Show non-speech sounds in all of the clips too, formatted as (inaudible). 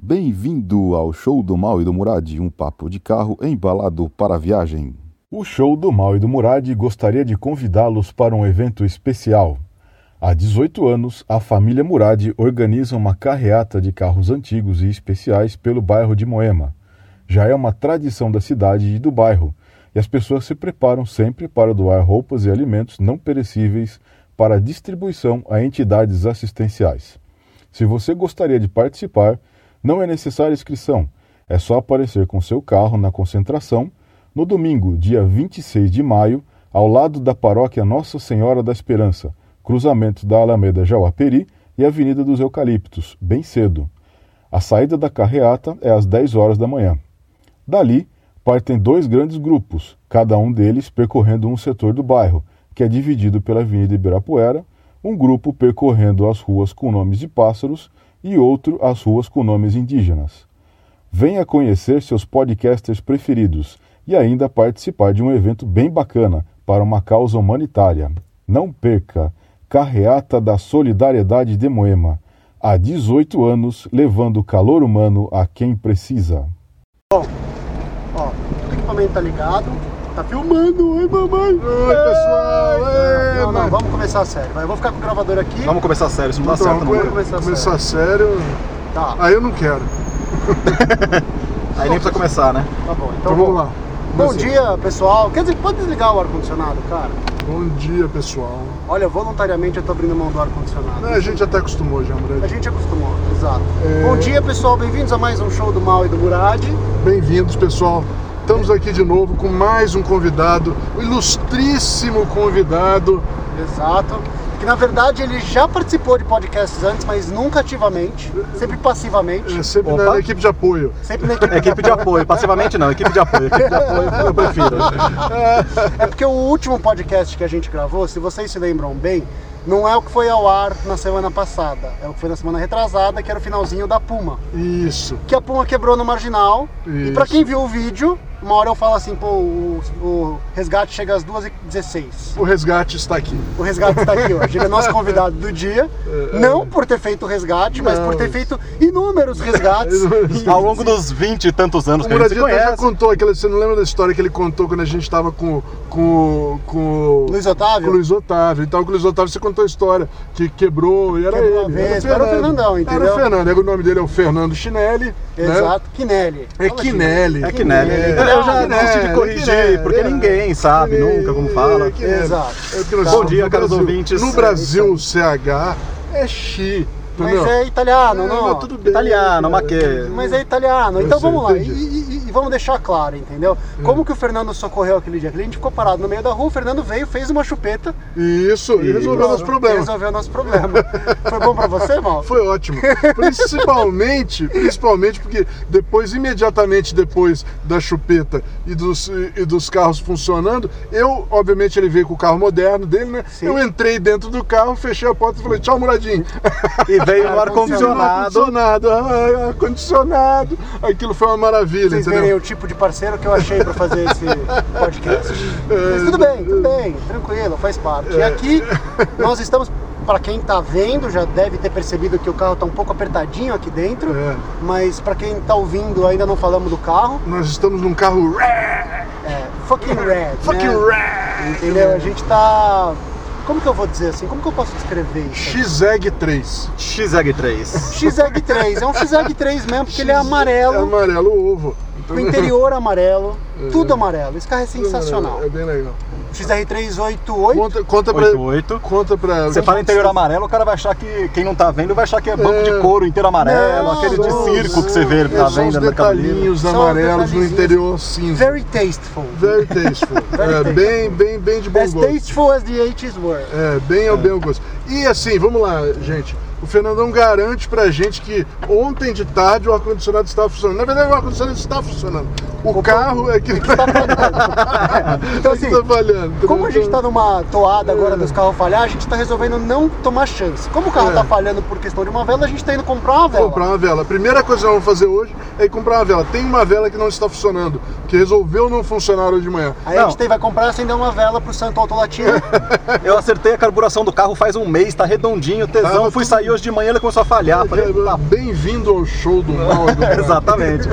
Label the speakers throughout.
Speaker 1: Bem-vindo ao Show do Mal e do Murad, um papo de carro embalado para a viagem. O Show do Mal e do Murad gostaria de convidá-los para um evento especial. Há 18 anos, a família Murad organiza uma carreata de carros antigos e especiais pelo bairro de Moema. Já é uma tradição da cidade e do bairro, e as pessoas se preparam sempre para doar roupas e alimentos não perecíveis para distribuição a entidades assistenciais. Se você gostaria de participar, não é necessária inscrição, é só aparecer com seu carro na concentração no domingo, dia 26 de maio, ao lado da paróquia Nossa Senhora da Esperança, cruzamento da Alameda Jauaperi e Avenida dos Eucaliptos, bem cedo. A saída da carreata é às 10 horas da manhã. Dali, partem dois grandes grupos, cada um deles percorrendo um setor do bairro, que é dividido pela Avenida Ibirapuera, um grupo percorrendo as ruas com nomes de pássaros e outro as ruas com nomes indígenas. Venha conhecer seus podcasters preferidos e ainda participar de um evento bem bacana para uma causa humanitária. Não perca! Carreata da Solidariedade de Moema. Há 18 anos, levando calor humano a quem precisa.
Speaker 2: Bom, ó, o equipamento tá ligado, tá filmando, oi mamãe!
Speaker 3: Oi, pessoal. Ei,
Speaker 2: Não, não,
Speaker 3: mano.
Speaker 2: vamos começar sério, vai, eu vou ficar com o gravador aqui,
Speaker 4: Vamos começar sério, isso não dá
Speaker 3: Então,
Speaker 4: Tá certo,
Speaker 3: agora
Speaker 4: não.
Speaker 2: começar
Speaker 3: começar sério.
Speaker 2: tá,
Speaker 3: Aí eu não quero.
Speaker 4: Aí nem precisa começar, né?
Speaker 2: tá bom, então
Speaker 3: Então vamos lá.
Speaker 2: Bom
Speaker 3: Comecei.
Speaker 2: dia, pessoal, quer dizer, pode desligar o ar-condicionado, cara?
Speaker 3: Bom dia, pessoal.
Speaker 2: Olha, voluntariamente eu tô abrindo mão do ar-condicionado.
Speaker 3: É, a gente até acostumou já,
Speaker 2: A
Speaker 3: Murad.
Speaker 2: gente acostumou, exato.
Speaker 3: É.
Speaker 2: Bom dia, pessoal, bem-vindos a mais um show do Mal e do Murad.
Speaker 3: Bem-vindos, pessoal. Estamos aqui de novo com mais um convidado, um ilustríssimo convidado.
Speaker 2: Exato. Que na verdade ele já participou de podcasts antes, mas nunca ativamente, sempre passivamente,
Speaker 3: É sempre
Speaker 4: Opa.
Speaker 3: na equipe de apoio.
Speaker 2: sempre na equipe.
Speaker 4: Equipe de apoio, passivamente não, equipe de apoio, equipe de apoio eu prefiro.
Speaker 2: É porque o último podcast que a gente gravou, se vocês se lembram bem, não é o que foi ao ar na semana passada, é o que foi na semana retrasada, que era o finalzinho da Puma.
Speaker 3: Isso.
Speaker 2: Que a Puma quebrou no marginal. E pra
Speaker 3: Isso.
Speaker 2: quem viu o vídeo, uma hora eu falo assim, pô, o, o resgate chega às 2h16.
Speaker 3: O resgate está aqui.
Speaker 2: O resgate está aqui hoje. Ele é nosso convidado do
Speaker 3: (laughs)
Speaker 2: dia. Não por ter feito o resgate, mas por ter feito inúmeros
Speaker 3: (laughs)
Speaker 2: resgates.
Speaker 4: Ao longo dos 20 e tantos anos
Speaker 3: O
Speaker 4: que a gente se
Speaker 3: Muradinho até já
Speaker 4: conhece,
Speaker 3: contou aquela. Você não lembra da história que ele contou quando a gente estava com, com, com
Speaker 2: Luiz
Speaker 3: com o
Speaker 2: Otávio.
Speaker 3: Luiz Otávio. Então, com o Luiz Otávio você contou a história que quebrou e era
Speaker 2: Quebrou a
Speaker 3: ele.
Speaker 2: Vespa, era o Fernandão, entendeu?
Speaker 3: Era o Fernando. O nome dele é o Fernando Chinelli.
Speaker 2: Exato. Kinelli.
Speaker 3: Né? É
Speaker 2: Fala, Kinelli.
Speaker 3: Kinelli.
Speaker 4: é que né?
Speaker 3: É,
Speaker 4: Eu já desisti de
Speaker 3: Kinelli,
Speaker 4: corrigir,
Speaker 3: Kinelli,
Speaker 4: porque
Speaker 3: é.
Speaker 4: ninguém sabe
Speaker 3: Kinelli,
Speaker 4: nunca como fala.
Speaker 3: Kinelli.
Speaker 2: Exato.
Speaker 3: É o que nós
Speaker 4: Bom
Speaker 3: somos
Speaker 4: dia,
Speaker 3: no
Speaker 4: caros
Speaker 3: Brasil.
Speaker 4: ouvintes.
Speaker 3: No Brasil, o CH é chi.
Speaker 2: Mas
Speaker 3: entendeu?
Speaker 2: é italiano, não?
Speaker 3: mas tudo bem.
Speaker 4: Italiano, ma che?
Speaker 2: Mas é italiano.
Speaker 3: Eu
Speaker 2: Então
Speaker 3: sei,
Speaker 2: vamos lá. E,
Speaker 3: entendi. Hum.
Speaker 2: e- e vamos deixar claro, entendeu? Como que o Fernando socorreu aquele dia? Aquele dia a gente ficou parado no meio da rua, o Fernando veio, fez uma chupeta
Speaker 3: Isso, e resolveu nosso problema.
Speaker 2: Resolveu nosso problema.
Speaker 3: (laughs)
Speaker 2: Foi bom pra você, Mal?
Speaker 3: Foi ótimo.
Speaker 2: (laughs)
Speaker 3: Principalmente, principalmente porque depois, imediatamente depois da chupeta e dos, e dos carros funcionando, eu, obviamente, ele veio com o carro moderno dele, né?
Speaker 2: Sim.
Speaker 3: Eu entrei dentro do carro, fechei a porta e falei, tchau, Muradinho.
Speaker 4: E veio no ar-condicionado.
Speaker 3: (laughs) Ar-condicionado, ah, ar-condicionado. Aquilo foi uma maravilha,
Speaker 2: Vocês verem
Speaker 3: entendeu?
Speaker 2: o tipo de parceiro que eu achei pra fazer esse podcast. Mas tudo bem, tudo bem, tranquilo, faz parte.
Speaker 3: É.
Speaker 2: E aqui nós estamos, pra quem tá vendo, já deve ter percebido que o carro tá um pouco apertadinho aqui dentro,
Speaker 3: É.
Speaker 2: mas pra quem tá ouvindo ainda não falamos do carro,
Speaker 3: Nós estamos num carro
Speaker 2: é fucking red.
Speaker 3: fucking
Speaker 2: né?
Speaker 3: red,
Speaker 2: Entendeu? A gente tá. Como que eu vou dizer assim? Como que eu posso descrever isso?
Speaker 3: X-Egg 3.
Speaker 4: XEG3.
Speaker 2: XEG3, é um XEG3 mesmo, porque ele é
Speaker 3: É
Speaker 2: amarelo,
Speaker 3: amarelo ovo. Então,
Speaker 2: o interior amarelo, tudo amarelo. Esse carro é sensacional.
Speaker 3: É bem legal.
Speaker 2: XR388.
Speaker 3: Conta, conta pra...
Speaker 4: 88.
Speaker 3: Conta pra.
Speaker 4: Você fala interior amarelo, o cara vai achar que, quem não tá vendo, vai achar que é banco de couro inteiro amarelo,
Speaker 2: Não,
Speaker 4: aquele de
Speaker 2: não,
Speaker 4: circo que você vê ele
Speaker 3: É,
Speaker 4: tá
Speaker 3: são os
Speaker 4: vendo no mercado livre.
Speaker 3: detalhinhos
Speaker 2: São os
Speaker 3: amarelos no
Speaker 2: detalhezinhos.
Speaker 3: interior cinza.
Speaker 2: Very tasteful.
Speaker 3: Very tasteful.
Speaker 2: Very
Speaker 3: é,
Speaker 2: tasteful.
Speaker 3: bem, bem, bem de bom
Speaker 2: As
Speaker 3: gosto.
Speaker 2: tasteful as the 80s were.
Speaker 3: É, bem ao bem gosto. E assim, vamos lá, gente. O Fernandão garante pra gente que ontem de tarde o ar-condicionado estava funcionando. Na verdade, o ar-condicionado está funcionando. O, carro é que (laughs) está
Speaker 2: Então assim,
Speaker 3: trabalhando.
Speaker 2: como a gente tá numa toada agora dos carros falhar, a gente tá resolvendo não tomar chance. Como o carro
Speaker 3: É.
Speaker 2: tá falhando por questão de uma vela, a gente tá indo comprar uma vela.
Speaker 3: Comprar uma vela. A primeira coisa que nós vamos fazer hoje é ir comprar uma vela. Tem uma vela que não está funcionando. que resolveu não funcionar hoje de manhã.
Speaker 2: Aí é a
Speaker 4: Não.
Speaker 2: gente tem, vai comprar, acender uma vela pro Santo Alto
Speaker 3: (laughs)
Speaker 2: Latino.
Speaker 4: Eu acertei a carburação do carro faz um mês, tá redondinho, tesão.
Speaker 3: Tava
Speaker 4: fui
Speaker 3: tudo-
Speaker 4: sair hoje de manhã, ele começou a falhar.
Speaker 3: (laughs)
Speaker 4: Falei, tá
Speaker 3: É, Bem-vindo ao show
Speaker 2: (laughs)
Speaker 3: do mal. e do barato.
Speaker 4: Exatamente.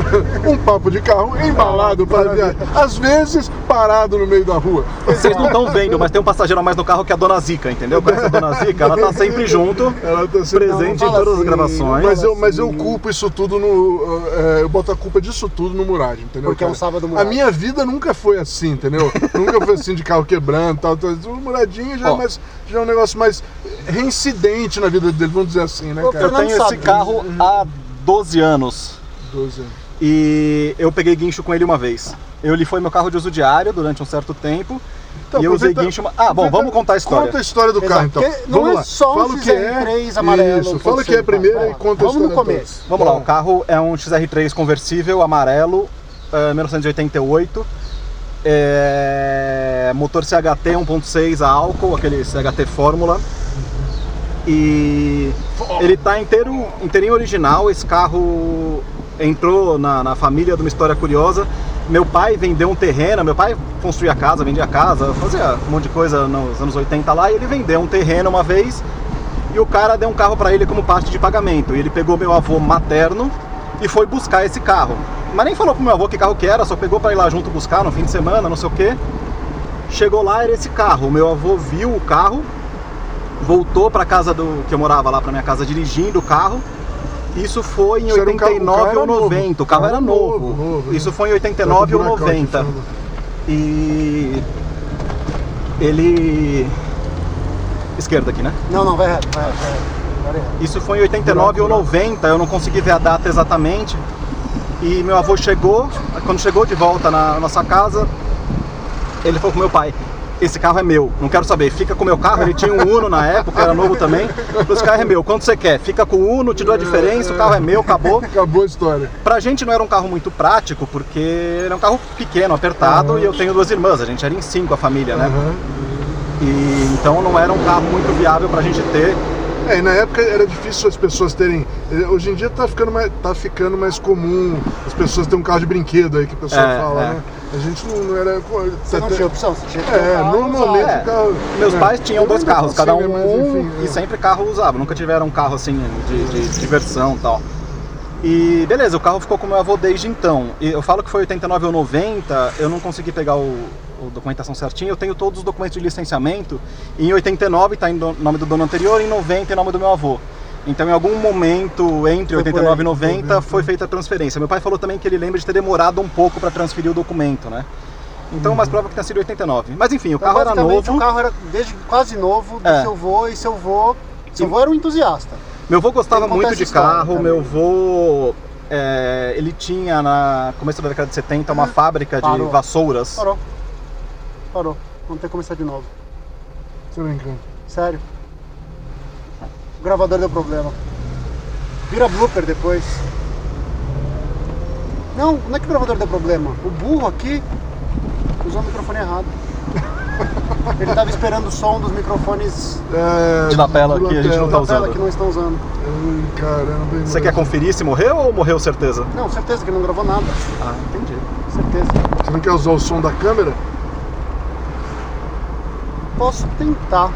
Speaker 3: um papo de carro embalado para viagem. Às vezes parado no meio da rua.
Speaker 4: Vocês não estão vendo, mas tem um passageiro a mais no carro que é a Dona Zica, entendeu? Conhece a Dona Zica? Ela tá sempre junto,
Speaker 3: Ela tá sendo-
Speaker 4: presente
Speaker 2: Não, não
Speaker 4: em todas
Speaker 2: fala
Speaker 4: as
Speaker 2: assim,
Speaker 4: gravações.
Speaker 3: Mas eu, mas eu culpo isso tudo no. eh, eu boto a culpa disso tudo no Murad, entendeu?
Speaker 2: Porque é um
Speaker 3: cara?
Speaker 2: sábado
Speaker 3: A
Speaker 2: Murad.
Speaker 3: minha vida nunca foi assim,
Speaker 2: (laughs)
Speaker 3: entendeu? nunca foi assim de carro quebrando tal, tal. O Muradinho já, é
Speaker 4: Ó.
Speaker 3: mais, já é um negócio mais reincidente na vida dele, vamos dizer assim, né,
Speaker 2: Ô,
Speaker 3: cara?
Speaker 4: Eu
Speaker 2: Fernando
Speaker 4: tenho esse
Speaker 2: sabe.
Speaker 4: carro há 12 anos.
Speaker 3: 12 anos.
Speaker 4: E eu peguei guincho com ele uma vez. Ele foi meu carro de uso diário durante um certo tempo.
Speaker 3: Então,
Speaker 4: e eu usei
Speaker 3: aproveita-
Speaker 4: guincho. uma- Ah, bom, vamos contar a história.
Speaker 3: Conta a história do
Speaker 2: Exato,
Speaker 3: carro, então.
Speaker 2: porque não
Speaker 3: Vamos
Speaker 2: é
Speaker 3: lá.
Speaker 2: só um
Speaker 3: Fala o que é.
Speaker 2: XR3 amarelo,
Speaker 3: Isso,
Speaker 2: pode
Speaker 3: fala o que
Speaker 2: ser,
Speaker 3: é primeiro
Speaker 2: vai,
Speaker 3: e
Speaker 2: vai.
Speaker 3: conta a
Speaker 2: Vamos
Speaker 3: história.
Speaker 2: no começo.
Speaker 3: toda.
Speaker 4: Vamos lá, o carro é um XR3 conversível, amarelo, eh, 1988. eh, motor CHT 1.6 a álcool, aquele CHT Fórmula. E ele tá inteiro, inteirinho original. Esse carro entrou na, na família de uma história curiosa. Meu pai vendeu um terreno, meu pai construía casa, vendia casa, fazia um monte de coisa nos anos 80 lá, e ele vendeu um terreno uma vez e o cara deu um carro para ele como parte de pagamento. E ele pegou meu avô materno e foi buscar esse carro. Mas nem falou pro meu avô que carro que era, só pegou para ir lá junto buscar no fim de semana, não sei o quê. Chegou lá, era esse carro. Meu avô viu o carro, voltou para casa do que eu morava lá, para minha casa dirigindo o carro. Isso foi em
Speaker 3: Isso era um carro- o
Speaker 4: 89
Speaker 3: carro
Speaker 4: ou
Speaker 3: era novo.
Speaker 4: 90. O carro era novo.
Speaker 3: Novo, novo, né?
Speaker 4: Isso foi em 89 ou
Speaker 3: Buraco aqui,
Speaker 4: 90.
Speaker 3: fala.
Speaker 4: E ele esquerda aqui, né?
Speaker 2: Não, não, vai reto, vai reto, vai é reto. Vai reto.
Speaker 4: Isso foi em 89 ou 90, eu não consegui ver a data exatamente. E meu avô chegou, quando chegou de volta na nossa casa, ele falou com meu pai: Esse carro é meu, não quero saber, fica com o meu carro. Ele tinha um Uno na época, era novo também. Falou, Esse carro é meu, quanto você quer? Fica com o Uno, te dou a diferença, o carro é meu, acabou.
Speaker 3: Acabou a história.
Speaker 4: Pra gente não era um carro muito prático, porque era um carro pequeno, apertado, e eu tenho duas irmãs, a gente era em cinco a família, né?
Speaker 3: Aham.
Speaker 4: E então não era um carro muito viável pra gente ter.
Speaker 3: É, e na época era difícil as pessoas terem. eh, Hoje em dia tá ficando mais, tá ficando mais comum as pessoas terem um carro de brinquedo aí que o pessoal
Speaker 4: É,
Speaker 3: fala,
Speaker 4: é.
Speaker 3: né? A gente não, não era. tá
Speaker 2: Você não tinha opção, você tinha que ter um
Speaker 3: É,
Speaker 2: carro,
Speaker 3: normalmente
Speaker 2: usado.
Speaker 4: É.
Speaker 3: o carro.
Speaker 4: Meus
Speaker 3: né?
Speaker 4: pais tinham
Speaker 3: Eu
Speaker 4: dois
Speaker 3: ainda
Speaker 4: carros, cada um
Speaker 3: consigo, mas enfim,
Speaker 4: um,
Speaker 3: é.
Speaker 4: e sempre carro usava, nunca tiveram um carro assim de, de diversão e tal. E beleza, o carro ficou com meu avô desde então. E eu falo que foi 89 ou 90, eu não consegui pegar o, o documentação certinha, eu tenho todos os documentos de licenciamento. E em 89 tá em do- nome do dono anterior, em 90 em nome do meu avô. Então em algum momento entre
Speaker 2: Foi por
Speaker 4: 89 e
Speaker 2: aí,
Speaker 4: 90 foi feita a transferência. Meu pai falou também que ele lembra de ter demorado um pouco para transferir o documento, né? Então, mais prova que tenha sido 89. Mas enfim, o
Speaker 2: Então,
Speaker 4: carro era
Speaker 2: basicamente,
Speaker 4: novo.
Speaker 2: O carro era desde quase novo do
Speaker 4: É.
Speaker 2: seu vô e seu vô. Seu vô era um entusiasta.
Speaker 4: Meu avô gostava
Speaker 2: Tem que contar
Speaker 4: muito
Speaker 2: essa
Speaker 4: de
Speaker 2: história
Speaker 4: carro,
Speaker 2: também.
Speaker 4: meu avô. é, ele tinha na começo da década de 70
Speaker 3: Hum.
Speaker 4: uma fábrica de
Speaker 2: Parou.
Speaker 4: vassouras.
Speaker 2: Parou. Parou. Vamos ter que começar de novo.
Speaker 3: Tô brincando.
Speaker 2: Sério. O gravador deu problema. Vira blooper depois. Não, não é que o gravador deu problema. O burro aqui usou o microfone
Speaker 4: (laughs)
Speaker 2: errado. Ele tava esperando o som dos microfones
Speaker 3: É,
Speaker 4: De lapela aqui, a gente não
Speaker 3: lapela.
Speaker 4: tá
Speaker 2: da tela
Speaker 4: usando.
Speaker 2: que não estão usando.
Speaker 3: Ai, Caramba, hein,
Speaker 4: Você quer
Speaker 3: mano?
Speaker 4: conferir se morreu ou morreu certeza?
Speaker 2: Não, certeza que ele não gravou nada.
Speaker 4: Ah, entendi.
Speaker 2: Certeza.
Speaker 3: Você não quer usar o som da câmera?
Speaker 2: Posso tentar.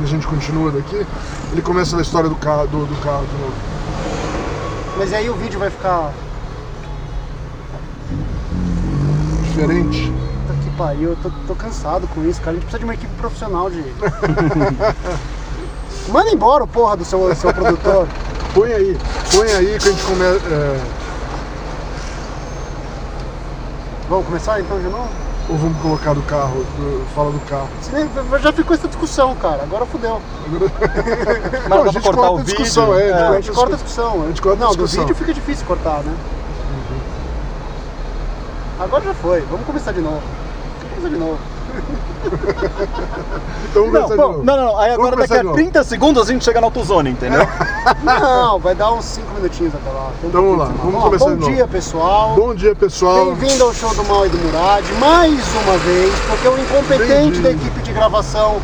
Speaker 3: E a gente continua daqui. Ele começa na história do carro, do, do carro de novo.
Speaker 2: Mas aí o vídeo vai ficar.
Speaker 3: Diferente.
Speaker 2: Puta que pariu, eu tô, tô cansado com isso, cara. A gente precisa de uma equipe profissional de. (laughs) Manda embora o porra do seu, seu produtor.
Speaker 3: Põe aí, põe aí que a gente começa. É,
Speaker 2: Vamos começar então de novo?
Speaker 3: ou vamos colocar do carro, do- fala do carro.
Speaker 2: Você nem- Já ficou essa discussão, cara. Agora fudeu.
Speaker 4: Mas
Speaker 3: Não,
Speaker 4: dá pra cortar o
Speaker 3: a
Speaker 4: vídeo.
Speaker 3: discussão, é,
Speaker 2: a
Speaker 3: a
Speaker 2: gente corta a discussão.
Speaker 3: gente corta a
Speaker 2: Não,
Speaker 3: discussão. Uhum.
Speaker 2: do vídeo fica difícil cortar, né? Agora já foi. Vamos começar de novo. Vamos começar de novo.
Speaker 3: Então vamos
Speaker 4: É. Não,
Speaker 3: começar de
Speaker 4: bom, não,
Speaker 3: novo. É.
Speaker 4: não, não. Aí agora
Speaker 3: Vamos
Speaker 4: daqui a
Speaker 3: começar de
Speaker 4: 30 segundos a gente chega na autozone,
Speaker 3: (laughs)
Speaker 4: entendeu?
Speaker 2: Não, vai dar uns 5 minutinhos até lá. Tem um
Speaker 3: Então,
Speaker 2: pouquinho
Speaker 3: vamos lá,
Speaker 2: de
Speaker 3: vamos começar
Speaker 2: Bom
Speaker 3: de novo.
Speaker 2: dia, pessoal.
Speaker 3: Bom dia, pessoal.
Speaker 2: Bem-vindo ao show do Mal e do Murad, mais uma vez, porque o incompetente
Speaker 3: Bem-vindo.
Speaker 2: da equipe de gravação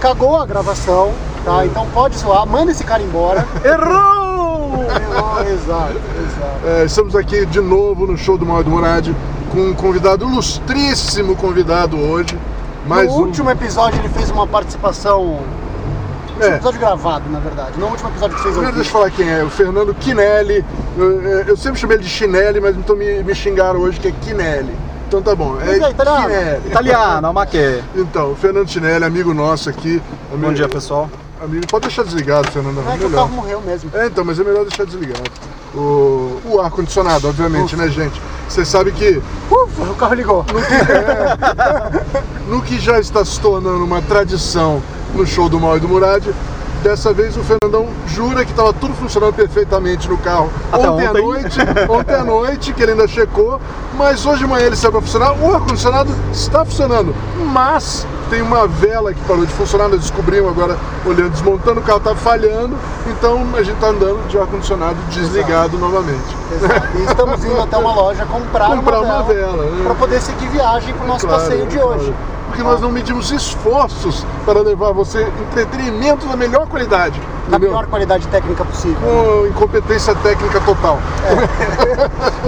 Speaker 2: cagou a gravação, tá? Então pode zoar, manda esse cara
Speaker 3: (laughs)
Speaker 2: embora.
Speaker 4: Errou!
Speaker 2: exato, exato.
Speaker 3: É, estamos aqui de novo no show do Mauro do Murad com um convidado, um lustríssimo convidado hoje. Mais
Speaker 2: no
Speaker 3: um.
Speaker 2: último episódio ele fez uma participação.
Speaker 3: É.
Speaker 2: Um episódio gravado, na verdade. No último episódio que vocês
Speaker 3: Primeiro, deixa eu
Speaker 2: ouviram.
Speaker 3: falar quem é. O Fernando Quinelli. Eu, é, eu- eu sempre chamei ele de Chinelli, mas então me, me xingaram hoje que é Quinelli. Então tá bom.
Speaker 2: Mas é italiano.
Speaker 3: Quinelli.
Speaker 4: Italiano, ma che.
Speaker 3: Então, o Fernando Chinelli, amigo nosso aqui. Amigo,
Speaker 4: Bom dia, pessoal.
Speaker 3: Amigo, pode deixar desligado, Fernando.
Speaker 2: É que o
Speaker 3: melhor.
Speaker 2: carro morreu mesmo.
Speaker 3: É, então, mas é melhor deixar desligado. O, o ar-condicionado, obviamente, né, gente? Você sabe que
Speaker 2: Ufa, o carro ligou.
Speaker 3: no que já está se tornando uma tradição no show do Mal e do Murad, dessa vez o Fernandão jura que estava tudo funcionando perfeitamente no carro.
Speaker 4: Até
Speaker 3: à
Speaker 4: ontem.
Speaker 3: noite, ontem à noite, que ele ainda checou, mas hoje de manhã ele saiu para funcionar, o ar-condicionado está funcionando, mas tem uma vela que parou de funcionar, nós descobrimos agora, olhando, desmontando, o carro está falhando, então a gente está andando de ar-condicionado desligado novamente.
Speaker 2: Exato. E estamos indo até uma loja comprar,
Speaker 3: Comprar uma vela, né?
Speaker 2: para poder seguir viagem para o nosso
Speaker 3: Claro,
Speaker 2: passeio de
Speaker 3: claro.
Speaker 2: hoje.
Speaker 3: Porque nós não medimos esforços para levar a você entretenimento da melhor qualidade.
Speaker 2: Da
Speaker 3: entendeu?
Speaker 2: melhor qualidade técnica possível.
Speaker 3: Com incompetência técnica total.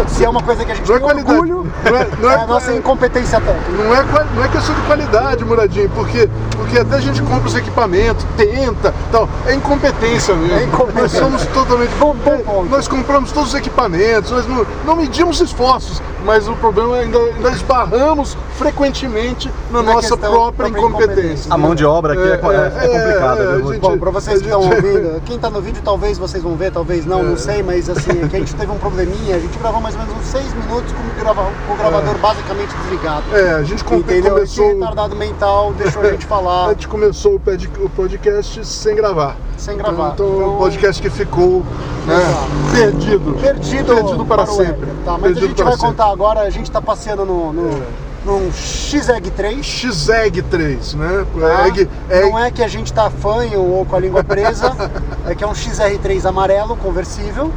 Speaker 2: Se é uma coisa que a gente
Speaker 3: Não é
Speaker 2: tem
Speaker 3: qualidade.
Speaker 2: orgulho,
Speaker 3: Não é- não é
Speaker 2: é a nossa
Speaker 3: quali-
Speaker 2: incompetência técnica.
Speaker 3: Não é, qua- não é questão de qualidade, Muradinho, porque, porque até a gente compra os equipamentos, tenta, tal. É incompetência mesmo.
Speaker 2: É incompetência.
Speaker 3: Nós somos totalmente.
Speaker 2: Bom- bom ponto.
Speaker 3: Nós compramos todos os equipamentos, nós não, não medimos esforços, mas o problema é ainda, ainda esbarramos frequentemente na
Speaker 2: Na
Speaker 3: nossa
Speaker 2: questão
Speaker 3: própria
Speaker 2: própria
Speaker 3: incompetência.
Speaker 2: incompetência.
Speaker 4: A mão de obra aqui é, é, é complicada,
Speaker 3: é,
Speaker 4: viu?
Speaker 3: gente,
Speaker 2: Bom, para vocês que estão
Speaker 3: gente-
Speaker 2: ouvindo, quem está no vídeo talvez vocês vão ver, talvez não, não sei, mas assim, é que a gente teve um probleminha, a gente gravou mais ou menos uns seis minutos com o, grava- com o gravador basicamente desligado.
Speaker 3: É, a gente come-
Speaker 2: Entendeu? Esse
Speaker 3: começou, É,
Speaker 2: retardado mental deixou a gente
Speaker 3: a
Speaker 2: falar
Speaker 3: gente começou o pod- o podcast sem gravar.
Speaker 2: sem gravar.
Speaker 3: Então, o podcast que ficou né,
Speaker 2: Exato.
Speaker 3: perdido.
Speaker 2: perdido,
Speaker 3: Perdido para
Speaker 2: o
Speaker 3: sempre.
Speaker 2: Éder, Tá, mas
Speaker 3: Perdido
Speaker 2: a gente
Speaker 3: para
Speaker 2: vai
Speaker 3: sempre. É.
Speaker 2: contar agora, a gente tá passeando no, no, num X-Egg 3.
Speaker 3: X-Egg 3, né?
Speaker 2: tá?
Speaker 3: Egg,
Speaker 2: Não é que a gente tá fanho ou com a língua
Speaker 3: (laughs)
Speaker 2: presa, é que é um XR3 amarelo, conversível,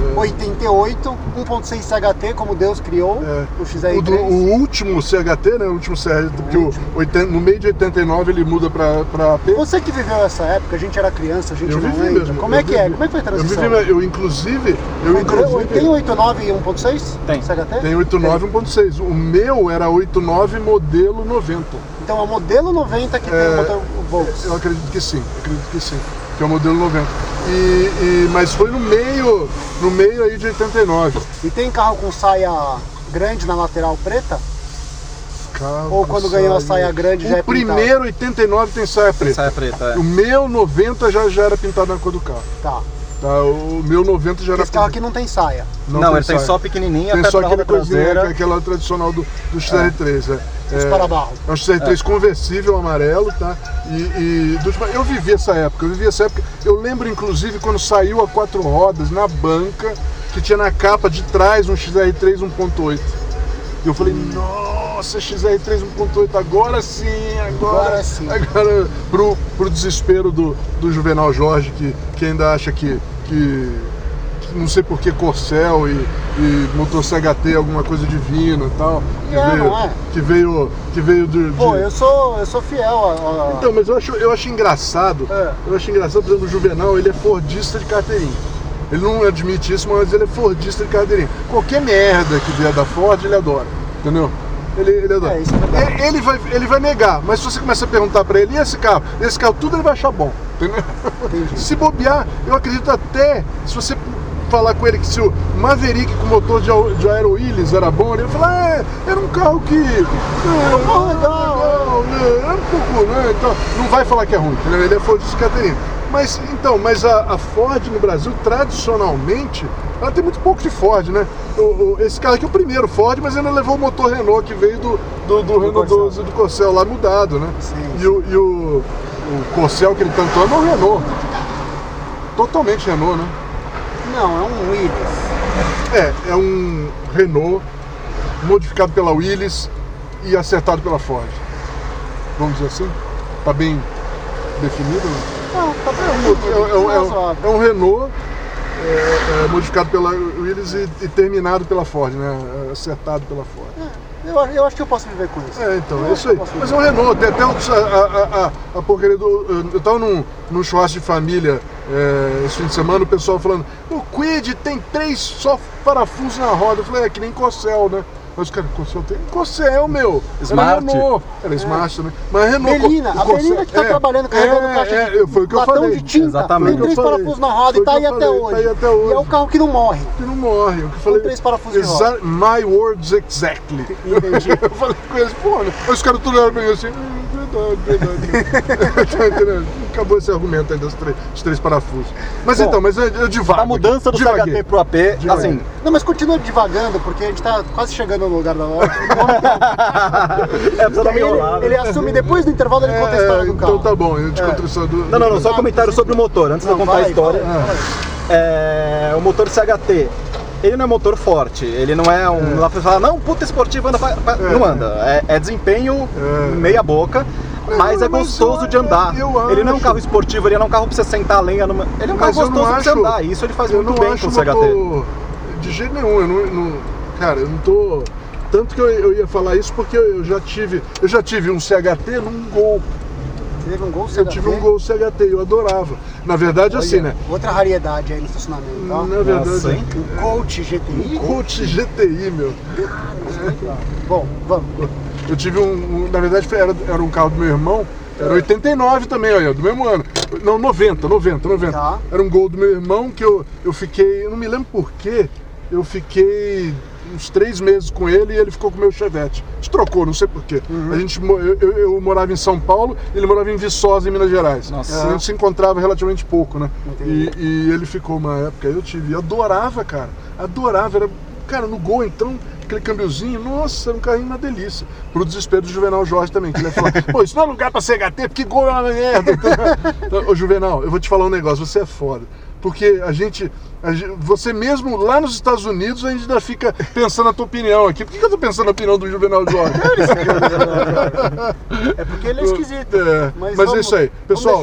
Speaker 3: É.
Speaker 2: 88, 1.6 CHT, como Deus criou,
Speaker 3: É.
Speaker 2: o
Speaker 3: O, do-
Speaker 2: XR3.
Speaker 3: o último CHT, né? O último CHT, porque o oitenta- no meio de 89 ele muda pra, pra AP.
Speaker 2: Você que viveu essa época, a gente era criança, a gente
Speaker 3: Eu
Speaker 2: não
Speaker 3: vivi
Speaker 2: lembra.
Speaker 3: mesmo.
Speaker 2: Como
Speaker 3: eu
Speaker 2: é que é?
Speaker 3: vivi.
Speaker 2: Como é que foi a transição?
Speaker 3: Eu vivi, eu inclusive, eu
Speaker 2: Foi cru-
Speaker 3: inclusive...
Speaker 2: Tem 89 e 1.6
Speaker 4: Tem.
Speaker 2: CHT?
Speaker 3: Tem 89 e 1.6. O meu era 89 modelo 90.
Speaker 2: Então é o modelo 90 que tem
Speaker 3: É,
Speaker 2: o motor Volks.
Speaker 3: Eu acredito que sim, acredito que sim, que é o modelo 90. E, e- mas foi no meio, no meio aí de 89.
Speaker 2: E tem carro com saia grande na lateral preta?
Speaker 3: Carro
Speaker 2: Ou
Speaker 3: com
Speaker 2: quando ganhou a saia grande
Speaker 3: o
Speaker 2: já é pintada?
Speaker 3: primeiro 89 tem saia preta.
Speaker 4: Saia preta,
Speaker 3: O
Speaker 4: é.
Speaker 3: meu 90 já, já era pintado na cor do carro.
Speaker 2: Tá.
Speaker 3: Tá? O meu 90 já era
Speaker 2: Esse carro aqui não tem saia.
Speaker 4: Não, ele tem
Speaker 3: saia.
Speaker 4: só pequenininha,
Speaker 3: tem
Speaker 4: perto
Speaker 3: só
Speaker 4: da
Speaker 3: aquele
Speaker 4: roda
Speaker 3: coisinha, que é
Speaker 4: traseira.
Speaker 3: aquela tradicional do, do XR3. É,
Speaker 2: Os
Speaker 3: é,
Speaker 2: para-barro.
Speaker 3: É um XR3 conversível amarelo, tá? E, e do tipo, eu vivi essa época, eu vivi essa época. Eu lembro inclusive quando saiu a quatro rodas na banca, que tinha na capa de trás um XR3 1.8. E eu falei, nossa, XR3 1.8, agora sim, agora,
Speaker 2: Agora sim.
Speaker 3: Agora, pro, pro desespero do, do Juvenal Jorge, que, que ainda acha que, que, que não sei por que Corcel e, e motor CHT é alguma coisa divina e tal. Que
Speaker 2: É,
Speaker 3: veio,
Speaker 2: não é?
Speaker 3: Que veio, que veio do- de,
Speaker 2: Pô, eu sou, eu sou fiel a. a-
Speaker 3: então, mas eu acho, eu acho engraçado,
Speaker 2: É.
Speaker 3: eu acho engraçado, por exemplo, o Juvenal, ele é fordista de carteirinha. Ele não admite isso, mas ele é fordista de carteirinha. Qualquer merda que vier da Ford, ele adora, entendeu? Ele, ele adora.
Speaker 2: É, isso é verdade.
Speaker 3: ele, ele vai, ele vai negar, mas se você começa a perguntar pra ele, e esse carro? Esse carro tudo ele vai achar bom, entendeu?
Speaker 2: Entendi.
Speaker 3: Se bobear, eu acredito até, se você falar com ele que se o Maverick com motor de, aero- de Aero Willis era bom, ele ia falar, é, era um carro que... É, um carro legal, né? era um pouco, né? Então, não vai falar que é ruim, entendeu? ele é Ford de Caterina. Mas, então, mas a, a Ford no Brasil, tradicionalmente, ela tem muito pouco de Ford, né? O- o- esse carro aqui é o primeiro Ford, mas ainda levou o motor Renault que veio do, do, do Renault
Speaker 2: Corcel.
Speaker 3: 12 do Corcel lá mudado, né?
Speaker 2: Sim.
Speaker 3: E o, e o, o Corcel que ele tanto ama é o Renault. Totalmente Renault, né?
Speaker 2: Não, é um Willis.
Speaker 3: É, é um Renault modificado pela Willys e acertado pela Ford. Vamos dizer assim? Tá bem definido? Né?
Speaker 2: Não, tá
Speaker 3: É, é- é- é-
Speaker 2: bom.
Speaker 3: é um Renault é, é, modificado pela Willys e, e terminado pela Ford, né? Acertado pela Ford.
Speaker 2: É, Eu, acho- eu acho que eu posso viver com isso.
Speaker 3: É, então,
Speaker 2: Eu
Speaker 3: é
Speaker 2: acho
Speaker 3: isso
Speaker 2: que
Speaker 3: aí.
Speaker 2: eu posso
Speaker 3: Mas é
Speaker 2: viver.
Speaker 3: um Renault, tem até um, a, a, a, a porcaria do. Eu tava num, num churrasco de família é, esse fim de semana, o pessoal falando, o Quid tem três só parafusos na roda. Eu falei, é que nem Cossel, né? Mas o cara, Corcel tem. Corcel é o meu. Era
Speaker 4: Smart.
Speaker 3: Renault. Era Smart, né? Mas Renault.
Speaker 2: Berlina,
Speaker 3: o
Speaker 2: a
Speaker 3: Corcel-
Speaker 2: Berlina que tá
Speaker 3: é,
Speaker 2: trabalhando, carregando
Speaker 3: é,
Speaker 2: caixa
Speaker 3: é, foi o que eu
Speaker 2: latão
Speaker 3: falei.
Speaker 2: de tinta,
Speaker 4: Exatamente.
Speaker 2: tem três
Speaker 3: Foi o que eu
Speaker 2: parafusos na
Speaker 3: falei.
Speaker 2: roda e
Speaker 3: Foi
Speaker 2: tá
Speaker 3: o que
Speaker 2: aí
Speaker 3: eu
Speaker 2: até
Speaker 3: falei,
Speaker 2: hoje.
Speaker 3: tá aí até hoje.
Speaker 2: E é o carro que não morre.
Speaker 3: que não morre. Eu falei,
Speaker 2: três parafusos de
Speaker 3: exa- My words exactly. (laughs) Eu falei com eles, pô, né? Aí os caras tudo olharam pra mim assim, "Hum, verdade, verdade. (laughs) tá entendendo? Acabou esse argumento aí dos três, dos três parafusos. Mas
Speaker 4: Bom,
Speaker 3: então, mas eu, eu divago.
Speaker 4: A mudança do
Speaker 3: divaguei.
Speaker 4: CHP pro AP, assim,
Speaker 2: Não, mas continua divagando, porque a gente tá quase chegando no lugar da
Speaker 3: (laughs)
Speaker 2: loja.
Speaker 4: é,
Speaker 3: Tá
Speaker 4: precisa dar uma enrolada.
Speaker 2: ele,
Speaker 3: assim,
Speaker 2: ele assume depois do intervalo, ele conta a
Speaker 3: né? É,
Speaker 2: história do carro.
Speaker 3: então tá bom, eu te conto isso do-
Speaker 4: É. Não, não, não, só um comentário sobre o motor, antes de eu contar a
Speaker 2: vai,
Speaker 4: história.
Speaker 2: vai, vai.
Speaker 4: É, o motor CHT, ele não é motor forte, ele não é um. Lá pra falar, não, puta esportivo anda pra, pra-" Não anda. É, é desempenho
Speaker 3: É.
Speaker 4: meia boca, mas é
Speaker 3: mas
Speaker 4: gostoso
Speaker 3: eu-
Speaker 4: de andar.
Speaker 3: eu
Speaker 4: ele não é um
Speaker 3: acho.
Speaker 4: carro esportivo, ele não é um carro pra você sentar a lenha numa. Ele é um carro
Speaker 3: Mas eu não
Speaker 4: gostoso pra você
Speaker 3: acho-
Speaker 4: andar. e Isso ele faz
Speaker 3: eu
Speaker 4: muito
Speaker 3: não
Speaker 4: bem
Speaker 3: acho
Speaker 4: com o
Speaker 3: que eu
Speaker 4: CHT.
Speaker 3: tô- De jeito nenhum, eu não, não- Cara, eu não tô. Tanto que eu, eu ia falar isso porque eu já tive. Eu já tive um CHT num gol.
Speaker 2: Você teve um gol,
Speaker 3: É. Eu
Speaker 2: CHT?
Speaker 3: tive um gol CHT, eu adorava. Na verdade, assim, né?
Speaker 2: Outra rariedade aí no estacionamento, tá?
Speaker 3: Na verdade.
Speaker 4: Ah,
Speaker 3: um
Speaker 4: Nossa, hein?
Speaker 2: O Coach GTI.
Speaker 3: Coach GTI, meu. né?
Speaker 2: Bom, vamos.
Speaker 3: Eu tive um. um- na verdade, foi- era, era um carro do meu irmão. Era
Speaker 4: É.
Speaker 3: 89 também, olha, do mesmo ano. Não, 90, 90, 90.
Speaker 2: Tá.
Speaker 3: Era um gol do meu irmão que eu, eu fiquei. Eu não me lembro porquê. Eu fiquei uns três meses com ele e ele ficou com o meu Chevette. A gente trocou, não sei porquê.
Speaker 4: Uhum.
Speaker 3: A gente, mo- eu, eu- eu morava em São Paulo, ele morava em Viçosa, em Minas Gerais.
Speaker 4: Nossa. Uhum.
Speaker 3: A gente se encontrava relativamente pouco, né?
Speaker 2: Entendi.
Speaker 3: E, e ele ficou uma época, eu tive, e adorava, cara. Adorava, era, cara, no gol então, aquele câmbiozinho, nossa, era um carrinho uma delícia. Pro desespero do Juvenal Jorge também, que ele ia falar, pô, isso não é lugar pra ser HT, porque gol é uma merda. (laughs) Então, Ô Juvenal, eu vou te falar um negócio, você é foda. Porque a gente, a gen- você mesmo lá nos Estados Unidos, a gente ainda fica pensando a tua opinião aqui. Por que, que eu tô pensando a opinião do Juvenal Jorge?
Speaker 2: É porque ele é esquisito.
Speaker 3: É, mas é isso aí. Pessoal-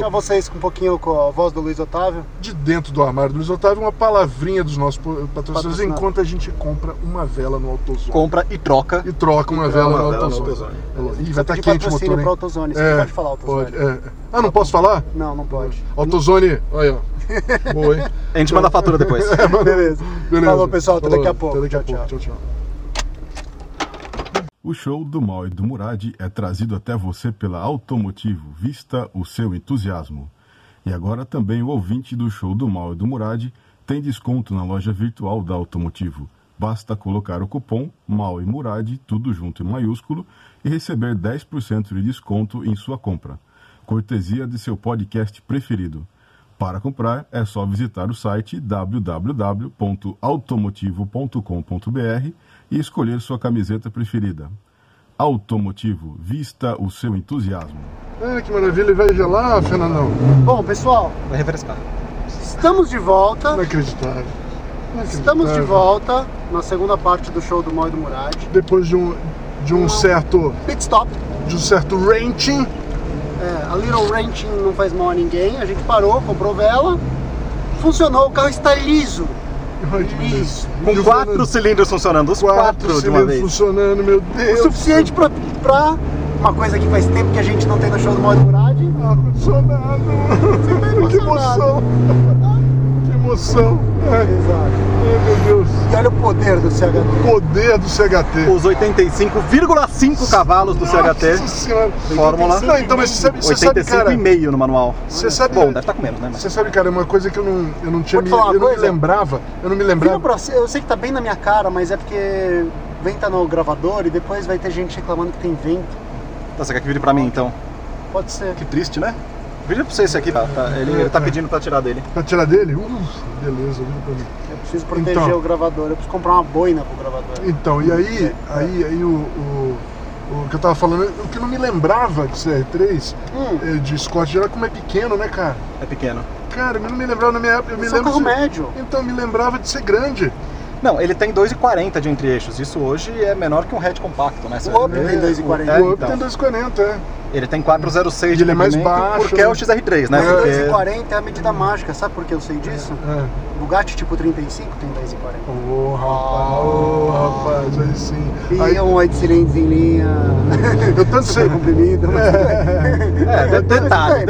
Speaker 2: Vamos deixar vocês com um pouquinho com a voz do Luiz Otávio.
Speaker 3: de dentro do armário do Luiz Otávio uma palavrinha dos nossos po- patrocinadores
Speaker 2: Patrocinado.
Speaker 3: enquanto a gente compra uma vela no AutoZone.
Speaker 4: Compra e troca.
Speaker 3: E troca uma vela no AutoZone. Ih, vai estar
Speaker 2: pedir
Speaker 3: quente o
Speaker 2: patrocínio
Speaker 3: motor, hein?
Speaker 2: pro AutoZone, você
Speaker 3: É,
Speaker 2: pode falar AutoZone.
Speaker 3: pode, é. Ah, não posso falar?
Speaker 2: Não, não
Speaker 3: (laughs)
Speaker 2: pode.
Speaker 3: AutoZone, olha aí, ó. Boa, hein?
Speaker 4: A gente manda a
Speaker 3: (laughs)
Speaker 4: fatura depois.
Speaker 2: Beleza.
Speaker 3: É, Beleza.
Speaker 2: Falou, pessoal. Até daqui a
Speaker 3: Falou.
Speaker 2: pouco.
Speaker 3: Até daqui a
Speaker 2: Tchau,
Speaker 3: pouco.
Speaker 2: tchau.
Speaker 3: Tchau, tchau.
Speaker 1: O show do Mal e do Murad é trazido até você pela Automotivo, vista o seu entusiasmo. E agora também o ouvinte do show do Mal e do Murad tem desconto na loja virtual da Automotivo. Basta colocar o cupom MAL e Murad, tudo junto em maiúsculo, e receber 10% de desconto em sua compra. Cortesia de seu podcast preferido. Para comprar, é só visitar o site www.automotivo.com.br e escolher sua camiseta preferida. Automotivo, vista o seu entusiasmo.
Speaker 3: Ah, que maravilha, ele vai gelar, Fernandão.
Speaker 2: Bom, pessoal,
Speaker 4: Vai refrescar.
Speaker 2: estamos de volta.
Speaker 3: Inacreditável. é
Speaker 2: Estamos de
Speaker 3: Inacreditável.
Speaker 2: volta na segunda parte do show do Mal e do Murad.
Speaker 3: Depois de um, de um certo,
Speaker 2: Pit stop.
Speaker 3: de um certo ranching,
Speaker 2: É, a Little Ranching não faz mal a ninguém. A gente parou, comprou vela. Funcionou, o carro está liso.
Speaker 3: Ai, que
Speaker 2: Liso.
Speaker 3: beleza. E
Speaker 4: Com
Speaker 3: o
Speaker 4: quatro
Speaker 3: Fernando-
Speaker 4: cilindros funcionando, os quatro, de uma
Speaker 3: é cilindros
Speaker 4: vez.
Speaker 3: funcionando, meu
Speaker 2: O
Speaker 3: Deus.
Speaker 2: suficiente pra, pra uma coisa que faz tempo que a gente não tem no show do Mal e do Murad.
Speaker 3: Ar-condicionado. (laughs) Que emoção. (laughs) Que emoção. Ai,
Speaker 2: Exato.
Speaker 3: ai, meu Deus.
Speaker 2: E olha o poder do CHT.
Speaker 3: Poder do CHT.
Speaker 4: Os 85,5 cavalos do
Speaker 3: Nossa
Speaker 4: CHT.
Speaker 3: senhora.
Speaker 4: Fórmula.
Speaker 3: Não, então, mas você sabe, você sabe cara...
Speaker 4: 85,5 no manual.
Speaker 3: Você sabe,
Speaker 4: Bom, deve estar com menos, né? mas-
Speaker 3: você sabe, cara, uma coisa que eu não, eu não tinha
Speaker 2: Pode
Speaker 3: me,
Speaker 2: falar uma
Speaker 3: eu não me
Speaker 2: coisa?
Speaker 3: lembrava, eu não me
Speaker 2: Vira
Speaker 3: lembrava.
Speaker 2: pra você, eu sei que tá bem na minha cara, mas é porque venta no gravador e depois vai ter gente reclamando que tem vento.
Speaker 4: Tá, você quer que vire pra mim então?
Speaker 2: Pode ser.
Speaker 4: Que triste, né? Vira pra você esse aqui, tá? Tá, ele,
Speaker 3: É,
Speaker 4: ele tá pedindo pra tirar dele.
Speaker 3: Pra tirar dele? Uh, beleza, vira pra mim.
Speaker 2: Eu preciso proteger
Speaker 3: Então.
Speaker 2: o gravador, eu preciso comprar uma boina pro gravador.
Speaker 3: Então, e aí, aí, aí o, o, o que eu tava falando, o que eu não me lembrava de CR3,
Speaker 2: Hum.
Speaker 3: eh, de Scott, era como é pequeno, né, cara?
Speaker 4: É pequeno.
Speaker 3: Cara, eu não me lembrava na minha época, eu me
Speaker 2: Esse é um
Speaker 3: lembro.
Speaker 2: carro
Speaker 3: de-
Speaker 2: médio.
Speaker 3: Então, eu me lembrava de ser grande.
Speaker 4: Não, ele tem 2,40 de entre-eixos. Isso hoje é menor que um hatch compacto, né? Você-
Speaker 2: O Up tem 2,40.
Speaker 4: É,
Speaker 3: o Up
Speaker 4: então.
Speaker 3: tem 2,40, é.
Speaker 4: Ele tem 4,06 de
Speaker 3: Ele é mais
Speaker 4: comprimento,
Speaker 3: baixo,
Speaker 4: Porque é o
Speaker 3: né?
Speaker 4: XR3, né?
Speaker 3: É.
Speaker 4: Porque...
Speaker 2: 2,40 é a medida mágica, sabe por que eu sei disso?
Speaker 3: é.
Speaker 2: Bugatti tipo 35 tem 10,40.
Speaker 3: Ô, rapaz, ô, rapaz, aí sim. Aí
Speaker 2: E um oito cilindros em linha. (laughs)
Speaker 3: eu tanto sei. (laughs)
Speaker 2: comprimido. mas tudo bem.
Speaker 4: É, de- detalhe,
Speaker 2: tudo bem,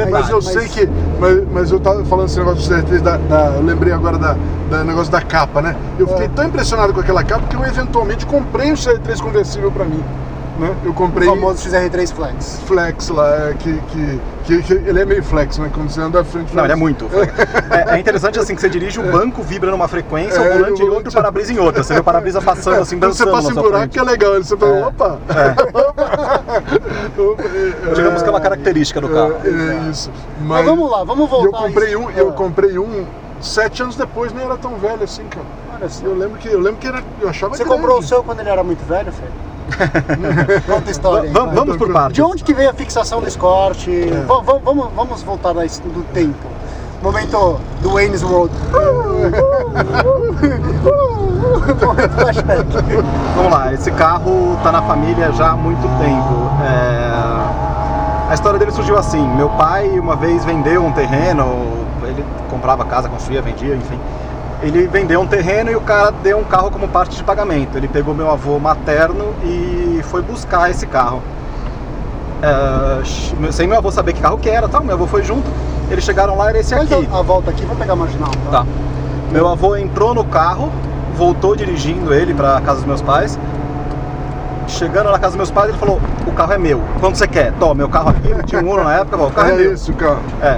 Speaker 4: detalhe.
Speaker 3: Mas eu
Speaker 2: mas-
Speaker 3: sei que. Mas, mas eu tava falando esse negócio dos DRTs, da, da- eu lembrei agora da, da negócio da capa, né? Eu
Speaker 2: É.
Speaker 3: fiquei tão impressionado com aquela capa que eu eventualmente comprei um CR3 conversível pra mim. Né? Eu
Speaker 2: O
Speaker 3: comprei
Speaker 2: famoso XR3 Flex.
Speaker 3: flex lá, é, que, que, que, que ele é meio flex, né? Quando você anda à frente.
Speaker 4: Não,
Speaker 3: flex.
Speaker 4: ele é
Speaker 3: (laughs)
Speaker 4: muito. É, é interessante assim que você dirige, o banco vibra numa frequência,
Speaker 3: É,
Speaker 4: o volante
Speaker 3: o
Speaker 4: em
Speaker 3: volante-
Speaker 4: outra, o para-brisa em outra. Você vê o para-brisa passando assim,
Speaker 3: Quando você
Speaker 4: dançando
Speaker 3: passa
Speaker 4: na
Speaker 3: em
Speaker 4: sua
Speaker 3: buraco que
Speaker 4: frente.
Speaker 3: é legal, ele você fala, opa! Opa, é,
Speaker 4: Digamos que é uma característica do carro.
Speaker 3: É, é isso.
Speaker 2: Mas vamos lá, vamos
Speaker 3: E
Speaker 2: voltar.
Speaker 3: eu comprei
Speaker 2: a
Speaker 3: um,
Speaker 2: isso.
Speaker 3: eu
Speaker 2: Ah,
Speaker 3: comprei um sete anos depois, nem era tão velho assim, cara.
Speaker 2: Ah, olha só.
Speaker 3: Eu lembro que eu lembro que era, eu achava
Speaker 2: Você
Speaker 3: grande.
Speaker 2: comprou o seu quando ele era muito velho, Fê? Conta a história. aí,
Speaker 4: Vam-
Speaker 2: vai.
Speaker 4: vamos por partes.
Speaker 2: De onde que veio a fixação do escorte? Va- va- Vamos, vamos voltar na, his- do tempo. Momento do Wayne's World. Momento flashback.
Speaker 4: Vamos lá, esse carro tá na família já há muito tempo. É, A história dele surgiu assim: meu pai uma vez vendeu um terreno, ele comprava casa, construía, vendia, enfim. Ele vendeu um terreno e o cara deu um carro como parte de pagamento. Ele pegou meu avô materno e foi buscar esse carro. É, sem meu avô saber que carro que era, tal. Meu avô foi junto. Eles chegaram lá era esse
Speaker 2: Faz
Speaker 4: aqui.
Speaker 2: a, a volta aqui, vamos pegar a marginal. Tá?
Speaker 4: Tá. Meu avô entrou no carro, voltou dirigindo ele pra casa dos meus pais. Chegando na casa dos meus pais, ele falou: O carro é meu. Quanto você quer? Toma, meu carro aqui, eu tinha um Uno na época, bom, o carro é,
Speaker 3: É
Speaker 4: meu.
Speaker 3: isso, cara.
Speaker 4: É.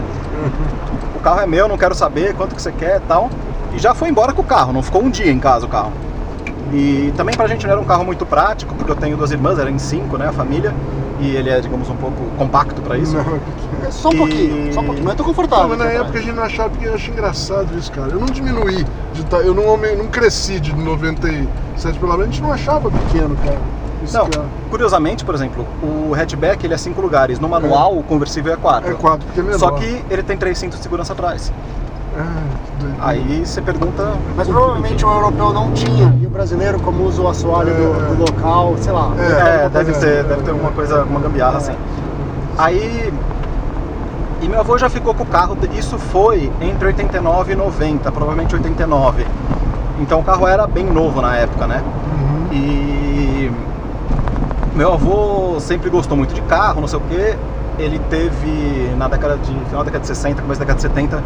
Speaker 4: O carro é meu, não quero saber quanto que você quer e tal. E já foi embora com o carro, não ficou um dia em casa o carro. E também pra gente não era um carro muito prático, porque eu tenho duas irmãs, era em cinco, né, a família. E ele é, digamos, um pouco compacto pra isso.
Speaker 3: Não,
Speaker 2: É Só um
Speaker 4: E-
Speaker 2: pouquinho, só um pouquinho, mas eu tô
Speaker 3: Não,
Speaker 2: confortável.
Speaker 3: mas na
Speaker 2: aqui
Speaker 3: época a
Speaker 2: atrás.
Speaker 3: gente não achava porque eu acho engraçado isso, cara. Eu não diminuí, de ta- eu não, aumen- não cresci de 97 pelo menos, a gente não achava pequeno, cara. Isso
Speaker 4: Não,
Speaker 3: que é,
Speaker 4: curiosamente, por exemplo, o hatchback ele é cinco lugares. No manual, o conversível é
Speaker 3: é, é
Speaker 4: quatro.
Speaker 3: quatro, Uhum. porque é menor.
Speaker 4: Só que ele tem três cintos de segurança atrás.
Speaker 3: Ah, que doido.
Speaker 4: Aí você pergunta.
Speaker 2: Mas provavelmente o europeu não tinha, e o brasileiro, como usa o assoalho do, do local, sei lá.
Speaker 3: É.
Speaker 4: É,
Speaker 3: alguma
Speaker 4: deve
Speaker 3: coisa- É.
Speaker 4: ter, deve ter alguma coisa, alguma gambiarra assim. Aí. E meu avô já ficou com o carro, isso foi entre 89 e 90, provavelmente 89. Então o carro era bem novo na época, né?
Speaker 3: Uhum.
Speaker 4: E meu avô sempre gostou muito de carro, não sei o quê. Ele teve na década de final da década de 60, começo da década de 70,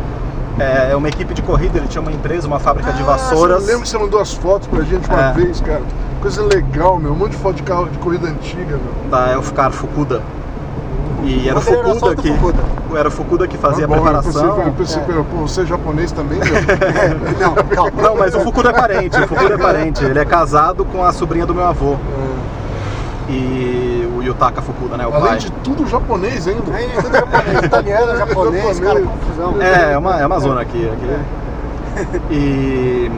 Speaker 4: é, uma equipe de corrida, ele tinha uma empresa, uma fábrica de
Speaker 3: Ah,
Speaker 4: vassouras.
Speaker 3: você lembra que você mandou as fotos pra gente uma
Speaker 4: É.
Speaker 3: vez, cara? Coisa legal, meu. Um monte de foto de carro de corrida antiga, meu.
Speaker 4: da Elfcar Fukuda. E era o
Speaker 2: Você era só
Speaker 4: Fukuda
Speaker 2: do
Speaker 4: que
Speaker 2: Fukuda.
Speaker 4: era o Fukuda que fazia
Speaker 3: Tá bom,
Speaker 4: a
Speaker 3: Eu pensei, eu
Speaker 4: preparação.
Speaker 3: pensei que eu- pô, você é japonês também,
Speaker 4: (laughs)
Speaker 3: meu.
Speaker 2: Não, calma.
Speaker 4: Não, mas o Fukuda é parente, o Fukuda
Speaker 3: (laughs)
Speaker 4: é parente. Ele é casado com a sobrinha do meu avô. E o Yutaka Fukuda, né, o
Speaker 3: É. Além
Speaker 4: pai.
Speaker 3: de tudo, japonês ainda.
Speaker 2: Aí, tudo japonês, italiano, japonês, cara,
Speaker 3: Japonês.
Speaker 2: confusão.
Speaker 4: É, é uma, é uma zona aqui. aqui. E.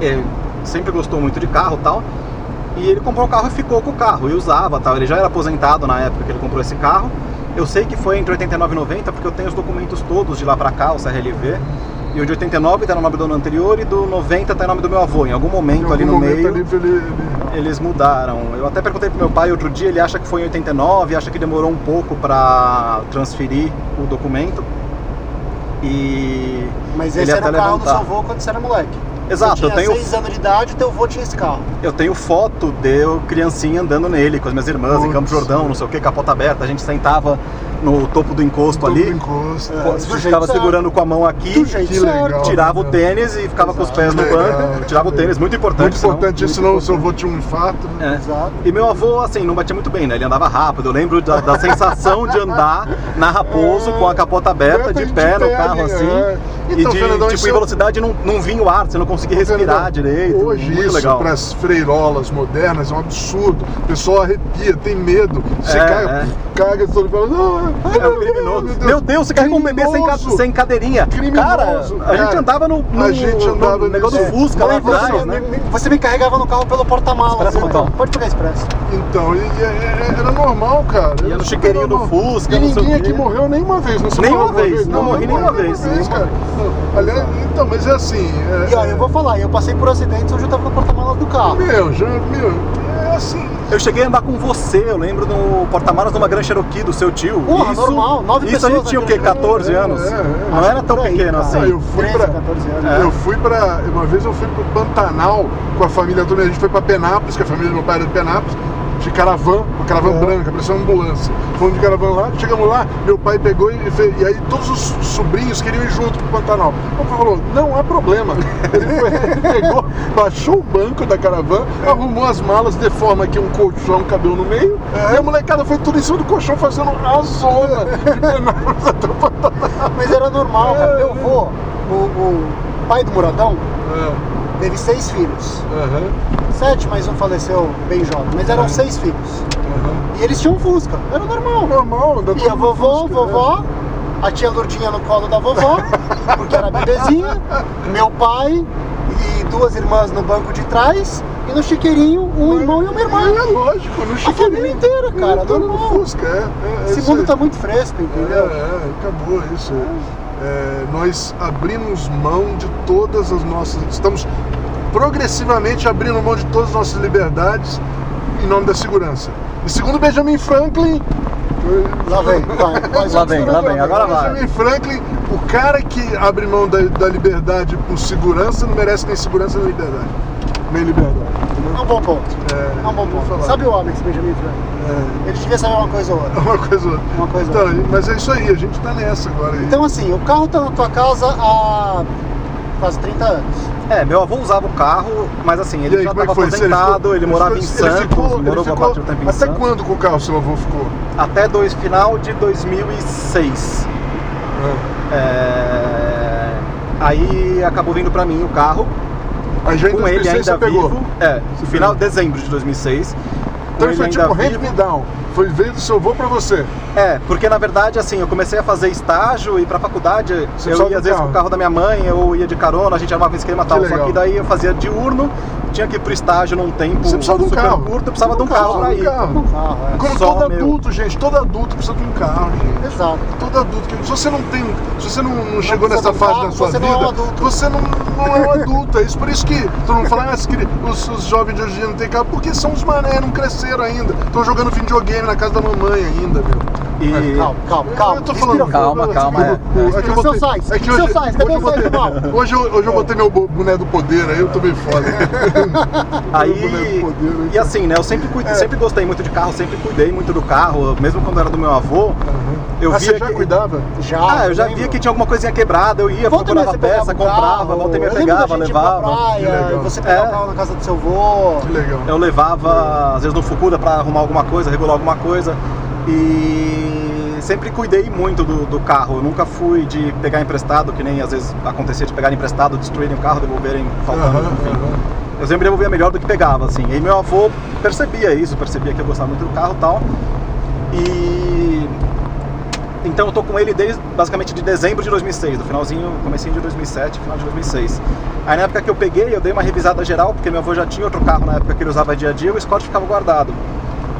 Speaker 4: é, sempre gostou muito de carro e tal. E ele comprou o carro e ficou com o carro e usava tal. Ele já era aposentado na época que ele comprou esse carro. Eu sei que foi entre 89 e 90, porque eu tenho os documentos todos de lá pra cá, o CRLV. E o de 89 tá no nome do ano anterior e do 90 tá no nome do meu avô. Em algum momento
Speaker 3: Em
Speaker 4: ali
Speaker 3: algum
Speaker 4: no
Speaker 3: momento
Speaker 4: meio.
Speaker 3: ali, ele, ele-
Speaker 4: Eles mudaram. Eu até perguntei pro meu pai outro dia, ele acha que foi em 89, acha que demorou um pouco pra transferir o documento. E.
Speaker 2: Mas
Speaker 4: Ele
Speaker 2: esse
Speaker 4: ia
Speaker 2: era o
Speaker 4: até
Speaker 2: carro do
Speaker 4: levantar.
Speaker 2: seu avô quando você era moleque.
Speaker 4: Exato,
Speaker 2: você
Speaker 4: eu
Speaker 2: tinha
Speaker 4: tenho,
Speaker 2: 6 anos de idade, teu avô tinha esse carro.
Speaker 4: eu tenho foto de eu criancinha andando nele com as minhas irmãs em
Speaker 3: Putz.
Speaker 4: Campo Jordão, não sei o que, capota aberta. A gente sentava no topo do encosto
Speaker 3: todo
Speaker 4: ali,
Speaker 3: um encosto.
Speaker 2: É.
Speaker 4: a
Speaker 2: do
Speaker 4: gente
Speaker 2: jeito
Speaker 4: ficava
Speaker 2: certo.
Speaker 4: segurando com a mão
Speaker 2: Do
Speaker 4: aqui,
Speaker 2: jeito
Speaker 3: que
Speaker 2: certo.
Speaker 3: legal.
Speaker 4: tirava o tênis e ficava com os pés no
Speaker 3: Legal,
Speaker 4: banco. Tirava o
Speaker 3: legal.
Speaker 4: tênis, muito
Speaker 3: Muito
Speaker 4: importante. senão-
Speaker 3: importante isso, senão o seu avô tinha um infarto. né?
Speaker 4: É.
Speaker 2: Exato.
Speaker 4: E meu avô, assim, não batia muito bem, né? Ele andava rápido. Eu lembro da, da sensação de andar na
Speaker 3: (laughs)
Speaker 4: Raposo com a capota aberta, de pé no carro,
Speaker 3: ali,
Speaker 4: assim.
Speaker 3: é.
Speaker 4: E
Speaker 3: Então,
Speaker 4: de,
Speaker 3: Fernandão,
Speaker 4: tipo,
Speaker 3: isso
Speaker 4: em
Speaker 3: é-
Speaker 4: velocidade não, não vinha o ar, você não conseguia É, respirar direito.
Speaker 3: Hoje
Speaker 4: muito
Speaker 3: isso
Speaker 4: legal.
Speaker 3: para as freirolas modernas é um absurdo. O pessoal arrepia, tem medo. Você
Speaker 4: É,
Speaker 3: caga,
Speaker 4: é.
Speaker 3: caga todo mundo fala, "Ah,
Speaker 4: É um
Speaker 3: meu
Speaker 4: criminoso.
Speaker 3: Deus,
Speaker 4: Meu Deus, você carregou um bebê sem, ca-
Speaker 3: Criminoso.
Speaker 4: sem cadeirinha.
Speaker 3: Criminoso,
Speaker 4: cara, a gente
Speaker 3: cara.
Speaker 4: andava no, no,
Speaker 3: A gente andava
Speaker 4: no negócio do
Speaker 3: nisso.
Speaker 4: Fusca lá
Speaker 2: Mãe, você,
Speaker 4: atrás, né?
Speaker 2: me- me- você me carregava no carro pelo porta-malas.
Speaker 4: Expresso
Speaker 2: né?
Speaker 4: botão.
Speaker 2: Pode pegar expresso.
Speaker 3: Então, e- e- e- era normal, cara.
Speaker 4: Ia
Speaker 3: Era
Speaker 4: no
Speaker 3: super
Speaker 4: um chiqueirinho do
Speaker 3: normal.
Speaker 4: Fusca,
Speaker 3: E
Speaker 4: não sei o
Speaker 3: ninguém aqui
Speaker 4: quê.
Speaker 3: morreu nenhuma vez, não sei
Speaker 4: Nenhuma
Speaker 3: falar
Speaker 4: vez, não morri nenhuma vez.
Speaker 3: cara. Aliás, então, mas é assim. é-
Speaker 2: E ó, eu vou falar, eu passei por acidentes onde eu tava no porta-malas do carro.
Speaker 3: Meu, já, meu, é assim?
Speaker 4: Eu cheguei a andar com você, eu lembro no porta-malas de uma Gran Cherokee do seu tio.
Speaker 2: Porra, normal, nove
Speaker 4: Isso a
Speaker 2: pessoas
Speaker 4: gente tinha o
Speaker 2: na
Speaker 4: quê?
Speaker 2: Gran Cherokee?
Speaker 4: 14 anos?
Speaker 3: É, é.
Speaker 4: Não era tão
Speaker 2: Por aí,
Speaker 4: pequeno
Speaker 2: cara.
Speaker 4: assim.
Speaker 3: Ah, eu fui
Speaker 2: 13,
Speaker 3: pra.
Speaker 2: 14 anos.
Speaker 3: Eu fui pra. Uma vez eu fui pro Pantanal com a família toda. A gente foi pra Penápolis, que é a família do meu pai era de Penápolis, de caravan, uma caravan branca, parecia uma ambulância. Fomos de caravan lá, chegamos lá, meu pai pegou e fez. E aí todos os sobrinhos queriam ir junto pro Pantanal. O pai falou: não há problema. Ele foi, (laughs) ele pegou, baixou o banco da caravan, arrumou as malas de forma que um colchão cabelo no meio. E a molecada foi tudo em cima do colchão fazendo a zona (laughs) de Penápolis até o Pantanal.
Speaker 2: Mas era normal, cara.
Speaker 4: É.
Speaker 2: Meu avô, o, o pai do Muradão,
Speaker 3: É,
Speaker 2: teve seis filhos.
Speaker 3: aham,
Speaker 2: Sete, mas um faleceu bem jovem. Mas
Speaker 4: Uhum.
Speaker 2: eram seis filhos.
Speaker 3: aham.
Speaker 2: E eles tinham Fusca. Era normal.
Speaker 3: normal, da
Speaker 2: E a vovó, vovó, a tia Lourdinha no colo da vovó, porque era bebezinha, meu pai e duas irmãs no banco de trás, e no chiqueirinho, um irmão e uma irmã.
Speaker 3: É lógico, no
Speaker 2: A família inteira, cara,
Speaker 3: no
Speaker 2: normal.
Speaker 3: Fusca, é. é
Speaker 2: Esse mundo tá muito fresco,
Speaker 3: É,
Speaker 2: entendeu?
Speaker 3: é, acabou isso. É, nós abrimos mão de todas as nossas. Estamos progressivamente abrindo mão de todas as nossas liberdades em nome da segurança. E segundo Benjamin Franklin.
Speaker 2: Lá vem, vai, mais
Speaker 4: Lá
Speaker 2: um.
Speaker 4: vem, lá vem, agora vai.
Speaker 3: Benjamin Franklin, o cara que abre mão da, da liberdade por segurança não merece nem segurança nem liberdade. Nem liberdade.
Speaker 2: É um bom ponto.
Speaker 3: É,
Speaker 2: É um bom
Speaker 3: vou falar.
Speaker 2: ponto. Sabe o homem que Benjamin Franklin?
Speaker 3: É.
Speaker 2: Ele devia saber uma coisa ou outra.
Speaker 3: Uma coisa ou outra.
Speaker 2: Uma coisa ou
Speaker 3: então, Mas é isso aí, a gente tá nessa agora. aí.
Speaker 2: Então assim, o carro tá na tua casa há quase 30 anos.
Speaker 4: É, meu avô usava o carro, mas assim,
Speaker 3: E
Speaker 4: ele
Speaker 3: aí,
Speaker 4: já
Speaker 3: como é que
Speaker 4: estava
Speaker 3: foi? Se
Speaker 4: aposentado,
Speaker 3: ficou-
Speaker 4: ele, morava em
Speaker 3: ficou-
Speaker 4: Santos,
Speaker 3: ele ficou- ele
Speaker 4: morou uma
Speaker 3: ficou-
Speaker 4: parte do tempo em
Speaker 3: Até
Speaker 4: Santos.
Speaker 3: quando com o carro seu avô ficou?
Speaker 4: Até dois, final de 2006. É, Aí acabou vindo pra mim o carro,
Speaker 3: Aí já em
Speaker 4: com ele
Speaker 3: 2006
Speaker 4: ainda
Speaker 3: você pegou.
Speaker 4: vivo. É,
Speaker 3: Você
Speaker 4: final
Speaker 3: pegou.
Speaker 4: de dezembro de 2006. com
Speaker 3: Então ele foi
Speaker 4: ainda
Speaker 3: tipo hand me down. Foi veio do seu avô pra você.
Speaker 4: É, porque na verdade, assim, eu comecei a fazer estágio e pra faculdade
Speaker 3: Você
Speaker 4: eu
Speaker 3: precisava
Speaker 4: ia
Speaker 3: do
Speaker 4: às vezes
Speaker 3: carro.
Speaker 4: com o carro da minha mãe, eu ia de carona, a gente armava um esquema e tal. Só
Speaker 3: legal.
Speaker 4: que daí eu fazia diurno, tinha que ir pro estágio num tempo
Speaker 3: Você precisava de um
Speaker 4: super
Speaker 3: carro.
Speaker 4: curto, eu precisava de um
Speaker 3: Precisava
Speaker 4: carro pra
Speaker 3: de um
Speaker 4: ir.
Speaker 3: carro.
Speaker 2: Um carro, é.
Speaker 3: Quando
Speaker 4: Só
Speaker 3: todo
Speaker 4: meu.
Speaker 3: adulto, gente, todo adulto precisa de um carro, gente.
Speaker 2: Exato.
Speaker 3: Todo adulto. que- Se você não tem. Se você não, não chegou
Speaker 2: precisa
Speaker 3: nessa
Speaker 2: de um
Speaker 3: fase
Speaker 2: carro,
Speaker 3: da sua
Speaker 2: você
Speaker 3: vida,
Speaker 2: não é um adulto.
Speaker 3: você não,
Speaker 2: (laughs)
Speaker 3: não é um adulto. É isso por isso que todo mundo fala, ah, as cri- os, os jovens de hoje em dia não têm carro, porque são os mané, não cresceram ainda. Estão jogando videogame na casa da mamãe ainda, meu.
Speaker 4: E-
Speaker 2: Calma, calma, calma.
Speaker 3: Eu tô
Speaker 2: Respira
Speaker 3: falando.
Speaker 2: fundo.
Speaker 5: Calma, calma, é.
Speaker 3: É que eu
Speaker 2: Seu
Speaker 3: botei-
Speaker 2: Sainz,
Speaker 3: é que
Speaker 2: seu
Speaker 3: hoje-
Speaker 2: Sainz, cadê
Speaker 3: hoje eu
Speaker 2: o Sainz,
Speaker 3: botei-
Speaker 2: irmão?
Speaker 3: Hoje eu, hoje eu botei meu bo- boné do poder, aí eu
Speaker 2: (laughs)
Speaker 3: tomei foda.
Speaker 4: Aí,
Speaker 3: Boneco poder, né?
Speaker 4: e assim, né? Eu sempre, cuid- sempre gostei muito de carro, sempre cuidei muito do carro, mesmo quando era do meu avô. Eu
Speaker 3: ah,
Speaker 4: via
Speaker 3: você já
Speaker 4: que-
Speaker 3: cuidava?
Speaker 2: Já.
Speaker 4: Ah, eu já
Speaker 2: lembro.
Speaker 4: via que tinha alguma coisinha quebrada, eu ia,
Speaker 2: Volta e meia
Speaker 4: procurava
Speaker 2: você pegava
Speaker 4: peça,
Speaker 2: o carro,
Speaker 4: comprava, volta e meia
Speaker 2: eu lembro da
Speaker 4: pegava,
Speaker 2: gente ir pra
Speaker 4: levava.
Speaker 2: praia,
Speaker 3: Que legal.
Speaker 2: e você pegava
Speaker 4: É.
Speaker 2: o carro na casa do seu avô.
Speaker 3: Que legal.
Speaker 4: Eu levava, às vezes, no Fukuda pra arrumar alguma coisa, regular alguma coisa. E sempre cuidei muito do, do carro. Eu nunca fui de pegar emprestado, que nem às vezes acontecia de pegar emprestado, destruírem o carro, devolverem faltando.
Speaker 3: Aham,
Speaker 4: enfim.
Speaker 3: aham.
Speaker 4: Eu sempre devolvia melhor do que pegava, assim. E meu avô percebia isso, percebia que eu gostava muito do carro e tal. E. Então eu tô com ele desde basicamente de dezembro de 2006, do finalzinho, comecinho de 2007, final de 2006. Aí na época que eu peguei, eu dei uma revisada geral, porque meu avô já tinha outro carro na época que ele usava dia a dia, o Scott ficava guardado.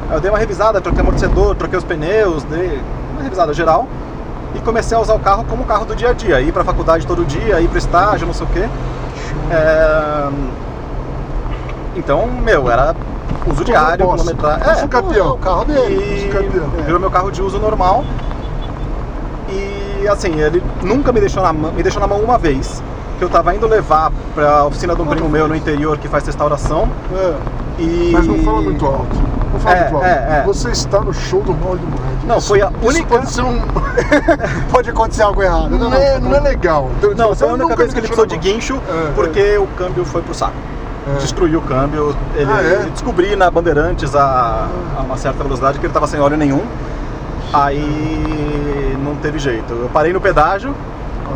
Speaker 4: Aí eu dei uma revisada, troquei amortecedor, troquei os pneus, dei uma revisada geral e comecei a usar o carro como carro do dia a dia, ir pra faculdade todo dia, ir pro estágio, não sei o quê. É, Então, meu, era uso diário,
Speaker 3: bosta.
Speaker 4: quilometragem.
Speaker 3: Mas o
Speaker 4: É,
Speaker 3: campeão.
Speaker 2: É o carro dele.
Speaker 4: e
Speaker 3: campeão. É.
Speaker 4: virou meu carro de uso normal. E assim, ele nunca me deixou na mão, me deixou na mão uma vez. Que eu tava indo levar pra oficina de um primo meu no interior que faz restauração.
Speaker 2: É.
Speaker 4: E...
Speaker 3: Mas não fala muito alto. Não fala
Speaker 4: É,
Speaker 3: muito alto.
Speaker 4: é, é.
Speaker 3: Você está no show do Mauro do Murad.
Speaker 4: Não,
Speaker 3: Isso-
Speaker 4: foi a
Speaker 3: isso
Speaker 4: única-
Speaker 3: pode ser
Speaker 4: (laughs)
Speaker 3: um-
Speaker 2: Pode acontecer algo errado.
Speaker 3: Não, é, não é legal. Então,
Speaker 4: Não,
Speaker 3: você
Speaker 4: foi a única
Speaker 3: nunca
Speaker 4: vez que ele
Speaker 3: deixou na
Speaker 4: precisou de
Speaker 3: mão.
Speaker 4: guincho,
Speaker 3: É.
Speaker 4: porque o câmbio foi pro saco.
Speaker 3: É.
Speaker 4: Destruiu o câmbio. Ele
Speaker 3: Ah, é?
Speaker 4: descobri na Bandeirantes a, a uma certa velocidade que ele tava sem óleo nenhum. Aí não teve jeito. Eu parei no pedágio,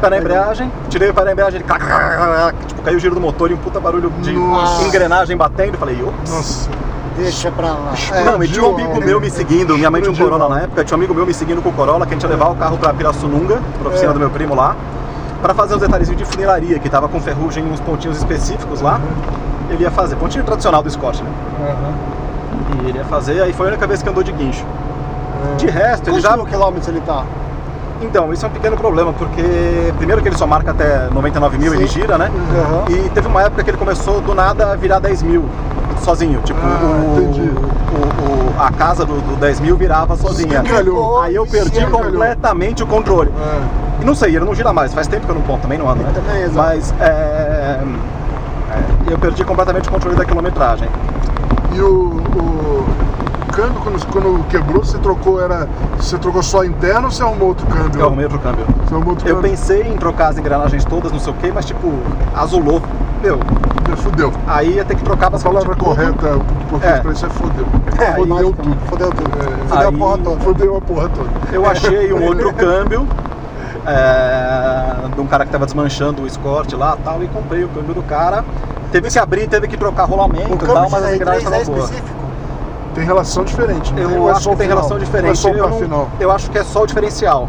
Speaker 4: pé na embreagem, tirei o pé na embreagem, ele clac, clac, clac, clac, tipo, caiu o giro do motor e um puta barulho de
Speaker 3: Nossa.
Speaker 4: engrenagem batendo. Eu falei, ops.
Speaker 3: Nossa.
Speaker 2: Deixa pra lá. É.
Speaker 4: Não, e tinha um
Speaker 3: né?
Speaker 4: amigo meu me seguindo, minha mãe tinha um
Speaker 3: Explodiu.
Speaker 4: Corolla na época, tinha um amigo meu me seguindo com o Corolla, que a gente ia levar o carro pra Pirassununga, pra oficina do meu primo lá, pra fazer uns detalhezinhos de funilaria, que tava com ferrugem e uns pontinhos específicos lá. Ele ia fazer, pontinho tradicional do Scott, né?
Speaker 3: Aham.
Speaker 4: E ele ia fazer, aí foi a única vez que andou de guincho. De resto, ele
Speaker 2: Quantos
Speaker 4: já.
Speaker 2: mil quilômetros ele tá?
Speaker 4: Então, isso é um pequeno problema, porque primeiro que ele só marca até 99 mil, ele
Speaker 2: Sim.
Speaker 4: gira, né?
Speaker 2: Aham.
Speaker 4: E teve uma época que ele começou do nada a virar 10 mil. sozinho. Tipo,
Speaker 3: Ah,
Speaker 4: o-
Speaker 3: entendi.
Speaker 4: o- o- a casa do, do 10 mil virava sozinha.
Speaker 3: Escangalhou.
Speaker 4: Aí eu perdi
Speaker 3: Escangalhou.
Speaker 4: completamente o controle.
Speaker 3: É.
Speaker 4: E não sei, ele não gira mais, faz tempo que eu não ponto, também não ando, né?
Speaker 2: Também, exato.
Speaker 4: Mas é, é, eu perdi completamente o controle da quilometragem.
Speaker 3: E o, o câmbio, quando, quando quebrou, você trocou, era, você trocou só interno ou você arrumou outro câmbio?
Speaker 4: Eu arrumei é outro câmbio.
Speaker 3: Você arrumou outro
Speaker 4: Eu
Speaker 3: câmbio?
Speaker 4: pensei em trocar as engranagens todas, não sei o que, mas tipo, azulou. Meu,
Speaker 3: Fudeu.
Speaker 4: aí ia ter que trocar tipo,
Speaker 3: A palavra
Speaker 4: bastante tudo.
Speaker 3: correta um pouquinho
Speaker 4: É.
Speaker 3: pra isso é fudeu.
Speaker 2: É,
Speaker 3: fudeu
Speaker 2: lógico,
Speaker 3: tudo.
Speaker 2: Fodeu tudo.
Speaker 3: É.
Speaker 2: Fodeu a
Speaker 4: Aí-
Speaker 2: porra toda.
Speaker 3: Fudeu a porra toda.
Speaker 4: Eu achei um outro câmbio é, de um cara que tava desmanchando o Escort lá tal, e comprei o câmbio do cara. Teve que abrir, teve que trocar rolamento
Speaker 2: O
Speaker 4: e
Speaker 2: câmbio
Speaker 4: tal, mas as
Speaker 2: de
Speaker 4: engrenagens
Speaker 2: 3 é
Speaker 4: estavam boas.
Speaker 2: específico.
Speaker 3: Tem relação diferente. não tem?
Speaker 4: Eu
Speaker 3: Ou é
Speaker 4: acho
Speaker 3: só
Speaker 4: que
Speaker 3: o
Speaker 4: tem
Speaker 3: final?
Speaker 4: relação
Speaker 3: Ou É
Speaker 4: diferente.
Speaker 3: só o
Speaker 4: Eu,
Speaker 3: par
Speaker 4: não-
Speaker 3: final.
Speaker 4: eu acho que é só o diferencial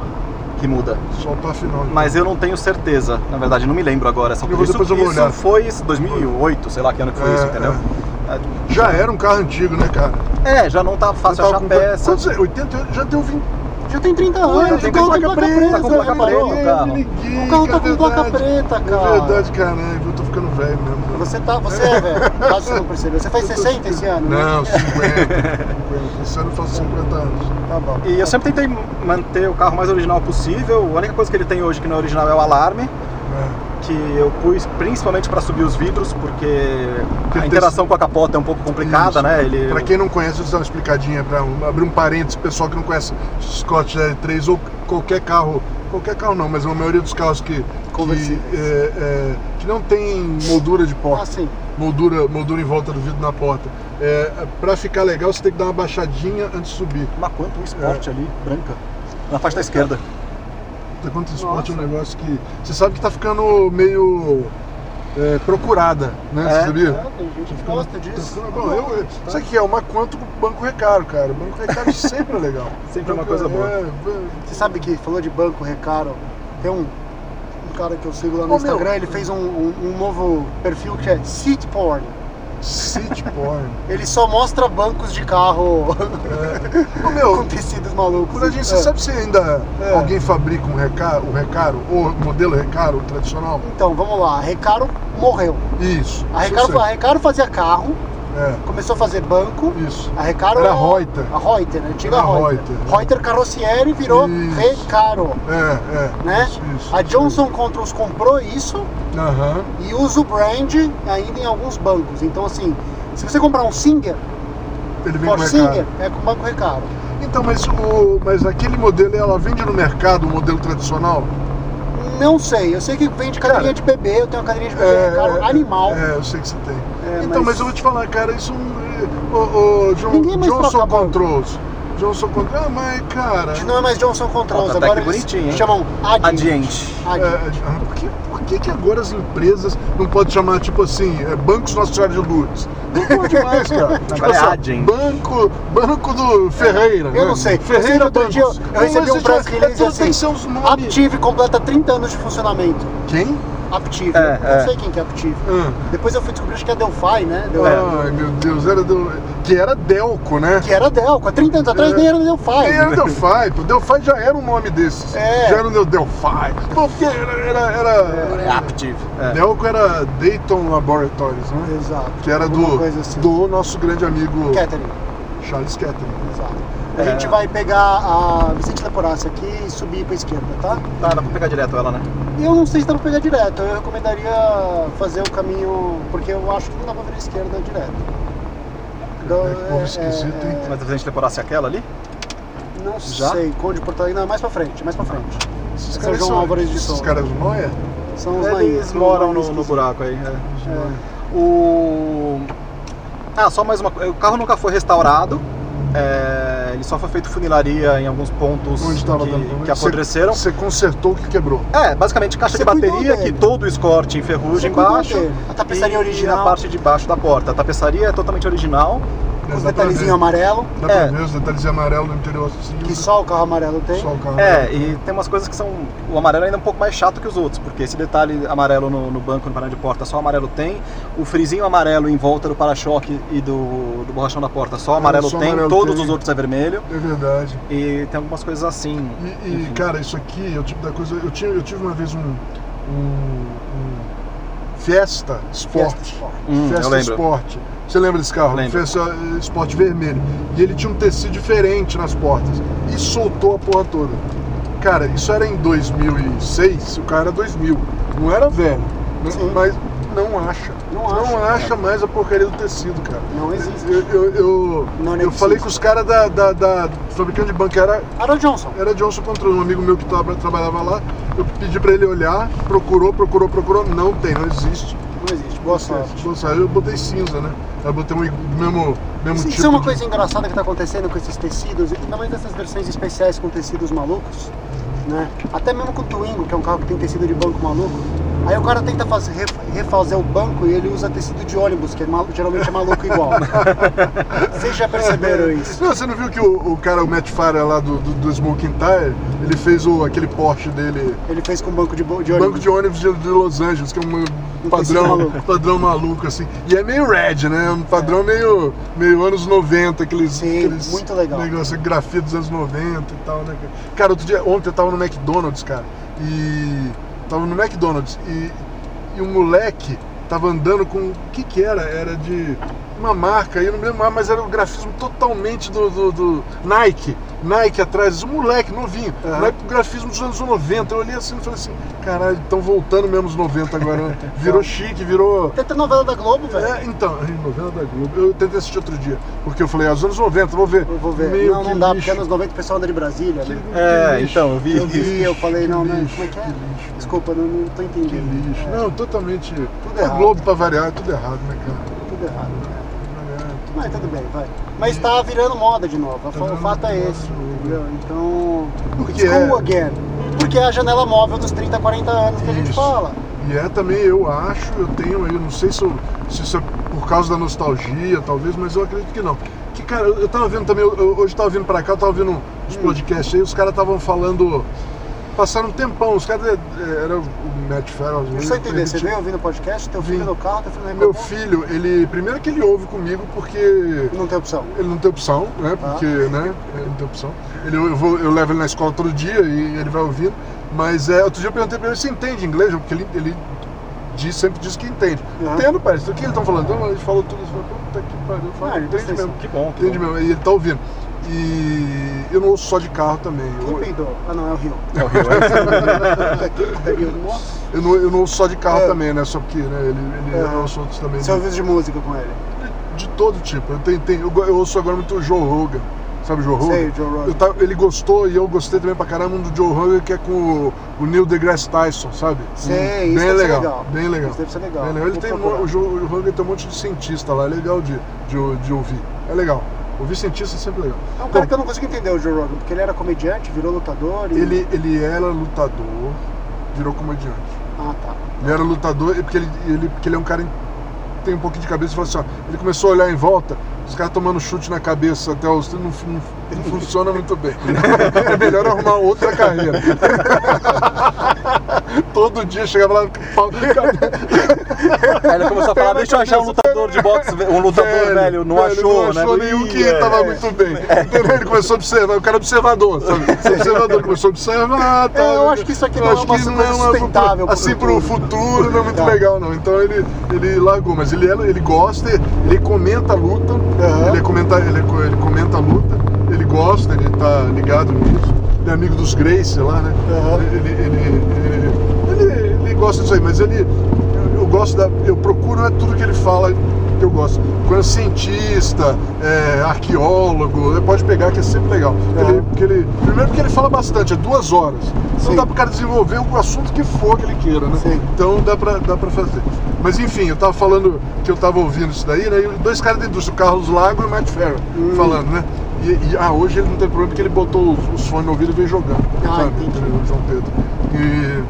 Speaker 4: que muda,
Speaker 3: Só o par final.
Speaker 4: mas eu não tenho certeza. Na verdade, não me lembro agora. Só
Speaker 3: Eu vou-
Speaker 4: isso,
Speaker 3: depois eu vou
Speaker 4: isso
Speaker 3: olhar.
Speaker 4: foi isso, 2008, sei lá que ano que foi
Speaker 3: É,
Speaker 4: isso, entendeu?
Speaker 3: Já era um carro antigo, né, cara?
Speaker 4: É, já não tá
Speaker 3: Você
Speaker 4: fácil
Speaker 3: tava
Speaker 4: achar peça.
Speaker 3: Quantos é? 88, já deu 20
Speaker 2: Já tem 30
Speaker 3: anos.
Speaker 2: anos,
Speaker 4: tem
Speaker 2: o carro
Speaker 4: placa
Speaker 2: tem placa
Speaker 4: preta,
Speaker 2: preta,
Speaker 4: tá com placa
Speaker 2: já parou?
Speaker 4: preta. carro.
Speaker 2: O carro tá com placa preta, cara.
Speaker 3: É verdade, caralho. Eu tô ficando velho mesmo.
Speaker 2: Você tá, você é,
Speaker 3: (laughs)
Speaker 2: velho. Caso você não percebeu. Você faz 60 esse ano? né? (laughs)
Speaker 3: Não, 50. 50. Esse ano eu faço 50 anos.
Speaker 2: Tá bom.
Speaker 4: E eu sempre tentei manter o carro mais original possível. A única coisa que ele tem hoje que não é original é o alarme,
Speaker 3: É.
Speaker 4: que eu pus principalmente para subir os vidros, porque
Speaker 3: Porque
Speaker 4: a
Speaker 3: tem-
Speaker 4: interação com a capota é um pouco complicada,
Speaker 3: Isso.
Speaker 4: né? Ele,
Speaker 3: Pra quem não conhece, eu vou dar uma explicadinha, pra um- abrir um parênteses, pessoal que não conhece Scott L3 ou qualquer carro, qualquer carro não, mas a maioria dos carros que, que,
Speaker 2: Conversíveis.
Speaker 3: é, é, que não tem moldura de porta.
Speaker 2: Ah, sim.
Speaker 3: moldura, moldura em volta do vidro na porta. É, pra ficar legal, você tem que dar uma baixadinha antes de subir.
Speaker 4: Mas quanto um esporte ali, branca, na faixa da esquerda.
Speaker 3: Tá Quanto esporte é um negócio que. Você sabe que tá ficando meio é, procurada, né? Você
Speaker 4: É.
Speaker 3: sabia?
Speaker 2: Ah, tem gente que gosta disso.
Speaker 3: Tá ficando- bom, eu- eu- sabe o que é? Uma quanto com o Banco Recaro, cara. O Banco Recaro sempre é legal.
Speaker 4: (laughs) Sempre é uma
Speaker 3: Banco-
Speaker 4: coisa boa.
Speaker 3: é, é,
Speaker 2: Você sabe que falou de banco, recaro. Tem um, um cara que eu sigo lá no
Speaker 3: Ô, meu.
Speaker 2: Instagram, ele fez um, um- um novo perfil que é Seat Porn.
Speaker 3: City Porn.
Speaker 2: Ele só mostra bancos de carro (laughs)
Speaker 3: Ô, meu,
Speaker 2: com tecidos malucos.
Speaker 3: Curadinho, você
Speaker 2: É.
Speaker 3: sabe se ainda
Speaker 2: É.
Speaker 3: alguém fabrica um recaro, o recaro, ou modelo recaro, o tradicional?
Speaker 2: Então, vamos lá. A Recaro morreu.
Speaker 3: Isso.
Speaker 2: A
Speaker 3: isso
Speaker 2: Recaro,
Speaker 3: eu
Speaker 2: a
Speaker 3: sei.
Speaker 2: Recaro fazia carro,
Speaker 3: É,
Speaker 2: começou a fazer banco.
Speaker 3: isso.
Speaker 2: A Recaro
Speaker 4: é
Speaker 3: Era Reuter.
Speaker 2: A Reuter, né? antiga
Speaker 3: Era
Speaker 2: Reuter.
Speaker 3: Reuter.
Speaker 2: Reuter. Carrossieri virou
Speaker 3: Isso.
Speaker 2: Recaro,
Speaker 3: É, é.
Speaker 2: né?
Speaker 3: Isso, isso,
Speaker 2: a
Speaker 3: isso.
Speaker 2: Johnson Controls comprou isso
Speaker 3: Aham.
Speaker 2: e usa o brand ainda em alguns bancos. Então, assim, se você comprar um Singer,
Speaker 3: Ele vem
Speaker 2: Ford
Speaker 3: no mercado.
Speaker 2: Singer, é com banco Recaro.
Speaker 3: Então, mas, o, mas aquele modelo, ela vende no mercado, o modelo tradicional?
Speaker 2: Não sei, eu sei que vende cadeirinha de bebê, eu tenho uma cadeirinha de bebê Recaro É, animal.
Speaker 3: É, eu sei que você tem.
Speaker 2: É,
Speaker 3: então, mas...
Speaker 2: mas
Speaker 3: eu vou te falar, cara, isso... é, O, o John-
Speaker 2: Ninguém mais
Speaker 3: Johnson
Speaker 2: troca banco.
Speaker 3: Controls. Johnson Controls. Ah, mas, cara...
Speaker 2: A gente não é mais Johnson Controls,
Speaker 4: Nossa, até
Speaker 2: agora
Speaker 4: que
Speaker 2: eles
Speaker 4: bonitinho, hein?
Speaker 2: chamam Adient.
Speaker 4: Adiante.
Speaker 3: É,
Speaker 2: Adient.
Speaker 3: ah, por, que, por que que agora as empresas não podem chamar, tipo assim, é, Bancos Nossa Senhora de Lourdes? Não pode mais,
Speaker 2: (laughs)
Speaker 3: cara. tipo
Speaker 4: Agora é
Speaker 3: assim, ó,
Speaker 4: Adyen.
Speaker 3: banco, banco do Ferreira.
Speaker 2: Eu não sei. Eu
Speaker 3: né?
Speaker 2: sei que
Speaker 3: Ferreira
Speaker 2: outro
Speaker 3: Bancos.
Speaker 2: dia eu
Speaker 3: Não
Speaker 2: recebi um
Speaker 3: existe
Speaker 2: press
Speaker 3: mais-
Speaker 2: release
Speaker 3: é tudo Tem
Speaker 2: assim,
Speaker 3: que ser os nomes.
Speaker 2: Aptive completa 30 anos de funcionamento.
Speaker 3: Quem?
Speaker 2: Aptive.
Speaker 4: É,
Speaker 2: eu
Speaker 4: é.
Speaker 2: não sei quem que é Aptive.
Speaker 3: Ah.
Speaker 2: Depois eu fui descobrir acho que é Delphi, né? Del-
Speaker 4: É.
Speaker 3: Ai, meu Deus, era do... que era Delco, né?
Speaker 2: Que era Delco. Há 30 anos atrás
Speaker 3: É.
Speaker 2: nem era Delphi.
Speaker 3: Nem era Delphi, pô. Delphi já era um nome desses.
Speaker 2: É.
Speaker 3: Já era o Delphi. Pô, porque era. era, era-
Speaker 4: É Aptiv. É.
Speaker 3: Delco era Dayton Laboratories, né?
Speaker 2: Exato.
Speaker 3: Que era
Speaker 2: Alguma
Speaker 3: do,
Speaker 2: coisa assim.
Speaker 3: do nosso grande amigo
Speaker 2: Catering.
Speaker 3: Charles Kettering.
Speaker 2: Exato.
Speaker 4: É.
Speaker 2: A gente vai pegar a Vicente Leporace aqui e subir pra esquerda, tá?
Speaker 4: Tá, dá pra pegar direto ela, né?
Speaker 2: E eu não sei se dá pra pegar direto. Eu recomendaria fazer o caminho... Porque eu acho que não dá pra vir à esquerda direto. Então,
Speaker 3: Como é que povo esquisito, hein?
Speaker 4: Mas a gente decorasse aquela ali?
Speaker 2: Não
Speaker 4: Já?
Speaker 2: sei. Conde de Porto Alegre. Não, é mais pra frente. Mais pra frente.
Speaker 3: Esses
Speaker 2: São é. João Álvares de
Speaker 3: Esses
Speaker 2: Souza.
Speaker 3: caras é? noia?
Speaker 2: São os
Speaker 4: Eles
Speaker 2: naís, naís
Speaker 4: moram no, no
Speaker 2: esquisitos.
Speaker 4: buraco aí. é.
Speaker 2: É.
Speaker 4: O. Ah, só mais uma coisa. O carro nunca foi restaurado. É, Ele só foi feito funilaria em alguns pontos
Speaker 3: Onde tava dando
Speaker 4: que,
Speaker 3: problema?
Speaker 4: que apodreceram.
Speaker 3: Você consertou o que quebrou.
Speaker 4: É, basicamente caixa
Speaker 2: Você
Speaker 4: de bateria,
Speaker 2: cuidou dele.
Speaker 4: que todo o escorte enferruja
Speaker 2: Você cuidou
Speaker 4: embaixo.
Speaker 2: dele. A tapeçaria
Speaker 4: e
Speaker 2: original.
Speaker 4: na parte de baixo da porta. A tapeçaria é totalmente original.
Speaker 2: Os
Speaker 3: Dá pra ver.
Speaker 2: detalhezinhos um amarelo,
Speaker 3: Dá pra
Speaker 4: É.
Speaker 3: ver os detalhes amarelos no interior assim.
Speaker 2: que só o carro amarelo tem.
Speaker 3: Só o carro.
Speaker 4: É, e tem umas coisas que são. O amarelo ainda é um pouco mais chato que os outros, porque esse detalhe amarelo no, no banco, no painel de porta, só amarelo tem. O frizinho amarelo em volta do para-choque e do, do borrachão da porta, só amarelo
Speaker 3: Ah, só
Speaker 4: tem.
Speaker 3: amarelo
Speaker 4: Todos
Speaker 3: tem.
Speaker 4: os outros é vermelho.
Speaker 3: É verdade.
Speaker 4: E tem algumas coisas assim.
Speaker 3: E, e,
Speaker 4: enfim.
Speaker 3: cara, isso aqui é o tipo da coisa. Eu, tinha, eu tive uma vez um. um, um Fiesta Sport.
Speaker 2: Fiesta Sport.
Speaker 4: Hum, eu
Speaker 3: Fiesta
Speaker 4: lembro.
Speaker 3: Sport. Você lembra desse carro?
Speaker 4: Lembro.
Speaker 3: Foi essa eh, Sport vermelho. E ele tinha um tecido diferente nas portas. E soltou a porra toda. Cara, isso era em 2006, o cara era 2000. Não era velho. né?
Speaker 2: Sim.
Speaker 3: Mas não acha.
Speaker 2: Não acha, cara.
Speaker 4: É.
Speaker 3: mais a porcaria do tecido, cara.
Speaker 2: Não existe.
Speaker 3: Eu, eu, eu,
Speaker 2: Não, não
Speaker 3: eu falei
Speaker 2: existe.
Speaker 3: com os caras da, da, da do fabricante de banco, era
Speaker 2: Harold Johnson.
Speaker 3: era Johnson Control, um amigo meu que tava- trabalhava lá. Eu pedi pra ele olhar, procurou, procurou, procurou. Não tem, não existe.
Speaker 2: Não existe. Boa sorte.
Speaker 3: Não saiu, Eu botei cinza, né? Eu botei um, igu- mesmo, mesmo
Speaker 2: Isso,
Speaker 3: tipo.
Speaker 2: isso é uma
Speaker 3: de-
Speaker 2: coisa engraçada que está acontecendo com esses tecidos, ainda mais dessas versões especiais com tecidos malucos, né? Até mesmo com o Twingo, que é um carro que tem tecido de banco maluco. Aí o cara tenta fazer, ref- refazer o banco e ele usa tecido de ônibus, que é mal- geralmente é maluco
Speaker 3: (laughs)
Speaker 2: igual. Vocês já perceberam isso?
Speaker 3: Não, você não viu que o, o cara, o Matt Farah lá do, do, do Smoking Tire, ele fez o, aquele Porsche dele,
Speaker 2: Ele fez com banco de, bo- de ônibus.
Speaker 3: banco de ônibus de, de Los Angeles, que é um
Speaker 2: tecido
Speaker 3: padrão um
Speaker 2: maluco.
Speaker 3: padrão maluco, assim. E é meio red, né? É Um padrão meio, meio anos 90, aqueles.
Speaker 2: Sim,
Speaker 3: aqueles
Speaker 2: muito legal.
Speaker 3: Negócio, grafia dos anos 90 e tal, né? cara? Cara, outro dia, ontem eu tava no McDonald's, cara. E. Tava no McDonald's e, e um moleque tava andando com. O que que era? Era de uma marca, aí eu não me lembro mais, mas era o grafismo totalmente do, do- do Nike. Nike atrás, um moleque novinho.
Speaker 2: Aham.
Speaker 3: Nike com grafismo dos anos 90. Eu olhei assim e falei assim: caralho, estão voltando mesmo os 90 agora. né? Virou chique, virou.
Speaker 2: Tenta novela da Globo, velho.
Speaker 3: É, então, aí, novela da Globo. Eu tentei assistir outro dia, porque eu falei, ah, os anos 90, vou ver.
Speaker 2: Eu vou ver.
Speaker 3: Meio
Speaker 2: não,
Speaker 3: que
Speaker 2: não dá,
Speaker 3: lixo.
Speaker 2: porque anos 90 o pessoal anda de Brasília, né?
Speaker 4: É,
Speaker 3: lixo.
Speaker 4: então, eu vi.
Speaker 2: Eu vi, eu falei, não, não,
Speaker 3: lixo,
Speaker 2: como é que é?
Speaker 3: que lixo.
Speaker 2: Desculpa, não, não tô
Speaker 3: Que
Speaker 2: entendendo.
Speaker 3: lixo.
Speaker 2: É,
Speaker 3: Não, totalmente.
Speaker 2: Tudo
Speaker 3: a
Speaker 2: errado.
Speaker 3: Globo pra variar, é tudo errado, né, cara?
Speaker 2: Tudo errado. né?
Speaker 3: Variar.
Speaker 2: Mas tudo bem, vai. Mas tá virando moda de novo.
Speaker 3: Tá
Speaker 2: O
Speaker 3: virando
Speaker 2: fato é
Speaker 3: moda
Speaker 2: esse,
Speaker 3: de novo.
Speaker 2: entendeu? Então.
Speaker 3: Por que
Speaker 2: it's cool
Speaker 3: é?
Speaker 2: again. Porque é a janela móvel dos 30, 40 anos que a gente
Speaker 3: Isso.
Speaker 2: fala.
Speaker 3: E é também, eu acho, eu tenho aí, eu não sei se, eu- se isso é por causa da nostalgia, talvez, mas eu acredito que não. Que, cara, eu eu tava vendo também, eu- eu- hoje eu tava vindo pra cá, eu tava vendo os podcasts aí, os caras estavam falando. Passaram um tempão, os caras. eh, Era o Matt Farrell.
Speaker 2: Deixa eu só entender, você veio ouvindo o podcast, teu filho no carro, teu filho no
Speaker 3: Meu
Speaker 2: remoto?
Speaker 3: filho, ele. Primeiro que ele ouve comigo porque
Speaker 2: Não tem opção.
Speaker 3: ele não tem opção, né?
Speaker 2: Ah.
Speaker 3: Porque, né? Ele não tem opção. Ele, eu, vou, eu levo ele na escola todo dia e ele vai ouvindo. Mas é, outro dia eu perguntei pra ele se entende inglês, porque ele, ele diz, sempre diz que entende.
Speaker 2: Aham.
Speaker 3: Entendo, pai. O que eles estão falando? Então, ele falou tudo isso. eu falei, Puta que pariu. Eu falei,
Speaker 2: Ah, ele
Speaker 3: entende
Speaker 2: precisa-
Speaker 3: mesmo.
Speaker 4: Que bom, que
Speaker 3: Entende
Speaker 4: bom.
Speaker 3: mesmo. E ele tá ouvindo. E eu não ouço só de carro também.
Speaker 2: Quem
Speaker 3: Eu,
Speaker 2: peidou? Ah não, é o
Speaker 3: (laughs)
Speaker 2: Rio.
Speaker 4: É o Rio, é isso.
Speaker 2: Puta que pariu. Nossa.
Speaker 3: eu, não, eu não ouço só de carro
Speaker 2: É.
Speaker 3: também, né? Só porque né, ele, ele, eu
Speaker 2: Aham.
Speaker 3: não ouço outros também.
Speaker 2: Você ouviu de música com ele?
Speaker 3: De todo tipo. Eu, tenho, tenho- eu, go- eu ouço agora muito o Joe Rogan. Sabe o Joe Rogan?
Speaker 2: Sei, o Joe Rogan.
Speaker 3: Eu tava- ele gostou e eu gostei também pra caramba um do Joe Rogan que é com o, o Neil deGrasse Tyson, sabe?
Speaker 2: Sei,
Speaker 3: Hum, Bem
Speaker 2: isso deve ser
Speaker 3: legal,
Speaker 2: legal.
Speaker 3: Bem legal.
Speaker 2: Isso deve ser legal.
Speaker 3: Bem legal. Ele
Speaker 2: Vou
Speaker 3: tem um-
Speaker 2: procurar.
Speaker 3: o Joe o Rogan tem um monte de cientista lá, é legal de, de, de ouvir. É legal. Ouvir cientista é sempre legal.
Speaker 2: É um
Speaker 3: Bom,
Speaker 2: cara que eu não consigo entender o Joe Rogan, porque ele era comediante, virou lutador e.
Speaker 3: ele, ele era lutador, virou comediante.
Speaker 2: Ah, tá.
Speaker 3: Ele era lutador e porque ele, ele- porque ele é um cara que tem um pouquinho de cabeça e falou assim, ó, ele começou a olhar em volta, os caras tomando chute na cabeça até os. Não, não- não funciona muito bem. (laughs) É melhor arrumar outra carreira. (laughs) Todo dia chegava lá. pau-
Speaker 4: Aí ele começou a falar, deixa né? eu achar um lutador de boxe, um
Speaker 2: tá
Speaker 4: lutador velho, não
Speaker 3: velho,
Speaker 4: achou,
Speaker 3: não achou
Speaker 4: né?
Speaker 3: nenhum que
Speaker 4: Ih,
Speaker 3: tava
Speaker 4: é.
Speaker 2: (laughs)
Speaker 3: muito bem. Entendeu? Ele começou a observar, o cara é observador, sabe? Esse observador começou a observar. Tá,
Speaker 2: É, eu acho que isso aqui
Speaker 3: eu
Speaker 2: não é
Speaker 3: acho
Speaker 2: uma
Speaker 3: que um
Speaker 2: coisa sustentável pro
Speaker 3: Assim, pro futuro não é muito
Speaker 2: Tá.
Speaker 3: legal, não. Então ele, ele largou, mas ele, é- ele gosta, ele comenta a luta,
Speaker 2: Aham.
Speaker 3: ele, comenta, ele, é co- ele comenta a luta, ele gosta, ele tá ligado nisso. Ele é amigo dos Grace lá, né?
Speaker 2: Aham.
Speaker 3: Ele, ele, ele, ele, ele gosta disso aí, mas ele. Eu, eu gosto da. Eu procuro, não é tudo que ele fala que eu gosto. Quando é cientista, é, arqueólogo, ele pode pegar que é sempre legal. Ele,
Speaker 2: Aham.
Speaker 3: porque ele, primeiro porque ele fala bastante, é duas horas. Então
Speaker 2: Sim.
Speaker 3: dá pro cara desenvolver o assunto que for que ele queira, né?
Speaker 2: Sim.
Speaker 3: Então dá pra, dá pra fazer. Mas enfim, eu tava falando que eu tava ouvindo isso daí, né? E dois caras da indústria, o Carlos Lago e o Matt Ferrer,
Speaker 2: Hum.
Speaker 3: falando, né? E, e, ah, hoje ele não tem problema porque ele botou os, os fones no ouvido e veio jogando.
Speaker 2: Ah,
Speaker 3: sabe?
Speaker 2: entendi.
Speaker 3: O João Pedro. E-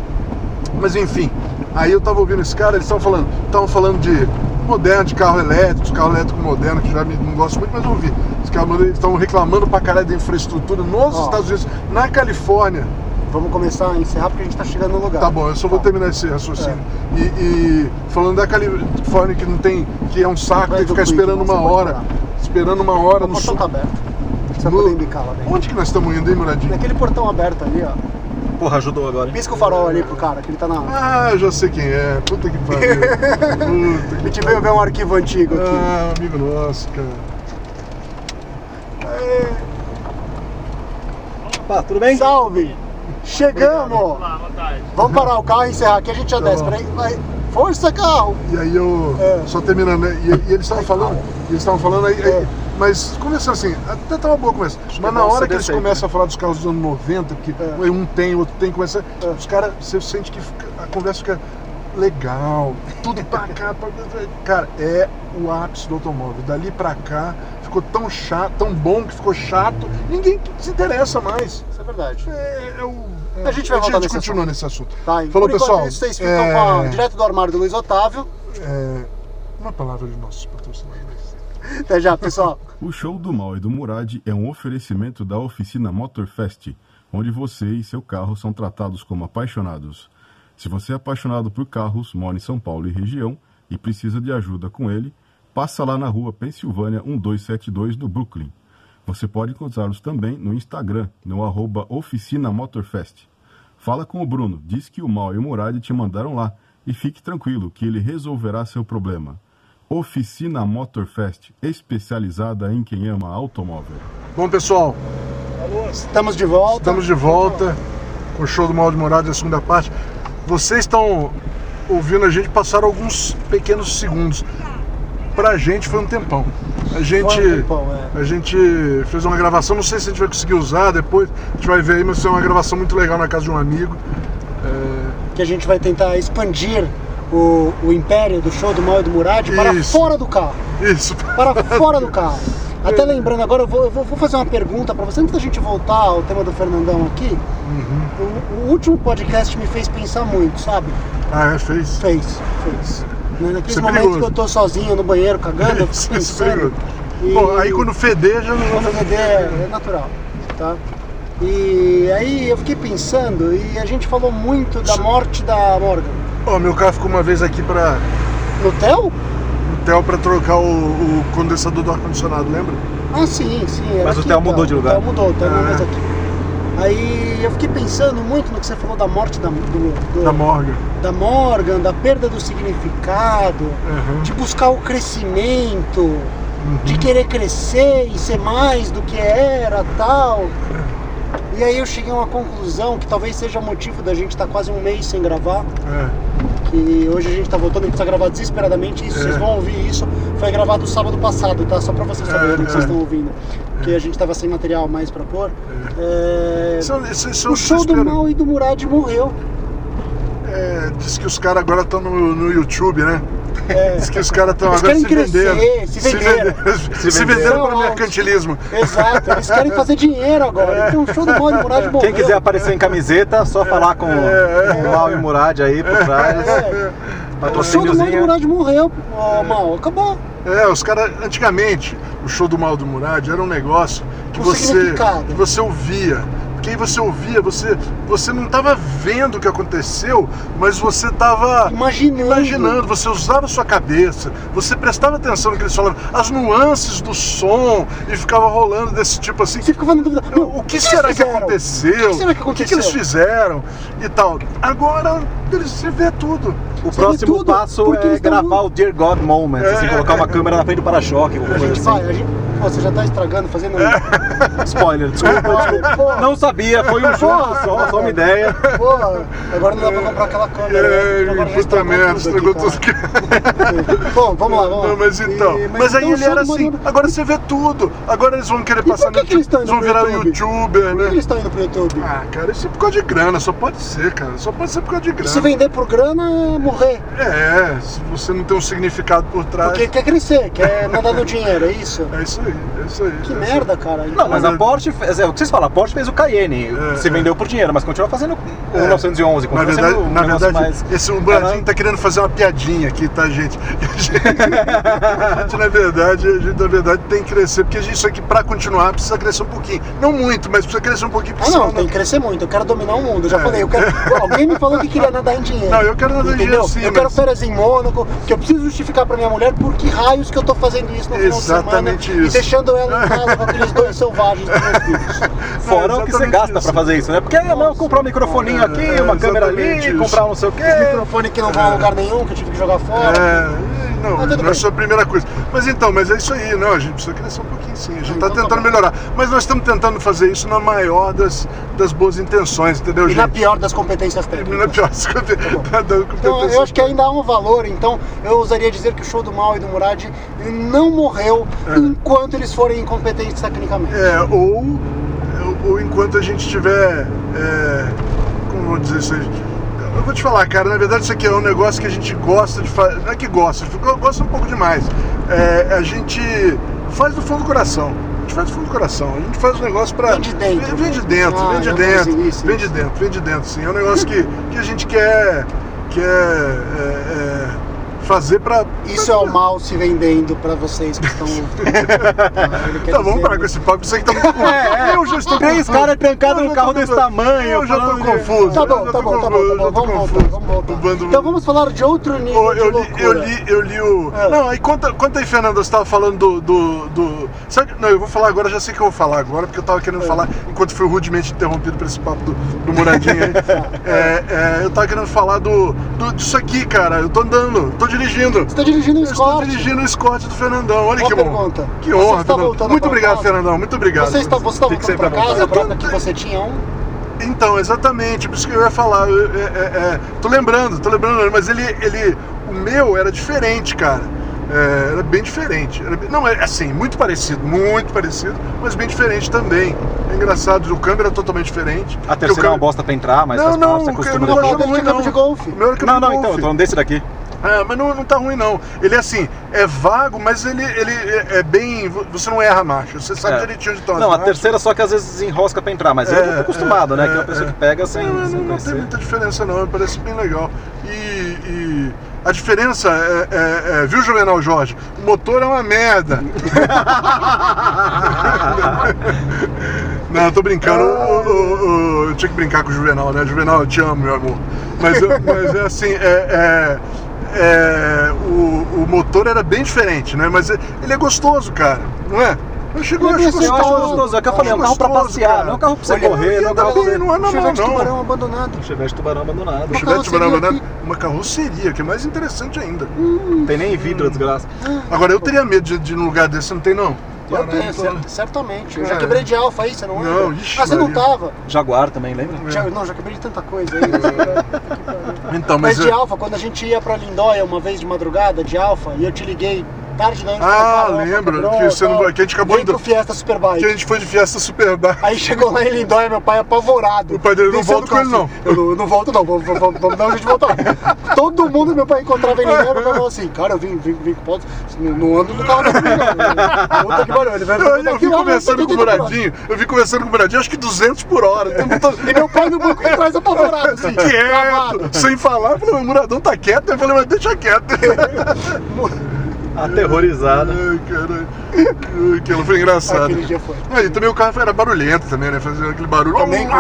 Speaker 3: mas enfim, aí eu tava ouvindo esse cara, eles estavam falando, estavam falando de moderno, de carro elétrico, de carro elétrico moderno, que já me- não gosto muito, mas eu ouvi. Os caras mandam- eles estavam reclamando pra caralho da infraestrutura nos
Speaker 2: Ó.
Speaker 3: Estados Unidos, na Califórnia.
Speaker 2: Vamos começar a encerrar porque a gente tá chegando no lugar.
Speaker 3: Tá É. bom, eu só vou terminar esse raciocínio. E, e falando da Califórnia que não tem, que é um saco,
Speaker 2: Atrás
Speaker 3: tem que
Speaker 2: do
Speaker 3: ficar
Speaker 2: quiz,
Speaker 3: esperando
Speaker 2: não,
Speaker 3: uma
Speaker 2: você pode
Speaker 3: hora,
Speaker 2: parar.
Speaker 3: esperando uma hora
Speaker 2: O
Speaker 3: no
Speaker 2: portão
Speaker 3: sul.
Speaker 2: tá aberto. Você vai
Speaker 3: No-
Speaker 2: poder embicar lá dentro.
Speaker 3: (laughs) Onde que nós estamos indo, hein, Muradinho?
Speaker 2: Naquele portão aberto ali, ó.
Speaker 4: Porra, ajudou agora. hein?
Speaker 2: Pisca o farol ali pro cara, que ele tá na.
Speaker 3: Ah, já sei quem é. Puta que (laughs) pariu. Puta
Speaker 2: A gente veio ver um arquivo antigo
Speaker 3: que...
Speaker 2: aqui.
Speaker 3: Ah, amigo nosso, cara. Ah.
Speaker 4: Opa, tudo bem?
Speaker 2: Salve! Chegamos!
Speaker 5: Olá, boa tarde.
Speaker 2: Vamos parar o carro e encerrar aqui, a gente já
Speaker 3: Tá
Speaker 2: desce. Peraí, vai. Força, carro!
Speaker 3: E aí eu.
Speaker 2: É.
Speaker 3: Só terminando, né? E, e eles estavam falando. e Eles estavam falando aí. aí-
Speaker 2: É.
Speaker 3: Mas começou assim, até tá uma boa conversa.
Speaker 4: que
Speaker 3: Mas
Speaker 4: é
Speaker 3: na
Speaker 4: bom
Speaker 3: hora
Speaker 4: saber
Speaker 3: que eles
Speaker 4: sempre.
Speaker 3: começam a falar dos carros dos anos 90, que
Speaker 2: É.
Speaker 3: um tem, outro tem, começa.
Speaker 2: É.
Speaker 3: Os caras, você sente que fica- a conversa fica legal, tudo
Speaker 2: (laughs)
Speaker 3: pra cá, pra... Cara, é o ápice do automóvel. Dali pra cá, ficou tão chato, tão bom que ficou chato. Ninguém se interessa mais.
Speaker 2: Isso é verdade.
Speaker 3: É, é o- é,
Speaker 2: A gente vai voltar nesse
Speaker 3: continua nesse assunto.
Speaker 2: Tá, e
Speaker 3: Falou,
Speaker 2: por enquanto
Speaker 3: pessoal.
Speaker 2: isso, vocês ficam
Speaker 3: É.
Speaker 2: com a- direto do armário do Luiz Otávio.
Speaker 3: É, uma palavra de nossos né? patrocinadores.
Speaker 2: Até já, pessoal.
Speaker 1: O Show do Mal e do Murad é um oferecimento da oficina Motorfest, onde você e seu carro são tratados como apaixonados. Se você é apaixonado por carros, mora em São Paulo e região e precisa de ajuda com ele, passa lá na rua Pensilvânia 1272 no Brooklyn. Você pode encontrá-los também no Instagram, no arroba Oficina Motorfest. Fala com o Bruno, diz que o Mal e o Murad te mandaram lá e fique tranquilo que ele resolverá seu problema. Oficina Motorfest, especializada em quem ama automóvel.
Speaker 3: Bom, pessoal,
Speaker 2: Estamos de volta.
Speaker 3: estamos de volta com o show do Mal de Morada, a segunda parte. Vocês estão ouvindo a gente passar alguns pequenos segundos. Pra gente foi um tempão. A gente.
Speaker 2: Foi um tempão, é.
Speaker 3: A gente fez uma gravação, não sei se a gente vai conseguir usar depois, a gente vai ver aí, mas foi uma gravação muito legal na casa de um amigo.
Speaker 2: Que a gente vai tentar expandir o, o império do show do Mal e do Murad para
Speaker 3: Isso.
Speaker 2: fora do carro.
Speaker 3: Isso. (laughs)
Speaker 2: Para fora do carro.
Speaker 3: É.
Speaker 2: Até lembrando, agora eu vou, eu vou- vou fazer uma pergunta para você antes da gente voltar ao tema do Fernandão aqui.
Speaker 3: Uhum.
Speaker 2: O, o último podcast me fez pensar muito, sabe?
Speaker 3: Ah, é, fez.
Speaker 2: Fez, fez. Né, Naqueles
Speaker 3: Isso é
Speaker 2: momentos
Speaker 3: perigoso.
Speaker 2: que eu tô sozinho no banheiro cagando, eu
Speaker 3: (laughs) Isso,
Speaker 2: fico
Speaker 3: isso,
Speaker 2: pensando. E-
Speaker 3: Bom, aí quando fedeja, não
Speaker 2: Quando vender é, é natural, tá? E aí eu fiquei pensando e a gente falou muito da morte da Morgan.
Speaker 3: Ó, meu carro ficou uma vez aqui pra
Speaker 2: No Theo?
Speaker 3: no Theo pra trocar o, o condensador do ar-condicionado, lembra?
Speaker 2: Ah, sim, sim. Era
Speaker 4: Mas o
Speaker 2: aqui,
Speaker 4: Theo
Speaker 2: então.
Speaker 4: mudou de lugar.
Speaker 2: O Theo mudou, o Theo não é
Speaker 3: Ah.
Speaker 2: mais aqui. Aí eu fiquei pensando muito no que você falou da morte da, do- do-
Speaker 3: Da Morgan.
Speaker 2: da Morgan, da perda do significado, de buscar o crescimento,
Speaker 4: Uhum.
Speaker 2: de querer crescer e ser mais do que era, tal. E aí eu cheguei a uma conclusão que talvez seja o motivo da gente estar quase um mês sem gravar,
Speaker 3: É.
Speaker 2: que hoje a gente está voltando, a gente precisa gravar desesperadamente, isso,
Speaker 3: É.
Speaker 2: vocês vão ouvir isso, foi gravado sábado passado, tá? Só para vocês saberem o que
Speaker 3: é.
Speaker 2: vocês estão ouvindo, porque a gente estava sem material mais para pôr. É,
Speaker 3: São- esses são
Speaker 2: O show do
Speaker 3: desespero.
Speaker 2: Mal e do Murad morreu.
Speaker 3: É, diz que os caras agora estão no, no YouTube, né?
Speaker 2: É.
Speaker 3: Diz que os caras estão
Speaker 2: Eles
Speaker 3: agora se
Speaker 2: querem crescer,
Speaker 3: vendendo.
Speaker 2: se venderam.
Speaker 3: (laughs) Se,
Speaker 4: Se
Speaker 3: venderam
Speaker 2: venderam.
Speaker 3: para mercantilismo.
Speaker 2: É, Exato, eles querem fazer dinheiro
Speaker 3: É.
Speaker 2: agora. Então, show do Mal de Murad morreu.
Speaker 4: Quem quiser aparecer em camiseta, só falar com o Mal e Murad aí por trás.
Speaker 2: É, o show do Mal de
Speaker 4: Patrocíniozinho.
Speaker 2: Murad morreu, ó, Mal. Acabou.
Speaker 3: É, os caras, antigamente, o show do Mal do Murad era um negócio que
Speaker 2: Com
Speaker 3: você,
Speaker 2: significado.
Speaker 3: que você ouvia. Porque aí você ouvia, você, você não estava vendo o que aconteceu, mas você estava
Speaker 2: Imaginando.
Speaker 3: imaginando, você usava a sua cabeça, você prestava atenção no que eles falavam, as nuances do som e ficava rolando desse tipo assim.
Speaker 2: Você ficava na dúvida. "Meu,
Speaker 3: O que será
Speaker 2: eles
Speaker 3: que
Speaker 2: fizeram?
Speaker 3: aconteceu?
Speaker 2: O que será que
Speaker 3: O que, que eles
Speaker 2: aconteceu?"
Speaker 3: fizeram e tal. Agora eles se vê tudo.
Speaker 4: O próximo
Speaker 2: tudo,
Speaker 4: passo
Speaker 2: porque
Speaker 4: é
Speaker 2: eles tão-
Speaker 4: gravar o Dear God Moment, assim,
Speaker 3: É.
Speaker 4: colocar uma câmera na frente do para-choque, alguma
Speaker 2: A
Speaker 4: coisa
Speaker 2: gente
Speaker 4: assim.
Speaker 2: vai, a gente... Pô, você já tá estragando, fazendo
Speaker 3: É.
Speaker 2: um...
Speaker 4: Spoiler, desculpa,
Speaker 2: Pô.
Speaker 4: desculpa. Não sabia, foi um jogo só, só uma ideia.
Speaker 2: Pô, agora não dá pra comprar aquela câmera. né? Agora já
Speaker 3: É, puta merda, estragou
Speaker 2: aqui,
Speaker 3: tudo que.
Speaker 2: cara. Bom, vamos lá, vamos lá.
Speaker 3: Não, mas então.
Speaker 2: E-
Speaker 3: mas aí
Speaker 2: então,
Speaker 3: ele
Speaker 2: show
Speaker 3: era
Speaker 2: do Mal
Speaker 3: assim,
Speaker 2: de Murad-
Speaker 3: agora você vê tudo. Agora eles vão querer
Speaker 2: por
Speaker 3: passar
Speaker 2: que que eles estão
Speaker 3: YouTube, eles
Speaker 2: indo
Speaker 3: vão
Speaker 2: pro
Speaker 3: virar
Speaker 2: YouTube?
Speaker 3: youtuber,
Speaker 2: Por que
Speaker 3: né?
Speaker 2: eles estão indo pro YouTube?
Speaker 3: Ah, cara, isso é por causa de grana, só pode ser, cara. Só pode ser por causa de grana.
Speaker 2: Se vender por grana, é morrer.
Speaker 3: É, se você não tem um significado por trás.
Speaker 2: Porque quer crescer, quer mandar no dinheiro, é isso?
Speaker 3: É isso aí, é isso aí.
Speaker 2: Que
Speaker 3: é isso aí.
Speaker 2: merda, cara.
Speaker 4: Não, mas a
Speaker 3: Mas-
Speaker 4: Porsche, fez, é, o que vocês falam, a Porsche fez o Cayenne,
Speaker 3: É,
Speaker 4: se
Speaker 3: é.
Speaker 4: vendeu por dinheiro, mas continua fazendo um o 911,
Speaker 3: Na
Speaker 4: continua
Speaker 3: verdade,
Speaker 4: sendo um
Speaker 3: na
Speaker 4: negócio
Speaker 3: verdade
Speaker 4: mais...
Speaker 3: esse Umbradinho
Speaker 4: Ah,
Speaker 3: tá querendo fazer uma piadinha aqui, tá, gente? (laughs) A gente, a gente, na verdade, a gente, na verdade, tem que crescer, porque isso aqui, pra continuar, precisa crescer um pouquinho. Não muito, mas precisa crescer um pouquinho,
Speaker 2: Ah
Speaker 3: porque
Speaker 2: não,
Speaker 3: senão (laughs)
Speaker 2: tem que crescer muito, eu quero dominar o mundo. Eu já falei, eu quero. Pô, alguém me falou que queria nada nadar em dinheiro.
Speaker 3: É. Não, eu quero nadar em dinheiro
Speaker 2: Entendeu?
Speaker 3: sim,
Speaker 2: Eu quero
Speaker 3: mas-
Speaker 2: férias em Mônaco, que eu preciso justificar pra minha mulher por que raios que eu tô fazendo isso no final de semana.
Speaker 3: Exatamente
Speaker 2: E
Speaker 3: isso.
Speaker 2: deixando ela em casa com aqueles dois selvagens dos meus filhos.
Speaker 4: Fora o que você
Speaker 3: é, exatamente
Speaker 4: gasta
Speaker 3: isso.
Speaker 4: pra fazer isso, né? Porque aí, não, comprar um microfoninho
Speaker 3: É,
Speaker 4: aqui,
Speaker 3: é,
Speaker 4: uma câmera ali,
Speaker 3: exatamente isso.
Speaker 4: comprar um não sei o quê.
Speaker 2: Microfone que não vai a lugar nenhum, que eu tive que jogar fora.
Speaker 3: É, não,
Speaker 2: Mas
Speaker 3: não
Speaker 2: tudo
Speaker 3: é
Speaker 2: bem.
Speaker 3: só a primeira coisa. Mas então, mas é isso aí, não, a gente precisa crescer um pouquinho sim, a gente está
Speaker 2: Então tá
Speaker 3: tentando
Speaker 2: bom.
Speaker 3: melhorar. Mas nós estamos tentando fazer isso na maior das, das boas intenções, entendeu,
Speaker 2: E
Speaker 3: É, gente?
Speaker 2: na pior das competências
Speaker 3: E na
Speaker 2: técnicas.
Speaker 3: pior, tá desculpa, (laughs) da- da-
Speaker 2: Então, eu acho que ainda há um valor, então eu ousaria dizer que o show do Mal e do Murad não morreu enquanto eles forem incompetentes tecnicamente.
Speaker 3: É, ou, ou enquanto a gente tiver. é, como eu vou dizer isso aí? Eu vou te falar, cara, na verdade isso aqui é um negócio que a gente gosta de fazer. Não é que gosta, eu gosto um pouco demais. É, a gente faz do fundo do coração. A gente faz do fundo do coração. A gente faz um negócio pra.
Speaker 2: Vem de dentro.
Speaker 3: Vem de dentro,
Speaker 2: Ah,
Speaker 3: vem de
Speaker 2: eu
Speaker 3: dentro.
Speaker 2: fiz isso,
Speaker 3: vem
Speaker 2: isso.
Speaker 3: de dentro, vem de dentro, sim. É um negócio que, que a gente quer. quer é, é, fazer pra.
Speaker 2: Isso é o mal se vendendo pra vocês que
Speaker 3: (laughs)
Speaker 2: estão ouvindo. Tá, ele quer
Speaker 3: Tá, vamos
Speaker 2: dizer-
Speaker 3: parar com esse papo, você que (laughs) tá muito
Speaker 4: É, é.
Speaker 3: Eu já estou
Speaker 4: Três
Speaker 3: confuso.
Speaker 4: caras trancados
Speaker 3: Eu
Speaker 4: num
Speaker 3: já
Speaker 4: carro
Speaker 3: tô
Speaker 4: desse
Speaker 3: confuso.
Speaker 4: tamanho,
Speaker 3: Eu já tô
Speaker 4: falando de-
Speaker 3: confuso.
Speaker 2: Tá
Speaker 3: eu
Speaker 2: bom,
Speaker 3: já
Speaker 2: tá
Speaker 3: tô
Speaker 2: bom, tá bom,
Speaker 3: confuso, eu
Speaker 2: tá
Speaker 3: já
Speaker 2: bom.
Speaker 3: tô
Speaker 2: Vamos voltar,
Speaker 3: confuso.
Speaker 2: vamos voltar.
Speaker 3: O bando-
Speaker 2: Então vamos falar de outro nível
Speaker 3: Eu, eu
Speaker 2: de
Speaker 3: li, eu,
Speaker 2: loucura.
Speaker 3: li, eu li o.
Speaker 2: É.
Speaker 3: Não, aí conta, conta aí, Fernando, você tava falando do. do, do- Sabe, não, eu vou falar agora, já sei o que eu vou falar agora, porque eu tava querendo falar, enquanto fui rudemente interrompido por esse papo do, do Muradinho aí. (laughs) É, é, eu tava querendo falar do, do- disso aqui, cara. Eu tô andando, tô dirigindo.
Speaker 2: Você tá dirigindo um
Speaker 3: Eu estou
Speaker 2: Escort?
Speaker 3: dirigindo o Scott do Fernandão. Olha
Speaker 2: Boa
Speaker 3: que bom.
Speaker 2: pergunta.
Speaker 3: Que
Speaker 2: Você
Speaker 3: honra,
Speaker 2: está
Speaker 3: Fernando.
Speaker 2: voltando
Speaker 3: Muito
Speaker 2: pra
Speaker 3: obrigado,
Speaker 2: casa?
Speaker 3: Fernandão. Muito obrigado.
Speaker 2: Você está, você está
Speaker 3: Tem
Speaker 2: voltando
Speaker 3: que sair
Speaker 2: pra casa,
Speaker 3: vontade. Eu
Speaker 2: pra
Speaker 3: tô-
Speaker 2: que você tinha um?
Speaker 3: então, exatamente, por isso que eu ia falar. eu- é, é, é, tô lembrando, tô lembrando, mas ele, ele. O meu era diferente, cara. É, era bem diferente. Era bem- não, é assim, muito parecido, muito parecido, mas bem diferente também. É engraçado, o câmbera é totalmente diferente.
Speaker 4: A
Speaker 3: porque o
Speaker 4: terceira é uma
Speaker 3: câmbera-
Speaker 4: bosta pra entrar, mas
Speaker 3: Não,
Speaker 4: faz
Speaker 3: não,
Speaker 4: parte, você
Speaker 3: eu
Speaker 4: acostuma
Speaker 3: não
Speaker 2: Não,
Speaker 3: tô
Speaker 4: depois.
Speaker 2: ele
Speaker 3: achando ruim,
Speaker 2: tinha campo
Speaker 3: não.
Speaker 2: tá de golfe.
Speaker 3: O meu era câmbera
Speaker 4: Não, não,
Speaker 3: de
Speaker 4: então, eu tô
Speaker 3: golfe.
Speaker 4: falando desse daqui.
Speaker 3: É, mas não, não tá ruim não. Ele é assim, é vago, mas ele, ele é, é bem. Você não erra a marcha, você sabe
Speaker 4: É.
Speaker 3: direitinho onde tá estão as
Speaker 4: Não, a
Speaker 3: marchas.
Speaker 4: terceira só que às vezes enrosca pra entrar, mas eu
Speaker 3: É,
Speaker 4: tô acostumado, né?
Speaker 3: é,
Speaker 4: Que é uma pessoa
Speaker 3: é.
Speaker 4: que pega sem,
Speaker 3: Não, não,
Speaker 4: sem
Speaker 3: não tem
Speaker 4: conhecer.
Speaker 3: muita diferença não, parece bem legal. E, e a diferença é, é- é- viu, Juvenal Jorge? O motor é uma merda. não, eu tô brincando. Eu, eu- eu- eu tinha que brincar com o Juvenal, né? Juvenal, eu te amo, meu amor. Mas, eu- mas é assim, é- é- é, o, o motor era bem diferente, né? Mas é- ele é gostoso, cara, não é? Eu chegou,
Speaker 2: Ele é
Speaker 3: acho
Speaker 4: Eu
Speaker 2: gostoso.
Speaker 4: acho
Speaker 3: gostoso.
Speaker 4: gostoso, é o que eu falei, é um carro pra
Speaker 3: Gostoso,
Speaker 4: passear,
Speaker 3: cara.
Speaker 4: não é um carro pra você
Speaker 3: Olha,
Speaker 4: correr, não é um carro pra
Speaker 3: também
Speaker 4: você.
Speaker 3: não é na mão,
Speaker 2: Chevette
Speaker 3: não.
Speaker 2: Tubarão abandonado.
Speaker 4: Chevette tubarão abandonado.
Speaker 2: Uma
Speaker 3: Chevette
Speaker 2: carroceria
Speaker 3: Banana
Speaker 2: aqui.
Speaker 3: uma carroceria, que é mais interessante ainda.
Speaker 4: Não tem nem vidro, desgraça.
Speaker 3: Agora, eu teria medo de, de ir num lugar desse, não tem não?
Speaker 2: Eu
Speaker 3: Banana,
Speaker 2: tenho,
Speaker 3: tô-
Speaker 2: cer- certamente. Eu já
Speaker 3: É.
Speaker 2: quebrei de alfa aí, você não lembra?
Speaker 3: Não, ixi,
Speaker 2: Ah, você não
Speaker 3: Maria. É.
Speaker 2: tava?
Speaker 4: Jaguar também, lembra?
Speaker 2: Já- não, já quebrei de tanta coisa aí.
Speaker 3: (laughs)
Speaker 2: Que pariu.
Speaker 3: Então, mas...
Speaker 2: Mas de
Speaker 3: eu-
Speaker 2: Alfa, quando a gente ia pra Lindóia uma vez de madrugada, de Alfa, e eu te liguei tarde da noite.
Speaker 3: Ah, lembro, que você não vai- que a gente acabou
Speaker 2: indo...
Speaker 3: indo-
Speaker 2: pro Fiesta Superbike.
Speaker 3: Que a gente foi de fiesta super bar.
Speaker 2: Aí chegou lá em Lindóia, meu pai apavorado.
Speaker 3: O pai dele, não
Speaker 2: Descendo
Speaker 3: volta com ele, não.
Speaker 2: assim, Eu não, eu não volto não, vamos, vamos, vamos dar um jeito de
Speaker 3: (laughs)
Speaker 2: voltar. Todo mundo que meu pai encontrava em Lindóia, meu pai falou assim, cara, eu vim, vim, vim com pontos, não, não ando no carro não.
Speaker 3: (laughs)
Speaker 2: Puta que barulho, ele vai
Speaker 3: Eu, eu
Speaker 2: daqui
Speaker 3: vim
Speaker 2: lá, né?
Speaker 3: conversando com o
Speaker 2: 80 km/h.
Speaker 3: Muradinho, eu vim conversando com o Muradinho, acho que 200 por hora. né?
Speaker 2: (laughs)
Speaker 3: o tempo todo.
Speaker 2: E meu pai no banco de trás apavorado, assim,
Speaker 3: é?
Speaker 2: travado.
Speaker 3: Quieto, sem falar, eu falei, o Muradão tá quieto, eu falei, mas deixa quieto.
Speaker 4: Aterrorizada.
Speaker 3: Ai, caralho. Ai, Aquilo foi engraçado.
Speaker 2: Aquele dia foi.
Speaker 3: Ah, e também o carro era barulhento também, né? Fazia aquele barulho.
Speaker 2: Também com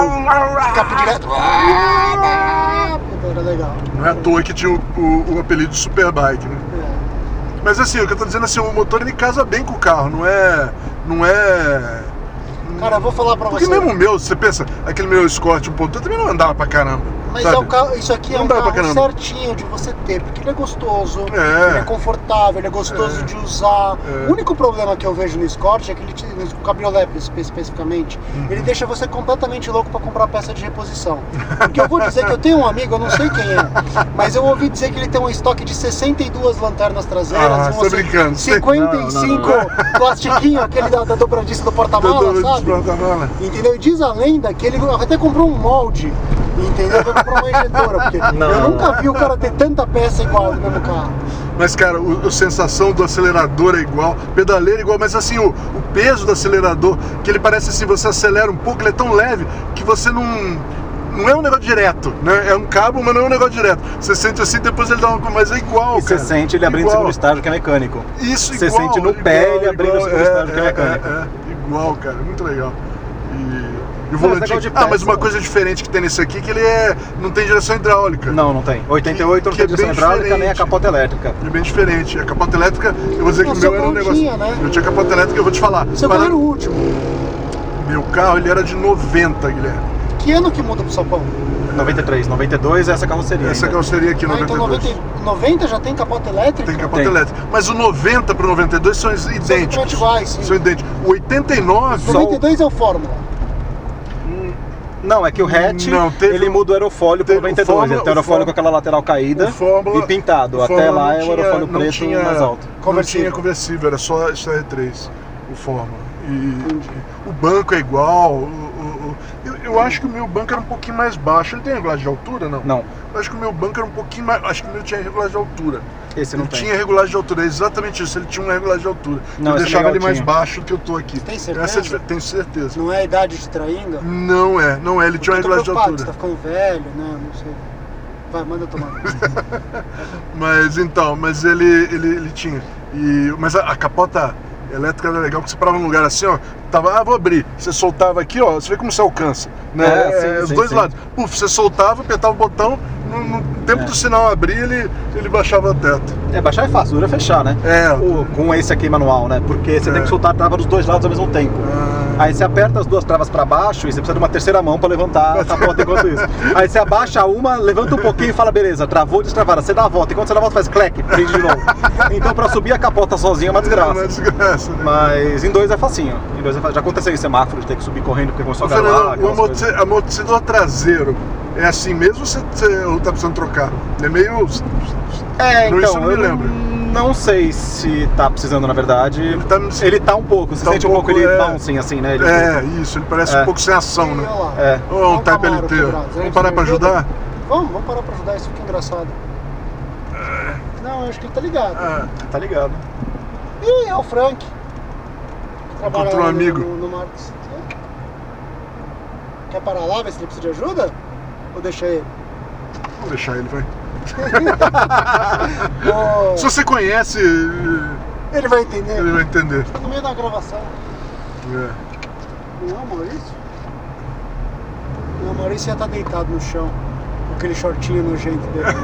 Speaker 2: Capô direto. Ah, Puta, era legal.
Speaker 3: Não é à toa que tinha o, o- o apelido de Superbike, né?
Speaker 2: É.
Speaker 3: Mas assim, o que eu tô dizendo é assim, o motor ele casa bem com o carro, não é. Não é.
Speaker 2: Cara, eu vou falar pra
Speaker 3: Porque
Speaker 2: você.
Speaker 3: mesmo o meu, você pensa, aquele meu Escort 1.8 também não andava pra caramba.
Speaker 2: mas
Speaker 3: sabe?
Speaker 2: é um carro, isso aqui é
Speaker 3: Não
Speaker 2: um
Speaker 3: dá pra
Speaker 2: carro
Speaker 3: caramba.
Speaker 2: certinho de você ter, porque ele é gostoso,
Speaker 3: É.
Speaker 2: ele é confortável, ele é gostoso
Speaker 3: É.
Speaker 2: de usar.
Speaker 3: É.
Speaker 2: O único problema que eu vejo no Escort é que ele te, no cabriolé espe- especificamente,
Speaker 3: Uhum.
Speaker 2: ele deixa você completamente louco pra comprar peça de reposição. Porque eu vou dizer que eu tenho um amigo, eu não sei quem é, mas eu ouvi dizer que ele tem um estoque de 62 lanternas traseiras,
Speaker 3: Ah,
Speaker 2: e
Speaker 3: tô
Speaker 2: umas
Speaker 3: brincando.
Speaker 2: 55 plastiquinho, aquele da, da dobradiça do porta-mala,
Speaker 3: Todo
Speaker 2: sabe?
Speaker 3: desplanta-mala.
Speaker 2: Entendeu? E diz a lenda que ele até comprou um molde, entendeu? Pra comprar uma injetora,
Speaker 3: (laughs)
Speaker 2: porque
Speaker 4: Não.
Speaker 2: eu nunca vi o cara ter tanta peça igual no mesmo carro.
Speaker 3: Mas, cara, o, a sensação do acelerador é igual, pedaleira é igual, mas assim, o, o peso do acelerador, que ele parece assim, você acelera um pouco, ele é tão leve que você não. Não é um negócio direto, né? É um cabo, mas não é um negócio direto. Você sente assim, depois ele dá uma. Mas é igual,
Speaker 4: E você
Speaker 3: cara.
Speaker 4: sente ele abrindo o
Speaker 3: igual.
Speaker 4: segundo estágio que é mecânico.
Speaker 3: Isso,
Speaker 4: Você
Speaker 3: igual,
Speaker 4: sente no
Speaker 3: igual,
Speaker 4: pé ele
Speaker 3: igual,
Speaker 4: abrindo o segundo
Speaker 3: é,
Speaker 4: estágio que é
Speaker 3: é,
Speaker 4: mecânico.
Speaker 3: é, é, igual, cara, muito legal. E, E o
Speaker 4: Não, esse
Speaker 3: volantinho.
Speaker 4: negócio de
Speaker 3: ah, mas
Speaker 4: peça.
Speaker 3: uma coisa diferente que tem nesse aqui é que ele é. não tem direção hidráulica.
Speaker 4: Não, não tem. 88 não
Speaker 3: que é
Speaker 4: tem direção
Speaker 3: bem
Speaker 4: hidráulica nem a
Speaker 3: diferente.
Speaker 4: capota elétrica.
Speaker 3: É bem diferente. A capota elétrica, eu vou dizer
Speaker 2: Não,
Speaker 3: que o
Speaker 2: seu
Speaker 3: meu era um
Speaker 2: carro
Speaker 3: negócio.
Speaker 2: tinha, né?
Speaker 3: Eu tinha capota elétrica, eu vou te falar.
Speaker 2: Seu
Speaker 3: Para-
Speaker 2: carro era um- o último.
Speaker 3: Meu carro ele era de 90, Guilherme.
Speaker 2: Que ano que muda pro São Paulo?
Speaker 4: 93, 92 é essa carroceria.
Speaker 3: Essa
Speaker 4: ainda.
Speaker 3: carroceria aqui,
Speaker 2: Ah, então
Speaker 3: 92.
Speaker 2: 90, 90 já tem capota elétrica? Então
Speaker 3: Tem capota
Speaker 4: Tem.
Speaker 3: elétrica. Mas o 90 pro 92 são idênticos.
Speaker 2: praticamente iguais, sim.
Speaker 3: São idênticos. O 89.
Speaker 4: Só o-
Speaker 2: 92 é o Fórmula.
Speaker 4: Não, é que o hatch,
Speaker 3: Não, teve-
Speaker 4: ele muda o aerofólio pro
Speaker 3: teve o
Speaker 4: 92.
Speaker 3: Fórmula-
Speaker 4: ele tem
Speaker 3: o
Speaker 4: o aerofólio
Speaker 3: Fórmula-
Speaker 4: com aquela lateral caída
Speaker 3: o Fórmula-
Speaker 4: e pintado.
Speaker 3: o
Speaker 4: Até
Speaker 3: Fórmula
Speaker 4: lá
Speaker 3: não
Speaker 4: é o
Speaker 3: tinha-
Speaker 4: aerofólio
Speaker 3: não
Speaker 4: preto
Speaker 3: tinha-
Speaker 4: mais alto.
Speaker 3: Não
Speaker 2: Conversível.
Speaker 3: tinha conversível, era só a R3, o Fórmula. E o banco é igual. o- o- o- eu, eu acho que o meu banco era um pouquinho mais baixo. Ele tem regulagem de altura, não?
Speaker 4: Não,
Speaker 3: Eu acho que o meu banco era um pouquinho mais. Acho que o meu tinha regulagem de altura.
Speaker 4: esse não
Speaker 3: ele
Speaker 4: tem.
Speaker 3: tinha regulagem de altura, é exatamente isso. Ele tinha uma regulagem de altura.
Speaker 4: Não,
Speaker 3: eu
Speaker 4: esse
Speaker 3: deixava
Speaker 4: legal
Speaker 3: ele mais
Speaker 4: tinha.
Speaker 3: baixo do que eu tô aqui.
Speaker 2: Tem
Speaker 3: Essa é a
Speaker 2: certeza?
Speaker 3: difer- Tenho certeza.
Speaker 2: Não é a idade te traindo?
Speaker 3: Não é, não é. Ele tinha uma
Speaker 2: Eu tô
Speaker 3: regulagem de
Speaker 2: preocupado, Você
Speaker 3: altura.
Speaker 2: tá ficando velho, né? Não sei. Vai, manda
Speaker 3: (laughs)
Speaker 2: tomar.
Speaker 4: tá-
Speaker 3: Mas então, mas ele, ele, ele tinha. E, mas a, a capota elétrica era legal, porque você parava num lugar assim, ó. Tava, ah, vou abrir. Você soltava aqui, ó. Você vê como você alcança. Né?
Speaker 4: É, sim,
Speaker 3: os
Speaker 4: sim,
Speaker 3: dois
Speaker 4: sim.
Speaker 3: lados. Puf, você soltava, apertava o botão, no, no tempo
Speaker 4: É.
Speaker 3: do sinal abrir, ele, ele baixava o teto.
Speaker 4: É, baixar é fácil, dura é fechar, né?
Speaker 3: É.
Speaker 4: O- com esse aqui manual, né? Porque você
Speaker 3: É.
Speaker 4: tem que soltar a trava dos dois lados ao mesmo tempo.
Speaker 3: Ah,
Speaker 4: Aí você aperta as duas travas pra baixo e você precisa de uma terceira mão pra levantar a capota enquanto isso. Aí você abaixa uma, levanta um pouquinho e fala, beleza, travou, destravada. Você dá a volta. Enquanto você dá a volta, faz cleque, prende de novo. Então pra subir a capota sozinha é uma
Speaker 3: é uma
Speaker 4: desgraça.
Speaker 3: desgraça, né?
Speaker 4: Mas em dois é facinho. Em dois é facinho. Já aconteceu em semáforo de ter que subir correndo porque começou
Speaker 3: Ô,
Speaker 4: a gravar.
Speaker 3: Fernando, o amorte- amortecedor traseiro é assim mesmo ou você, você- ou tá precisando trocar? É meio.
Speaker 4: É,
Speaker 3: Não,
Speaker 4: então,
Speaker 3: isso eu não me
Speaker 4: eu
Speaker 3: lembro.
Speaker 4: não sei se tá precisando, na verdade.
Speaker 3: Ele tá me-
Speaker 4: Ele tá um pouco, você
Speaker 3: Tá um
Speaker 4: sente um pouco,
Speaker 3: pouco,
Speaker 4: ele
Speaker 3: é.
Speaker 4: bouncing assim, né? Ele-
Speaker 3: É, isso, ele parece
Speaker 4: É.
Speaker 3: um pouco sem ação, né?
Speaker 2: Olha lá.
Speaker 4: É.
Speaker 3: Ô, um
Speaker 2: Olha o
Speaker 3: Type
Speaker 2: Camaro
Speaker 3: LT.
Speaker 2: quebrado. Será
Speaker 3: Vamos
Speaker 2: que
Speaker 3: parar
Speaker 2: você
Speaker 3: pra
Speaker 2: ajuda?
Speaker 3: ajudar?
Speaker 2: Vamos, vamos parar pra ajudar, isso fica engraçado.
Speaker 3: É.
Speaker 2: Não, eu acho que ele tá ligado.
Speaker 3: Ah,
Speaker 4: Tá ligado.
Speaker 2: Ih, é o Frank. que trabalha
Speaker 3: Encontrou um
Speaker 2: lá
Speaker 3: amigo.
Speaker 2: No, no Marcos. Quer parar lá, ver se ele precisa de ajuda? Ou deixa ele?
Speaker 3: vamos deixar ele, vai.
Speaker 2: Ô,
Speaker 3: Se você conhece, ele
Speaker 2: ele vai entender.
Speaker 3: vai entender.
Speaker 2: Tá no meio da gravação.
Speaker 3: É.
Speaker 2: Não é o Maurício? Não, o Maurício ia estar deitado no chão. Com aquele shortinho nojento
Speaker 3: (laughs)
Speaker 2: dele.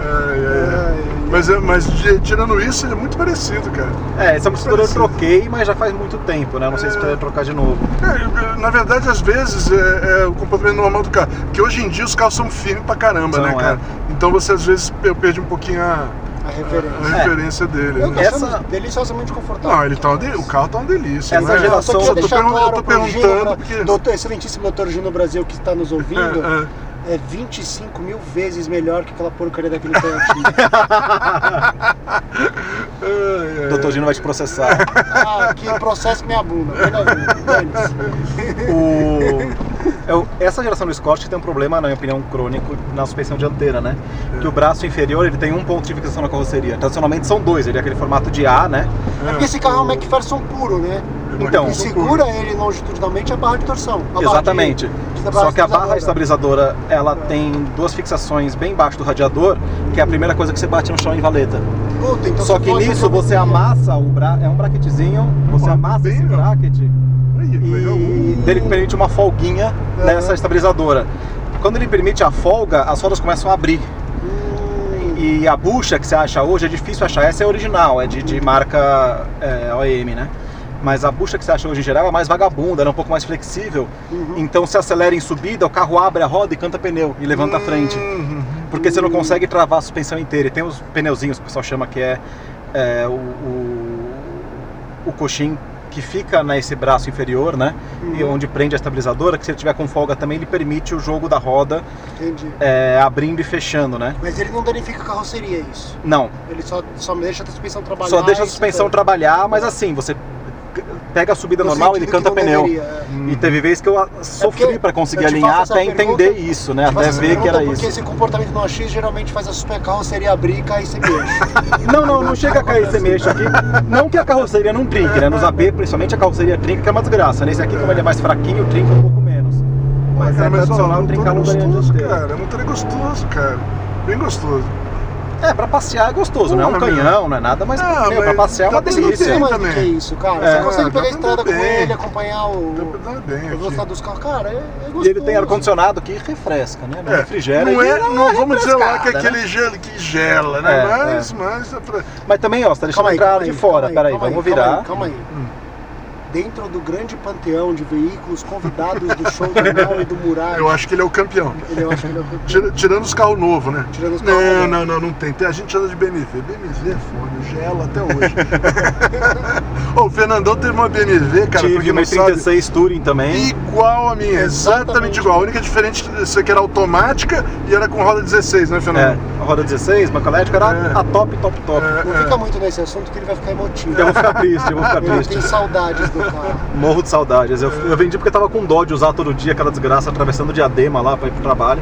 Speaker 3: Ai, ai, ai.
Speaker 2: Ai, ai.
Speaker 3: Mas, é- mas de- tirando isso, ele é muito parecido, cara.
Speaker 4: É, esse amortecedor eu
Speaker 3: Parecido.
Speaker 4: troquei, mas já faz muito tempo, né? Não sei se
Speaker 3: É.
Speaker 4: precisa trocar de novo.
Speaker 3: É, na verdade, às vezes, é, é o comportamento normal do carro. Porque hoje em dia os carros são firmes pra caramba,
Speaker 4: São,
Speaker 3: né,
Speaker 4: é.
Speaker 3: cara? Então você às vezes eu perdi um pouquinho a,
Speaker 2: A
Speaker 3: a- a
Speaker 2: referência.
Speaker 4: É.
Speaker 3: referência dele.
Speaker 2: Eu
Speaker 3: né?
Speaker 2: tô
Speaker 4: Essa-
Speaker 2: achando deliciosamente confortável.
Speaker 3: Não, ele tá uma deli- o carro tá uma delícia.
Speaker 4: Essa
Speaker 3: não é?
Speaker 4: geração-
Speaker 2: Eu
Speaker 4: Eu
Speaker 2: só queria
Speaker 4: tô
Speaker 2: deixar
Speaker 3: pergun- eu
Speaker 2: claro
Speaker 3: tô
Speaker 2: pro Gino,
Speaker 3: perguntando
Speaker 4: né?
Speaker 2: pra-
Speaker 3: porque-
Speaker 2: doutor, excelentíssimo doutor Gino Brasil que está nos ouvindo,
Speaker 3: É, é.
Speaker 2: é 25 mil vezes melhor que aquela porcaria daquele
Speaker 4: (laughs)
Speaker 2: Toyotinha.
Speaker 3: é, Ai, ai,
Speaker 4: Doutor Gino vai te processar.
Speaker 2: (laughs) ah, que processo minha bunda. Manda ver, dane-se.
Speaker 4: O- eu- essa geração do Scott tem um problema, na minha opinião, crônico na suspensão dianteira, né? Que o braço inferior ele tem um ponto de fixação na carroceria. Tradicionalmente são dois, ele é aquele formato de A, né?
Speaker 2: É porque esse carro é um McPherson puro, né?
Speaker 4: Então,
Speaker 2: E segura ele longitudinalmente a barra de torção. a barra de-
Speaker 4: Exatamente.
Speaker 2: de
Speaker 4: Só que a barra
Speaker 2: estabilizadora.
Speaker 4: estabilizadora ela
Speaker 2: É.
Speaker 4: tem duas fixações bem embaixo do radiador, que é a primeira coisa que você bate no chão em valeta.
Speaker 2: Puta, então
Speaker 4: Só
Speaker 2: se
Speaker 4: que
Speaker 2: fosse
Speaker 4: nisso você
Speaker 2: uma-
Speaker 4: amassa o bra... é um bracketzinho, você
Speaker 3: Ó,
Speaker 4: amassa
Speaker 3: bem
Speaker 4: esse
Speaker 3: legal.
Speaker 4: bracket
Speaker 3: Aí, um, legal.
Speaker 4: e ele permite uma folguinha nessa estabilizadora. Quando ele permite a folga, as rodas começam a abrir.
Speaker 2: Hum,
Speaker 4: E a bucha que você acha hoje é difícil achar. Essa é original, é de, de marca é, OEM, né? Mas a bucha que você acha hoje em geral é mais vagabunda, ela é um pouco mais flexível.
Speaker 2: uhum.
Speaker 4: Então se acelera em subida, o carro abre a roda e canta pneu e levanta a tá frente.
Speaker 3: Uhum.
Speaker 4: Porque você não consegue travar a suspensão inteira. E tem os pneuzinhos que o pessoal chama que é, é, o, o, o coxim que fica nesse braço inferior, né? E
Speaker 2: Uhum.
Speaker 4: onde prende a estabilizadora, que se ele tiver com folga também, ele permite o jogo da roda
Speaker 2: Entendi.
Speaker 4: é, abrindo e fechando, né?
Speaker 2: Mas ele não danifica a carroceria, é isso.
Speaker 4: Não,
Speaker 2: Ele só, só deixa a suspensão trabalhar.
Speaker 4: só deixa a
Speaker 2: e se
Speaker 4: suspensão
Speaker 2: foi.
Speaker 4: trabalhar, mas assim, você pega a subida
Speaker 2: No
Speaker 4: normal, ele
Speaker 2: sentido que
Speaker 4: canta
Speaker 2: não
Speaker 4: pneu.
Speaker 2: deveria, é.
Speaker 3: um.
Speaker 4: E teve vez que eu a- sofri
Speaker 2: porque
Speaker 4: pra conseguir
Speaker 2: eu te
Speaker 4: alinhar
Speaker 2: faço
Speaker 4: até
Speaker 2: essa
Speaker 4: entender
Speaker 2: pergunta,
Speaker 4: isso, né?
Speaker 2: Mas
Speaker 4: Até
Speaker 2: você
Speaker 4: ver que
Speaker 2: pergunta
Speaker 4: era
Speaker 2: Porque
Speaker 4: isso.
Speaker 2: esse comportamento no AX geralmente faz a super carroceria abrir e cair sem eixo.
Speaker 4: Não, não, não chega a cair esse mexo aqui. Não que a carroceria não trinque, né? Nos AB, principalmente a carroceria trinca, que é uma desgraça. Nesse aqui, como ele é mais fraquinho, trinca um pouco menos. Mas
Speaker 3: Cara,
Speaker 4: é
Speaker 3: ó,
Speaker 4: tradicional
Speaker 3: motor
Speaker 4: trincar
Speaker 3: é
Speaker 4: no ganhante
Speaker 3: gostoso,
Speaker 4: inteiro.
Speaker 3: cara. O motor é gostoso, cara. Bem gostoso.
Speaker 4: É, pra passear é gostoso, não é um
Speaker 3: Porra, meu.
Speaker 4: canhão, não é nada, mas,
Speaker 3: Ah,
Speaker 4: meu, pra
Speaker 3: mas
Speaker 4: passear é uma
Speaker 3: tá tudo
Speaker 4: delícia.
Speaker 3: bem.
Speaker 2: mais do
Speaker 3: também.
Speaker 2: que isso, cara.
Speaker 4: É,
Speaker 2: Você consegue
Speaker 3: dá
Speaker 2: pegar a
Speaker 3: pra
Speaker 2: estrada com
Speaker 3: andar bem.
Speaker 2: ele, acompanhar o.
Speaker 3: Dá pra andar bem
Speaker 2: a velocidade
Speaker 3: aqui.
Speaker 2: dos carros. Cara, é, é gostoso.
Speaker 4: E ele tem ar-condicionado que refresca, né? Não
Speaker 3: É,
Speaker 4: refrigera.
Speaker 3: não
Speaker 4: e
Speaker 3: é,
Speaker 4: dá uma
Speaker 3: não vamos dizer lá que é
Speaker 4: refrescada, né?
Speaker 3: aquele gelo que gela, né?
Speaker 4: É,
Speaker 3: mas, mas é pra...
Speaker 4: Mas também, ó, você tá deixando
Speaker 2: Calma aí,
Speaker 4: entrar
Speaker 2: calma
Speaker 4: de
Speaker 2: aí,
Speaker 4: fora.
Speaker 2: calma aí,
Speaker 4: Peraí,
Speaker 2: calma aí,
Speaker 4: vamos
Speaker 2: calma
Speaker 4: virar. Hum.
Speaker 2: aí, Calma aí. Dentro do grande panteão de veículos convidados do show do Mal e do Murad,
Speaker 3: eu acho que ele é o campeão.
Speaker 2: ele eu acho que ele é o campeão.
Speaker 3: Tira- Tirando os carros novos, né?
Speaker 2: Tirando os carros
Speaker 3: não,
Speaker 2: novos.
Speaker 3: não, não, não tem. Tem- A gente anda de BMW. BMW é foda, gela até hoje.
Speaker 4: (laughs)
Speaker 3: Ô, o Fernandão teve uma BMW, cara, um
Speaker 4: Tive
Speaker 3: porque
Speaker 4: uma
Speaker 3: não sabe.
Speaker 4: 36 Touring também.
Speaker 3: Igual a minha, exatamente,
Speaker 2: Exatamente.
Speaker 3: igual. A única diferença é que era automática e era com roda 16, né,
Speaker 4: É,
Speaker 3: Fernando?
Speaker 4: a roda 16, banco elétrico, era
Speaker 3: É.
Speaker 4: a top, top, top. Então
Speaker 2: Não fica muito nesse assunto que ele vai ficar emotivo.
Speaker 4: Eu vou ficar triste, eu vou ficar
Speaker 2: Ele
Speaker 4: é um triste.
Speaker 2: tem saudades do carro.
Speaker 4: Morro de saudades. Eu, eu vendi porque tava com dó de usar todo dia aquela desgraça atravessando o diadema lá pra ir pro trabalho.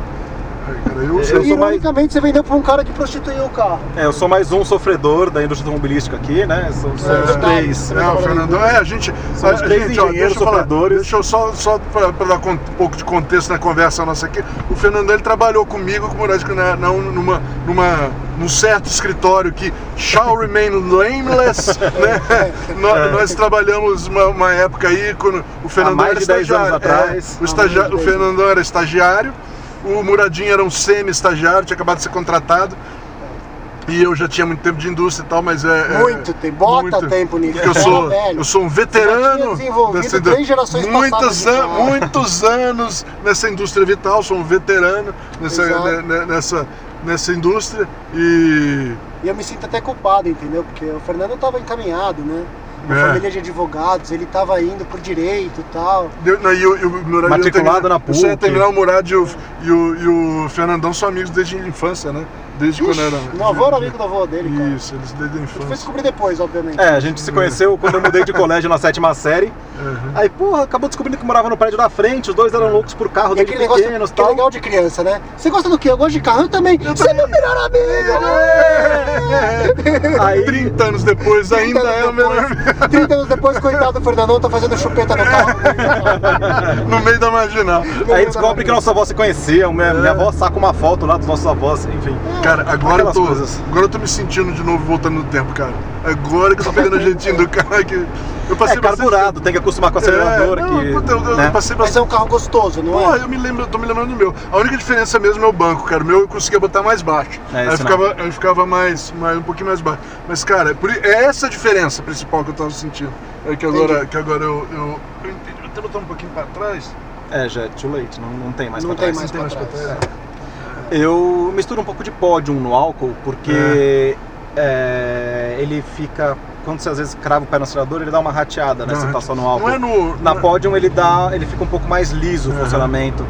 Speaker 3: Ai, cara, eu,
Speaker 4: (laughs) Eu- sou mais-
Speaker 2: Ironicamente, você vendeu pra um cara que prostituiu o carro.
Speaker 4: É, eu sou mais um sofredor da indústria automobilística aqui, né? São, são
Speaker 2: É.
Speaker 4: os três.
Speaker 2: Você
Speaker 3: Não,
Speaker 2: tá
Speaker 3: Fernando, é, a gente.
Speaker 4: São os
Speaker 3: a-
Speaker 4: três
Speaker 3: gente, ó,
Speaker 4: engenheiros
Speaker 3: deixa eu falar,
Speaker 4: sopradores.
Speaker 3: Deixa eu só, só para dar con- um pouco de contexto na conversa nossa aqui. O Fernando ele trabalhou comigo, com o Moraes, na, na, é, numa, numa, num certo escritório que shall remain nameless, (laughs) né?
Speaker 4: É.
Speaker 3: Nós, nós trabalhamos uma, uma época aí quando o Fernando
Speaker 4: mais
Speaker 3: era
Speaker 4: de 10 anos
Speaker 3: estagiário.
Speaker 4: atrás.
Speaker 3: É, o,
Speaker 2: Há
Speaker 3: estagia-
Speaker 2: mais de
Speaker 3: o
Speaker 2: 10 anos.
Speaker 3: Fernandão era estagiário, o Muradinho era um semi-estagiário, tinha acabado de ser contratado. E eu já tinha muito tempo de indústria e tal, mas é. é-
Speaker 2: Muito tempo. Bota
Speaker 3: muito.
Speaker 2: tempo nisso.
Speaker 3: Porque eu
Speaker 2: Era
Speaker 3: sou,
Speaker 2: É, velho.
Speaker 3: eu sou um
Speaker 2: Já
Speaker 3: veterano.
Speaker 2: tinha desenvolvido
Speaker 3: indú-
Speaker 2: três gerações
Speaker 3: muitos,
Speaker 2: passadas então, né?
Speaker 3: an-
Speaker 2: de carro.
Speaker 3: muitos anos nessa indústria vital, sou um veterano nessa,
Speaker 2: Exato.
Speaker 3: ne- ne- nessa, nessa indústria. E.
Speaker 2: E eu me sinto até culpado, entendeu? Porque o Fernando estava encaminhado, né? Uma
Speaker 3: É.
Speaker 2: família de advogados, ele estava indo por direito e tal.
Speaker 3: deu- não, e o, e o Murad-
Speaker 4: Matriculado
Speaker 3: eu terminar-
Speaker 4: na
Speaker 3: eu só ia
Speaker 4: PUC.
Speaker 3: terminar o Murad e o, e, o, e o Fernandão são amigos desde a infância, né? Desde quando era.
Speaker 2: Ixi, meu avô era amigo do avô dele, cara.
Speaker 3: né? Isso, eles desde a
Speaker 2: Eu fui
Speaker 3: infância.
Speaker 2: descobrir depois, obviamente.
Speaker 4: É, a gente se conheceu quando eu mudei de colégio na sétima série.
Speaker 3: Uhum.
Speaker 4: Aí, porra, acabou descobrindo que morava no prédio da frente, os dois eram loucos por carro
Speaker 2: E
Speaker 4: desde
Speaker 2: aquele negócio
Speaker 4: pequenos e
Speaker 2: que é
Speaker 4: tal.
Speaker 2: legal de criança, né? Você gosta do quê? Eu gosto de carro, eu também. Você é meu melhor
Speaker 4: É,
Speaker 2: amigo! né?
Speaker 3: (laughs)
Speaker 4: Aí,
Speaker 3: 30 anos depois ainda é o melhor
Speaker 2: (laughs)
Speaker 3: amigo.
Speaker 2: depois, 30 anos depois, coitado do Fernandão, tá fazendo chupeta no carro.
Speaker 3: (laughs) no meio da marginal.
Speaker 4: aí descobre que nossa avó se conhecia, minha, minha avó saca uma foto lá dos nossos avós, enfim.
Speaker 3: Cara, agora eu,
Speaker 4: Aquelas
Speaker 3: tô,
Speaker 4: coisas.
Speaker 3: agora eu tô me sentindo de novo voltando no tempo, cara. Agora que eu tô pegando a jeitinho do carro que eu
Speaker 4: É
Speaker 3: passei
Speaker 4: carburado, tem que acostumar com o
Speaker 3: bastante...
Speaker 4: acelerador
Speaker 3: É,
Speaker 4: aqui.
Speaker 3: não, puta, eu, eu
Speaker 4: né?
Speaker 3: passei
Speaker 2: Mas
Speaker 3: bastante...
Speaker 2: é um carro gostoso, não
Speaker 3: Porra,
Speaker 2: é?
Speaker 3: eu me lembro, eu tô me lembrando do meu. A única diferença mesmo é o banco, cara. O meu eu conseguia botar mais baixo.
Speaker 4: É,
Speaker 3: aí
Speaker 4: esse
Speaker 3: ficava, aí ficava mais, mais, um pouquinho mais baixo. Mas, cara, é, por, i- é essa a diferença principal que eu tava sentindo. É que agora,
Speaker 2: Entendi.
Speaker 3: que agora eu, eu, eu entendi. Eu até botar um pouquinho pra trás.
Speaker 4: É, já é too late, não, não tem mais
Speaker 2: Não
Speaker 4: pra trás.
Speaker 2: tem mais
Speaker 3: Tem
Speaker 2: pra
Speaker 3: mais pra
Speaker 2: trás.
Speaker 3: trás.
Speaker 4: Eu misturo um pouco de pódium no álcool, porque é, ele fica. Quando você às vezes crava o pé no acelerador, ele dá uma rateada, né?
Speaker 3: Não,
Speaker 4: se tá só no álcool.
Speaker 3: Não é no...
Speaker 4: Na
Speaker 3: não é-
Speaker 4: pódium ele dá. ele fica um pouco mais liso o
Speaker 3: Aham.
Speaker 4: funcionamento.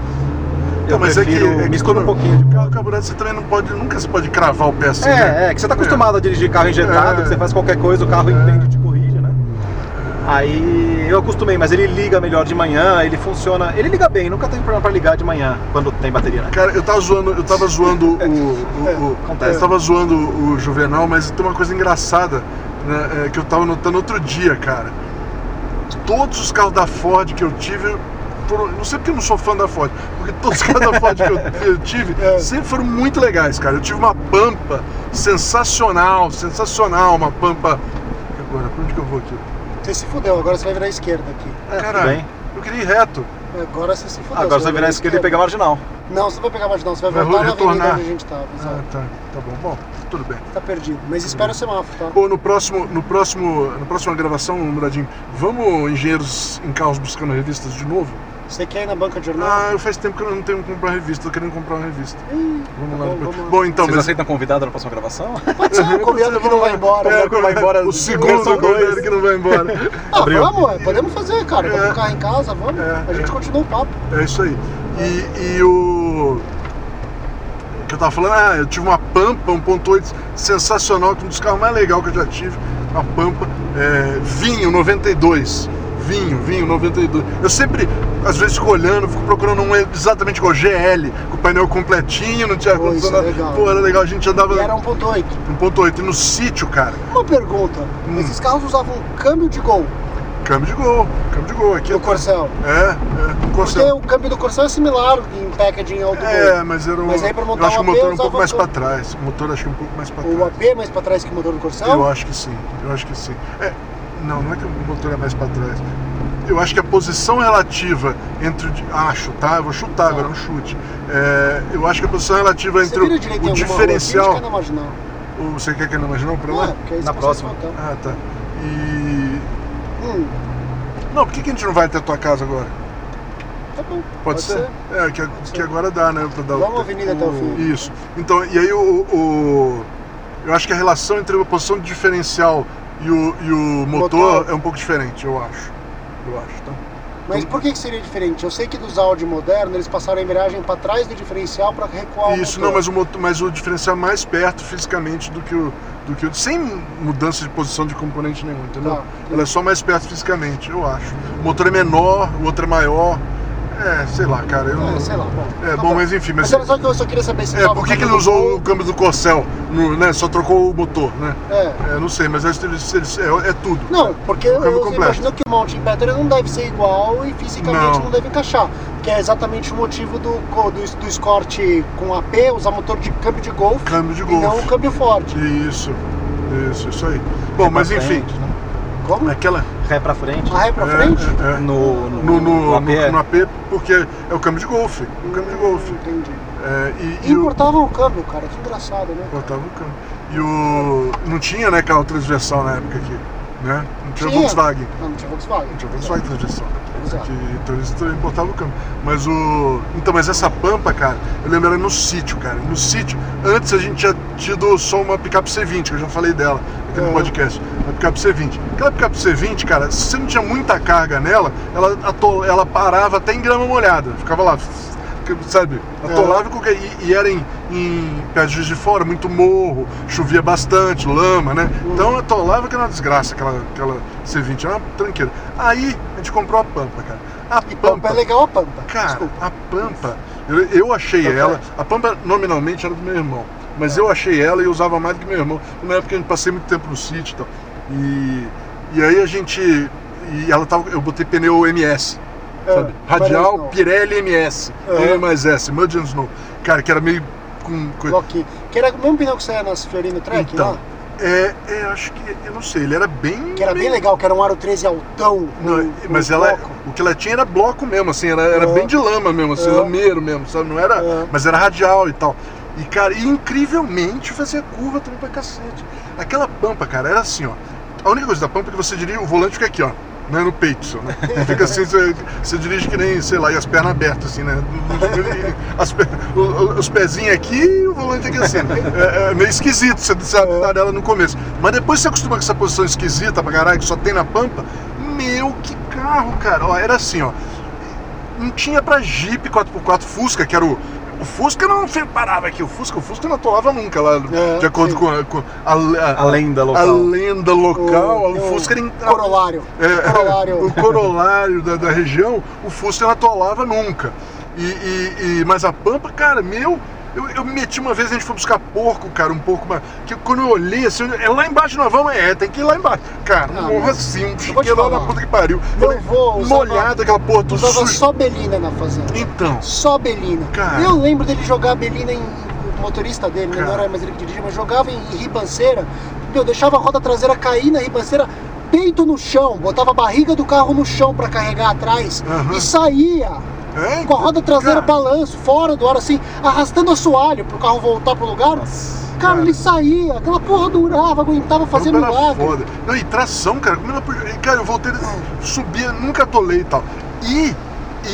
Speaker 4: Eu
Speaker 3: Não, mas é que-
Speaker 4: prefiro
Speaker 3: é que
Speaker 4: misturo um
Speaker 3: quando-
Speaker 4: pouquinho de
Speaker 3: O carro carburado você também não pode, nunca se pode cravar o pé assim, né?
Speaker 4: É, é, que você tá acostumado a dirigir carro injetado,
Speaker 3: É.
Speaker 4: que você faz qualquer coisa, o carro entende e te corrige, né? Aí eu acostumei, mas ele liga melhor de manhã, ele funciona. Ele liga bem, nunca tem problema pra ligar de manhã quando tem bateria, né?
Speaker 3: Cara, eu tava zoando, eu tava zoando o. o, o- é,
Speaker 4: acontece.
Speaker 3: Eu tava zoando o Juvenal, mas tem uma coisa engraçada né, é, que eu tava notando outro dia, cara. Todos os carros da Ford que eu tive. foram- não sei porque eu não sou fã da Ford, porque todos os carros da Ford que (laughs) eu, que eu tive sempre foram muito legais, cara. Eu tive uma pampa sensacional, sensacional, uma pampa. Agora, pra onde que eu vou aqui?
Speaker 2: Você se fudeu, agora você vai virar à esquerda aqui.
Speaker 3: Caralho,
Speaker 4: bem.
Speaker 3: eu queria ir reto.
Speaker 2: Agora você se fudeu.
Speaker 4: Agora você vai virar a esquerda e pegar a marginal.
Speaker 2: Não, você não vai pegar mais não, você vai,
Speaker 3: Vai
Speaker 2: voltar na
Speaker 3: retornar.
Speaker 2: avenida onde a gente tava.
Speaker 3: Ah,
Speaker 2: exato.
Speaker 3: tá. Tá bom. Bom, tudo bem.
Speaker 2: Tá perdido. Mas espera o semáforo, tá?
Speaker 3: Pô, no próximo, no próximo, na próxima gravação, Muradinho, vamos engenheiros em carros buscando revistas de novo?
Speaker 2: Você quer ir na banca de jornal?
Speaker 3: Ah, faz tempo que eu não tenho que comprar revista, tô querendo comprar uma revista.
Speaker 2: Ih, tá
Speaker 3: Vamos
Speaker 2: bom,
Speaker 3: lá. depois.
Speaker 2: vamos lá.
Speaker 3: Bom, então,
Speaker 4: Vocês
Speaker 3: mas...
Speaker 4: aceitam convidado na próxima gravação?
Speaker 2: Pode ser, o combinado que não vai embora.
Speaker 3: É,
Speaker 2: né?
Speaker 4: vai embora,
Speaker 3: o segundo
Speaker 4: são dois.
Speaker 3: convidado que não vai
Speaker 2: (laughs)
Speaker 3: embora.
Speaker 2: Ah,
Speaker 4: Abriu.
Speaker 2: vamos, é, podemos fazer, cara. Vamos
Speaker 3: É.
Speaker 2: com o carro em casa, vamos.
Speaker 3: É,
Speaker 2: A gente continua o papo.
Speaker 3: É isso aí. E, e o. que eu tava falando, ah, eu tive uma Pampa 1.8 sensacional, que é um dos carros mais legais que eu já tive, uma Pampa, é, vinho 92. Vinho, vinho 92. Eu sempre, às vezes, fico olhando, fico procurando um exatamente igual GL, com o painel completinho, não tinha
Speaker 2: Pô, isso é
Speaker 3: ar-condicionado.
Speaker 2: legal.
Speaker 3: Pô, era legal, a gente andava
Speaker 2: E era 1.8.
Speaker 3: 1.8. E no sítio, cara, Hum.
Speaker 2: Uma pergunta. Esses carros usavam câmbio de gol.
Speaker 3: Câmbio de gol, câmbio de gol. Aqui
Speaker 2: do Corsel.
Speaker 3: É, é.
Speaker 2: Porque
Speaker 3: Corcel.
Speaker 2: o câmbio do Corsel é similar em packaging ao do
Speaker 3: É,
Speaker 2: Gol.
Speaker 3: mas era um,
Speaker 2: Mas aí pra montar
Speaker 3: eu acho
Speaker 2: um
Speaker 3: que o motor
Speaker 2: AP,
Speaker 3: é um pouco
Speaker 2: usava
Speaker 3: mais
Speaker 2: o-
Speaker 3: pra trás. O motor acho que é um pouco mais pra trás.
Speaker 2: O AP mais pra trás que o motor do
Speaker 3: Eu
Speaker 2: Corsel?
Speaker 3: acho que sim, eu acho que sim. É, não, não é que o motor é mais pra trás. Eu acho que a posição relativa entre. o di- Acho, tá? Eu vou chutar agora, é um chute. É, eu acho que a posição relativa entre
Speaker 2: vira
Speaker 3: o,
Speaker 2: direito em alguma
Speaker 3: o
Speaker 2: rua aqui?
Speaker 3: diferencial.
Speaker 2: Acho que é na marginal.
Speaker 3: O- Você quer que ele não imagine não pra
Speaker 2: Não
Speaker 3: lá?
Speaker 2: é, porque aí
Speaker 4: Na
Speaker 2: você
Speaker 4: próxima.
Speaker 2: consegue voltar.
Speaker 3: Ah, tá. E.
Speaker 2: Hum,
Speaker 3: Não, por que, que a gente não vai até a tua casa agora?
Speaker 2: tá bom.
Speaker 3: Pode, ser? É, que, que agora dá, né? Pra dar o-
Speaker 2: Vamos à avenida até o fim.
Speaker 3: Isso. Então, e aí o, o- Eu acho que a relação entre a posição do diferencial e o, e o motor,
Speaker 2: Motor.
Speaker 3: é um pouco diferente, eu acho. Eu acho, tá?
Speaker 2: Mas por que, que seria diferente? Eu sei que dos Audi modernos eles passaram a embreagem pra trás do diferencial pra recuar o
Speaker 3: Isso,
Speaker 2: motor.
Speaker 3: não, mas o, motor, mas o diferencial é mais perto fisicamente do que o. Do que o sem mudança de posição de componente nenhum, entendeu?
Speaker 2: Tá.
Speaker 3: Ela é só mais perto fisicamente, eu acho. O motor é menor, o outro é maior. É, sei lá, cara. Eu não...
Speaker 2: É, sei lá, bom.
Speaker 3: É,
Speaker 2: Tá
Speaker 3: bom, mas enfim.
Speaker 2: Mas
Speaker 3: Mas...
Speaker 2: era só que eu só queria saber se
Speaker 3: É,
Speaker 2: tava
Speaker 3: por que, que ele
Speaker 2: falando do
Speaker 3: usou
Speaker 2: Gol.
Speaker 3: o câmbio do Corcel? No, né, só trocou o motor, né?
Speaker 2: É.
Speaker 3: É, não sei, mas acho que eles- eles- é, é tudo.
Speaker 2: Não, porque eu,
Speaker 3: câmbio
Speaker 2: eu
Speaker 3: completo.
Speaker 2: imagino que o Mountain Battery não deve ser igual e fisicamente
Speaker 3: Não.
Speaker 2: não, deve encaixar. Que é exatamente o motivo do, co- do, do Escort com AP usar motor de câmbio de Golf
Speaker 3: Câmbio de
Speaker 2: e não
Speaker 3: golfe.
Speaker 2: o câmbio forte.
Speaker 3: Isso, isso, isso aí. Bom,
Speaker 4: Ré
Speaker 3: mas
Speaker 4: pra
Speaker 3: enfim,
Speaker 4: frente, né?
Speaker 2: Como?
Speaker 3: aquela.
Speaker 4: Ré pra frente. né?
Speaker 2: A ré pra frente?
Speaker 3: É, é, é.
Speaker 4: No, no,
Speaker 3: No, no,
Speaker 4: no
Speaker 3: no,
Speaker 4: AP, é.
Speaker 3: no AP, porque é o câmbio de golfe. O câmbio de golfe.
Speaker 2: Entendi.
Speaker 3: É, e,
Speaker 2: E
Speaker 3: e o.
Speaker 2: importavam o câmbio, cara, que engraçado, né?
Speaker 3: Cortava o câmbio. E o. Não tinha, né, carro transversal na época aqui. Né? Não tinha, Volkswagen.
Speaker 2: Não, não tinha Volkswagen.
Speaker 3: Não tinha Volkswagen transversal.
Speaker 2: Exato.
Speaker 3: Que- então eles importavam o câmbio. Mas o. Então, mas essa pampa, cara, eu lembro era no sítio, cara. No sítio. Antes a gente tinha tido só uma picape C20, que eu já falei dela aqui no
Speaker 2: É.
Speaker 3: podcast. A picape C20. Aquela picape C20, cara, se você não tinha muita carga nela, ela, ato- ela parava até em grama molhada. Ficava lá. Sabe,
Speaker 2: É.
Speaker 3: atolava em qualquer- e, e era em, em pé de Juiz de fora, muito morro, chovia bastante, lama, né? Então atolava que era uma desgraça aquela, aquela C20, era uma tranqueira. Aí a gente comprou a Pampa, cara. A
Speaker 2: E pampa é legal a pampa.
Speaker 3: Cara,
Speaker 2: Desculpa. Tá
Speaker 3: a Pampa, eu, eu achei
Speaker 2: Pampa
Speaker 3: ela. A Pampa nominalmente era do meu irmão, mas eu achei ela e usava mais do que meu irmão. Na época a gente passei muito tempo no sítio e tal. E, e aí a gente. E ela tava. Eu botei pneu MS,
Speaker 2: É,
Speaker 3: sabe?
Speaker 2: parece
Speaker 3: Radial
Speaker 2: não.
Speaker 3: Pirelli MS.
Speaker 2: É.
Speaker 3: É. mais S, Mud and Snow. Cara, que era meio. Com, com-
Speaker 2: Loki. Que era o mesmo pneu que saia nas né, Fiorino Trek
Speaker 3: Então.
Speaker 2: lá?
Speaker 3: é, é, acho que. Eu não sei, ele era bem.
Speaker 2: né? Que era bem
Speaker 3: meio-
Speaker 2: legal, que era um aro 13 altão. com-
Speaker 3: Não,
Speaker 2: com
Speaker 3: mas ela,
Speaker 2: Um
Speaker 3: é-
Speaker 2: bloco.
Speaker 3: o que ela tinha era bloco mesmo, assim, era, era
Speaker 2: É.
Speaker 3: bem de lama mesmo, assim,
Speaker 2: É.
Speaker 3: lameiro mesmo, sabe? Não era,
Speaker 2: É.
Speaker 3: mas era radial e tal. E, cara, e incrivelmente fazia curva também pra cacete. Aquela pampa, cara, era assim, ó. A única coisa da pampa é que você diria, o volante fica aqui, ó. Né, no peito, só, né? Fica assim, você, você dirige que nem, sei lá, e as pernas abertas, assim, né? As per- o- o- os pezinhos aqui e o volante aqui assim. É, é meio esquisito você se
Speaker 2: É.
Speaker 3: adaptar dela no começo. Mas depois você acostuma com essa posição esquisita pra caralho, que só tem na pampa. Meu, que carro, cara. Ó, era assim, ó não tinha pra Jeep 4x4 Fusca, que era o. O Fusca não fe- parava aqui, o Fusca, o Fusca não atolava nunca lá,
Speaker 2: É,
Speaker 3: de acordo
Speaker 2: sim.
Speaker 3: com a, com a, a-
Speaker 4: A lenda
Speaker 3: a
Speaker 4: local.
Speaker 3: lenda local,
Speaker 2: O-
Speaker 3: o,
Speaker 2: o
Speaker 3: Fusca era em-
Speaker 2: Corolário.
Speaker 3: é,
Speaker 2: Corolário.
Speaker 3: (laughs) o corolário da, da região, o Fusca não atolava nunca. E, e- e- mas a Pampa, cara, meu, eu, eu me meti uma vez, a gente foi buscar porco, cara, um pouco mais. Que quando eu olhei assim, eu- é lá embaixo nós vamos, é, tem que ir lá embaixo. Cara,
Speaker 2: Ah,
Speaker 3: morra
Speaker 2: mas-
Speaker 3: assim, um
Speaker 2: vou te
Speaker 3: chiqueiro lá na
Speaker 2: falar.
Speaker 3: puta que pariu.
Speaker 2: Meu
Speaker 3: Falei,
Speaker 2: avô usava-
Speaker 3: molhado aquela porra, tudo
Speaker 2: Usava
Speaker 3: sujo.
Speaker 2: só Belina na fazenda.
Speaker 3: Então.
Speaker 2: Só Belina.
Speaker 3: Cara.
Speaker 2: Eu lembro dele jogar Belina em. O motorista dele, né? não
Speaker 3: Cara.
Speaker 2: era mais ele que dirigia, mas jogava em ribanceira. Meu, deixava a roda traseira cair na ribanceira, peito no chão, botava a barriga do carro no chão pra carregar atrás
Speaker 3: Aham.
Speaker 2: e saía.
Speaker 3: É,
Speaker 2: Com a roda traseira
Speaker 3: cara,
Speaker 2: balanço, fora do ar, assim, arrastando assoalho pro carro voltar pro lugar. Cara, ele saía, aquela porra durava, aguentava fazer
Speaker 3: Pampa era
Speaker 2: milagre.
Speaker 3: foda. Não, e tração, cara, como ela podia- e, Cara, eu voltei, subia, nunca atolei e tal. E,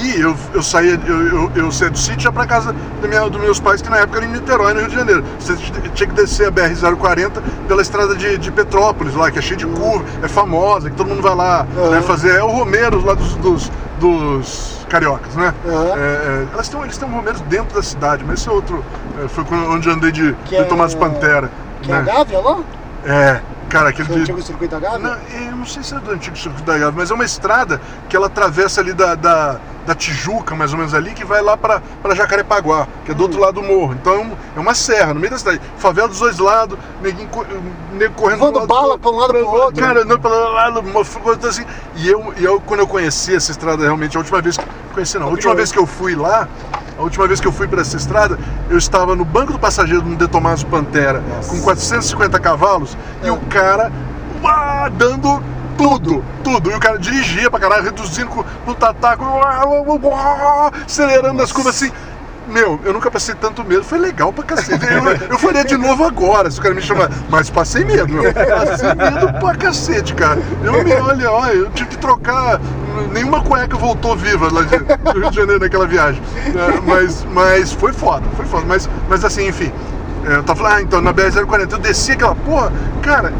Speaker 3: e eu, eu saía, eu, eu, eu saía do sítio já pra casa da minha- dos meus pais, que na época era em Niterói, no Rio de Janeiro. Você t- tinha que descer a BR-040 pela estrada de, de Petrópolis lá, que é cheia
Speaker 2: Hum.
Speaker 3: de curva, é famosa, que todo mundo vai lá
Speaker 2: Uhum.
Speaker 3: né, fazer. É o Romeiros lá dos, dos, dos cariocas, né?
Speaker 2: Uhum.
Speaker 3: É, é, elas tão, eles têm Romeiros dentro da cidade, mas esse é outro. é, foi quando- onde eu andei de,
Speaker 2: Que
Speaker 3: de
Speaker 2: é-
Speaker 3: Tomás Pantera.
Speaker 2: Que é a
Speaker 3: né?
Speaker 2: Gávea lá?
Speaker 3: É, Cara, aquele
Speaker 2: Do antigo circuito H?
Speaker 3: Não, eu não sei se é do antigo circuito da Gávea, mas é uma estrada que ela atravessa ali da, da, da Tijuca, mais ou menos ali, que vai lá pra pra Jacarepaguá, que é do
Speaker 2: Hum.
Speaker 3: outro lado do morro. Então é um- é uma serra, no meio da cidade. Favela dos dois lados, neguinho, co- nego correndo
Speaker 2: Voando
Speaker 3: pro
Speaker 2: bala pra um lado, pro outro.
Speaker 3: Cara, não, pelo lado, uma coisa assim. E eu, e eu, quando eu conheci essa estrada, realmente, a última vez que. Conheci não, a última vez que eu fui lá. A última vez que eu fui pra essa estrada, eu estava no banco do passageiro no De Tomaso Pantera, com 450 cavalos, e o cara uá, dando tudo, tudo. E o cara dirigia pra caralho, reduzindo com o tataco, uá, uá, uá, uá, acelerando as curvas assim. Meu, eu nunca passei tanto medo, foi legal pra cacete. Eu, eu faria de novo agora, se o cara me chamar. Mas passei medo, meu. Passei medo pra cacete, cara. Eu me olho, ó, eu tive que trocar. Nenhuma cueca voltou viva lá de, do Rio de Janeiro naquela viagem. É, mas, mas foi foda, foi foda. Mas, mas assim, enfim. é, Eu tava falando, ah, então na BR-040, eu desci aquela porra, cara,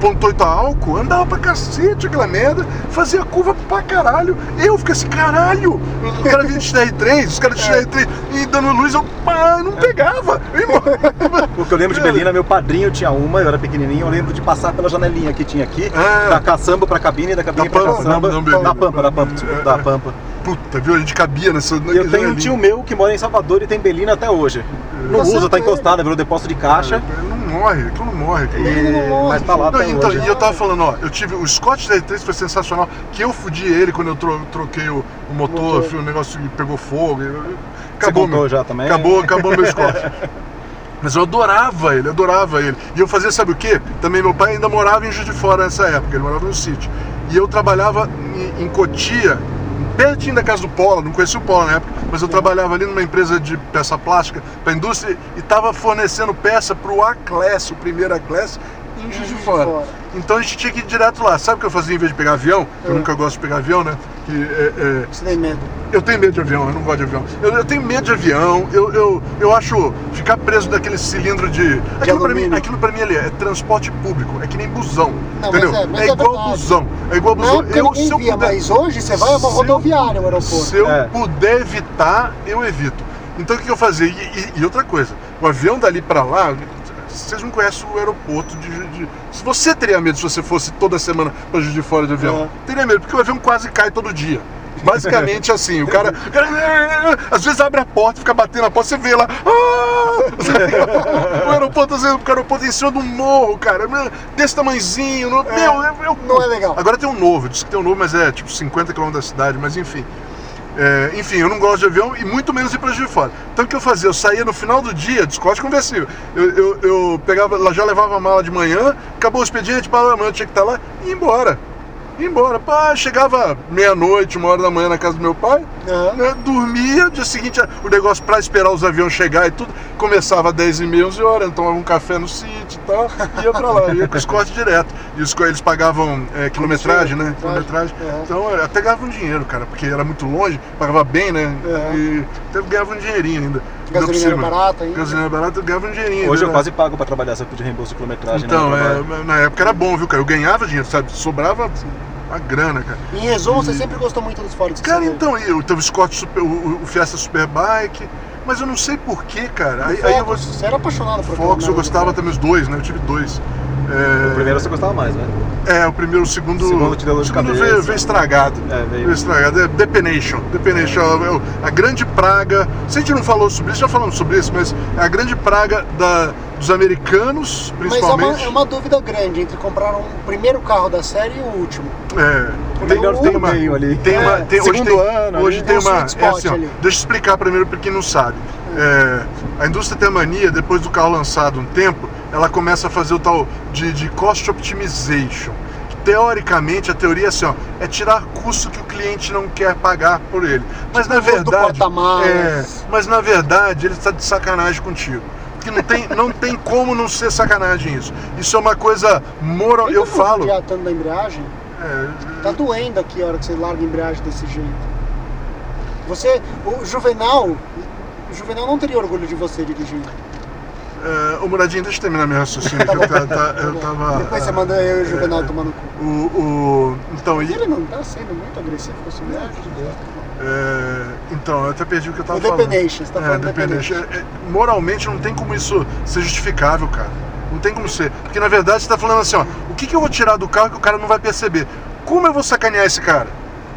Speaker 3: com 1.8 a álcool, andava pra cacete aquela merda, fazia curva pra caralho. Eu fiquei assim, caralho, o cara vinha de XR3, os caras de
Speaker 4: É.
Speaker 3: XR3 e dando luz, eu pá, não pegava. Eu ia embora.
Speaker 4: O que eu
Speaker 3: É.
Speaker 4: lembro de Belina, meu padrinho tinha uma, eu era pequenininho, eu lembro de passar pela janelinha que tinha aqui,
Speaker 3: Ah.
Speaker 4: da caçamba pra cabine, da cabine
Speaker 3: Da
Speaker 4: pra
Speaker 3: Pampa?
Speaker 4: caçamba,
Speaker 3: Não, É. não, Belina.
Speaker 4: da pampa, da pampa, desculpa, da pampa.
Speaker 3: Puta, viu? A gente cabia nessa.
Speaker 4: E eu tenho um tio meu que mora em Salvador e tem Belina até hoje. Não
Speaker 2: Tá
Speaker 4: usa,
Speaker 2: certo,
Speaker 4: tá
Speaker 2: é.
Speaker 4: encostada, virou depósito de caixa.
Speaker 3: Não morre, aquilo não morre. aquilo não
Speaker 4: e-
Speaker 2: Ele não morre.
Speaker 4: Mas tá lá
Speaker 3: Não,
Speaker 4: até
Speaker 3: então,
Speaker 4: hoje.
Speaker 3: e eu tava falando, ó, eu tive o Scott 33 foi sensacional, que eu fudi ele quando eu tro- troquei o, o motor,
Speaker 2: Motor.
Speaker 3: fui- o negócio que pegou fogo. eu- eu- acabou
Speaker 4: contou
Speaker 3: meu,
Speaker 4: já também?
Speaker 3: Acabou, acabou meu Scott. Mas eu adorava ele, adorava ele. E eu fazia, sabe o quê? Também meu pai ainda morava em Juiz de Fora nessa época, ele morava no sítio. E eu trabalhava em, em Cotia, pertinho da casa do Polo, não conhecia o Polo na época, mas eu trabalhava ali numa empresa de peça plástica para indústria e estava fornecendo peça para o A-Class, o primeiro A-Class, em Juiz de Fora. Então a gente tinha que ir direto lá. Sabe o que eu fazia em vez de pegar avião? Eu
Speaker 2: É.
Speaker 3: nunca gosto de pegar avião, né? Que é- é,
Speaker 2: Você tem medo.
Speaker 3: eu tenho medo de avião, eu não gosto de avião. Eu, eu tenho medo de avião, eu, eu, eu acho ficar preso naquele cilindro de. Aquilo pra, mim,
Speaker 2: alumínio.
Speaker 3: aquilo pra mim ali é transporte público, é que nem busão.
Speaker 2: Não,
Speaker 3: entendeu?
Speaker 2: mas é- mas é
Speaker 3: igual
Speaker 2: verdade.
Speaker 3: busão. É igual
Speaker 2: Na
Speaker 3: busão.
Speaker 2: época ninguém via, mas hoje você vai a uma
Speaker 3: Se eu-
Speaker 2: rodoviária, o aeroporto.
Speaker 3: se eu
Speaker 4: É.
Speaker 3: puder evitar, eu evito. Então o que que eu fazia? E, e- e outra coisa, o avião dali pra lá, vocês não conhecem o aeroporto de, Ju- de. Se você teria medo se você fosse toda semana pra Juiz de Fora de avião, teria medo, porque o avião quase cai todo dia. Basicamente (laughs) assim, o cara, o cara, Às vezes abre a porta, fica batendo na porta, você vê lá. "Ah!" (laughs) Sabe? o aeroporto, às vezes, o aeroporto em cima de um morro, cara. Desse tamanhozinho. Meu, eu, eu-
Speaker 2: Não é legal.
Speaker 3: Agora tem um novo, diz que tem um novo, mas é tipo 50 km da cidade, mas enfim. É, enfim, eu não gosto de avião e muito menos ir para Juiz de Fora. Então o que eu fazia? Eu saía no final do dia, Discord conversível. Eu, eu, eu pegava, lá já levava a mala de manhã, acabou o expediente, para amanhã eu tinha que estar lá e ia embora. Ia embora. Pá, chegava meia-noite, uma hora da manhã na casa do meu pai,
Speaker 2: Aham.
Speaker 3: né, dormia, dia seguinte o negócio para esperar os aviões chegar e tudo, começava às 10 e meia, 11 horas, então tomava um café no sítio e tal, ia pra lá, ia com os cortes direto. E os, co- eles pagavam é, quilometragem, né?
Speaker 2: Quilometragem,
Speaker 3: Quilometragem.
Speaker 2: é.
Speaker 3: Então é, até ganhavam dinheiro, cara, porque era muito longe, pagava bem, né?
Speaker 2: É.
Speaker 3: E até ganhava um dinheirinho ainda. Ainda por
Speaker 2: Gasolina era
Speaker 3: cima.
Speaker 2: barata ainda.
Speaker 3: Gasolina era barata, eu ganhava um dinheirinho.
Speaker 4: Hoje eu
Speaker 3: né?
Speaker 4: quase pago pra trabalhar se eu pedir reembolso de quilometragem. né,
Speaker 3: Então,
Speaker 4: no
Speaker 3: é,
Speaker 4: trabalho.
Speaker 3: na época era bom, viu, cara? Eu ganhava dinheiro, sabe? Sobrava a grana, cara.
Speaker 2: Em resumo, você sempre gostou muito dos Ford.
Speaker 3: Hum. Cara, então, eu teve o Scott Super, o, o Fiesta Superbike, mas eu não sei porquê, cara. Aí, aí eu vou.
Speaker 2: Você era apaixonado por aquela
Speaker 3: Fox, eu
Speaker 2: merda.
Speaker 3: gostava também os dois, né? Eu tive dois. É,
Speaker 4: O primeiro você gostava mais, né?
Speaker 3: é, o primeiro, o segundo.
Speaker 4: O segundo te deu dor
Speaker 3: o
Speaker 4: de
Speaker 3: segundo
Speaker 4: cabeça.
Speaker 3: veio, veio estragado.
Speaker 4: É, veio.
Speaker 3: Veio estragado. É Depenation. Depenation é o- a grande praga. Se a gente não falou sobre isso, já falamos sobre isso, mas é a grande praga da- dos americanos,
Speaker 2: Mas é uma,
Speaker 3: principalmente.
Speaker 2: é uma dúvida grande entre comprar um primeiro carro da série e o último.
Speaker 3: É.
Speaker 2: Porque
Speaker 4: Melhor
Speaker 2: o
Speaker 4: tem
Speaker 2: último-
Speaker 4: uma- meio ali.
Speaker 3: Tem uma,
Speaker 2: É,
Speaker 3: tem, hoje
Speaker 4: segundo
Speaker 3: tem,
Speaker 4: ano ali.
Speaker 3: hoje
Speaker 2: Tem
Speaker 3: tem
Speaker 2: um
Speaker 3: uma.
Speaker 2: sweet
Speaker 3: É
Speaker 2: spot
Speaker 3: assim, ó,
Speaker 2: ali.
Speaker 3: deixa eu explicar primeiro para quem não sabe. É, a indústria tem a mania, depois do carro lançado um tempo, ela começa a fazer o tal de, de cost optimization. que Teoricamente, a teoria é assim, ó, é tirar custo que o cliente não quer pagar por ele. Mas na
Speaker 2: custo Tipo, do né?
Speaker 3: verdade.
Speaker 2: porta-malas.
Speaker 3: é, mas na verdade ele está de sacanagem contigo. Porque não tem, não tem como não ser sacanagem isso. Isso é uma coisa moral.
Speaker 2: Tem
Speaker 3: Eu
Speaker 2: como
Speaker 3: falo.
Speaker 2: judiar tanto da embreagem?
Speaker 3: é,
Speaker 2: Tá doendo aqui a hora que você larga a embreagem desse jeito. Você, o Juvenal, o Juvenal não teria orgulho de você dirigindo.
Speaker 3: É, ô Muradinho, deixa eu terminar meu raciocínio que eu, ta- ta- eu tava.
Speaker 2: Depois você manda eu e o Juvenal tomar no cu.
Speaker 3: O, o- então,
Speaker 2: Mas
Speaker 3: e-
Speaker 2: ele não tá sendo muito agressivo com isso, né?
Speaker 3: é, então, eu até perdi o que eu tava
Speaker 2: O
Speaker 3: falando.
Speaker 2: Depenation, você tá
Speaker 3: É,
Speaker 2: falando
Speaker 3: dependente. É, é, moralmente não tem como isso ser justificável, cara. Não tem como ser. Porque na verdade você tá falando assim, ó, o que, que eu vou tirar do carro que o cara não vai perceber? Como eu vou sacanear esse cara?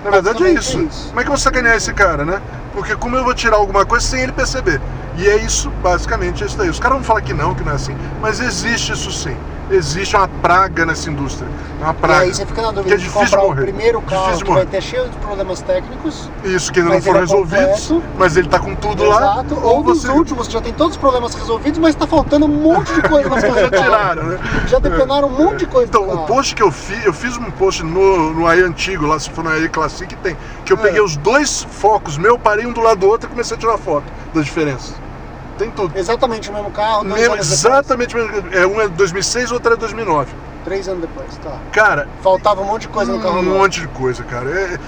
Speaker 3: Na verdade é
Speaker 2: Basicamente
Speaker 3: isso.
Speaker 2: é isso.
Speaker 3: Como é que eu vou sacanear esse cara, né? Porque como eu vou tirar alguma coisa sem ele perceber? E é isso, basicamente, é isso daí. Os caras vão falar que não, que não é assim, mas existe isso sim. Existe uma praga nessa indústria. É Uma praga.
Speaker 2: E aí você fica na
Speaker 3: Que
Speaker 2: dúvida
Speaker 3: é
Speaker 2: de
Speaker 3: difícil
Speaker 2: comprar
Speaker 3: morrer.
Speaker 2: o primeiro carro
Speaker 3: Difícil
Speaker 2: que
Speaker 3: morrer.
Speaker 2: vai ter cheio de problemas técnicos,
Speaker 3: Isso que ainda
Speaker 2: Mas
Speaker 3: não foram
Speaker 2: ele é completo.
Speaker 3: resolvidos, mas ele tá com tudo lá.
Speaker 2: exato, ou dos últimos que já tem todos os problemas resolvidos, mas tá faltando um monte de coisa nas
Speaker 3: já
Speaker 2: coisas do carro.
Speaker 3: tiraram, né?
Speaker 2: Já depenaram um monte de coisa
Speaker 3: Então,
Speaker 2: do carro.
Speaker 3: o post que eu fiz, eu fiz um post no, no AI antigo, lá se for no AI Classic, tem. Que eu
Speaker 2: É.
Speaker 3: peguei os dois focos meu, parei um do lado do outro e comecei a tirar foto da diferença. Tem tudo.
Speaker 2: Exatamente o mesmo carro, dois
Speaker 3: Mesmo,
Speaker 2: anos depois,
Speaker 3: exatamente, o mesmo. é, um é de 2006, outro é de 2009.
Speaker 2: três anos depois, tá.
Speaker 3: Cara,
Speaker 2: Faltava um monte de coisa no carro
Speaker 3: um
Speaker 2: novo.
Speaker 3: monte de coisa, cara. É-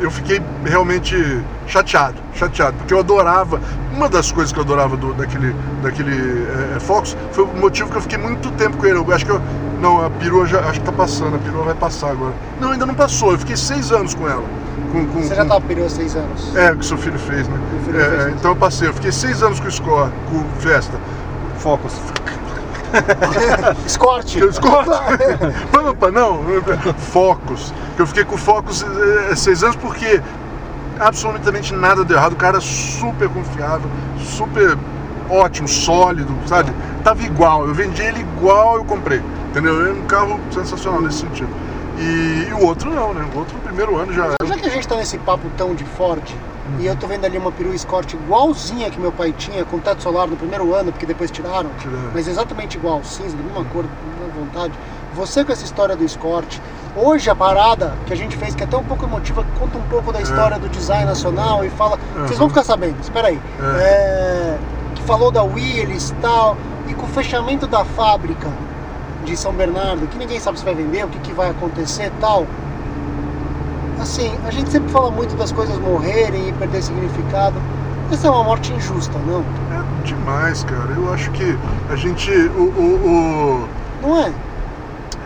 Speaker 3: eu fiquei realmente chateado, chateado, porque eu adorava. Uma das coisas que eu adorava do- daquele, daquele é, é, Fox foi o motivo que eu fiquei muito tempo com ele. Eu acho que eu. Não, a perua já. Acho que tá passando, a perua vai passar agora. Não, ainda não passou, eu fiquei seis anos com ela. Com, com-
Speaker 2: Você já
Speaker 3: com-
Speaker 2: tava pereu há seis anos.
Speaker 3: É, o que seu filho fez, né?
Speaker 2: Meu filho
Speaker 3: É,
Speaker 2: fez
Speaker 3: é,
Speaker 2: isso.
Speaker 3: então eu passei, eu fiquei seis anos com o Score, com o Festa.
Speaker 4: Focus.
Speaker 2: Escort!
Speaker 3: Eu
Speaker 4: (laughs)
Speaker 3: escuto. Pampa, não. Focus. Eu fiquei com Focus eh, seis anos porque absolutamente nada deu errado. O cara é super confiável, super ótimo, sólido, sabe? Tava igual. Eu vendi ele igual eu comprei. Entendeu? É um carro sensacional nesse sentido. E, e o outro não, né? O outro no primeiro ano já.
Speaker 2: Já que a gente tá nesse papo tão de Ford,
Speaker 3: Hum.
Speaker 2: e eu tô vendo ali uma perua Escort igualzinha que meu pai tinha, com teto solar no primeiro ano, porque depois tiraram,
Speaker 3: Tiraram.
Speaker 2: mas exatamente igual, cinza, da mesma cor, da mesma vontade. Você com essa história do Escort, hoje a parada que a gente fez, que é até um pouco emotiva, conta um pouco
Speaker 3: É.
Speaker 2: da história do design nacional e fala. Vocês vão ficar sabendo, espera aí. É, que falou da Willys e tal, e com o fechamento da fábrica de São Bernardo, que ninguém sabe se vai vender, o que, que vai acontecer e tal. Assim, a gente sempre fala muito das coisas morrerem e perder significado. Essa é uma morte injusta, não?
Speaker 3: É demais, cara. Eu acho que a gente. O, o-
Speaker 2: Não é?
Speaker 3: o-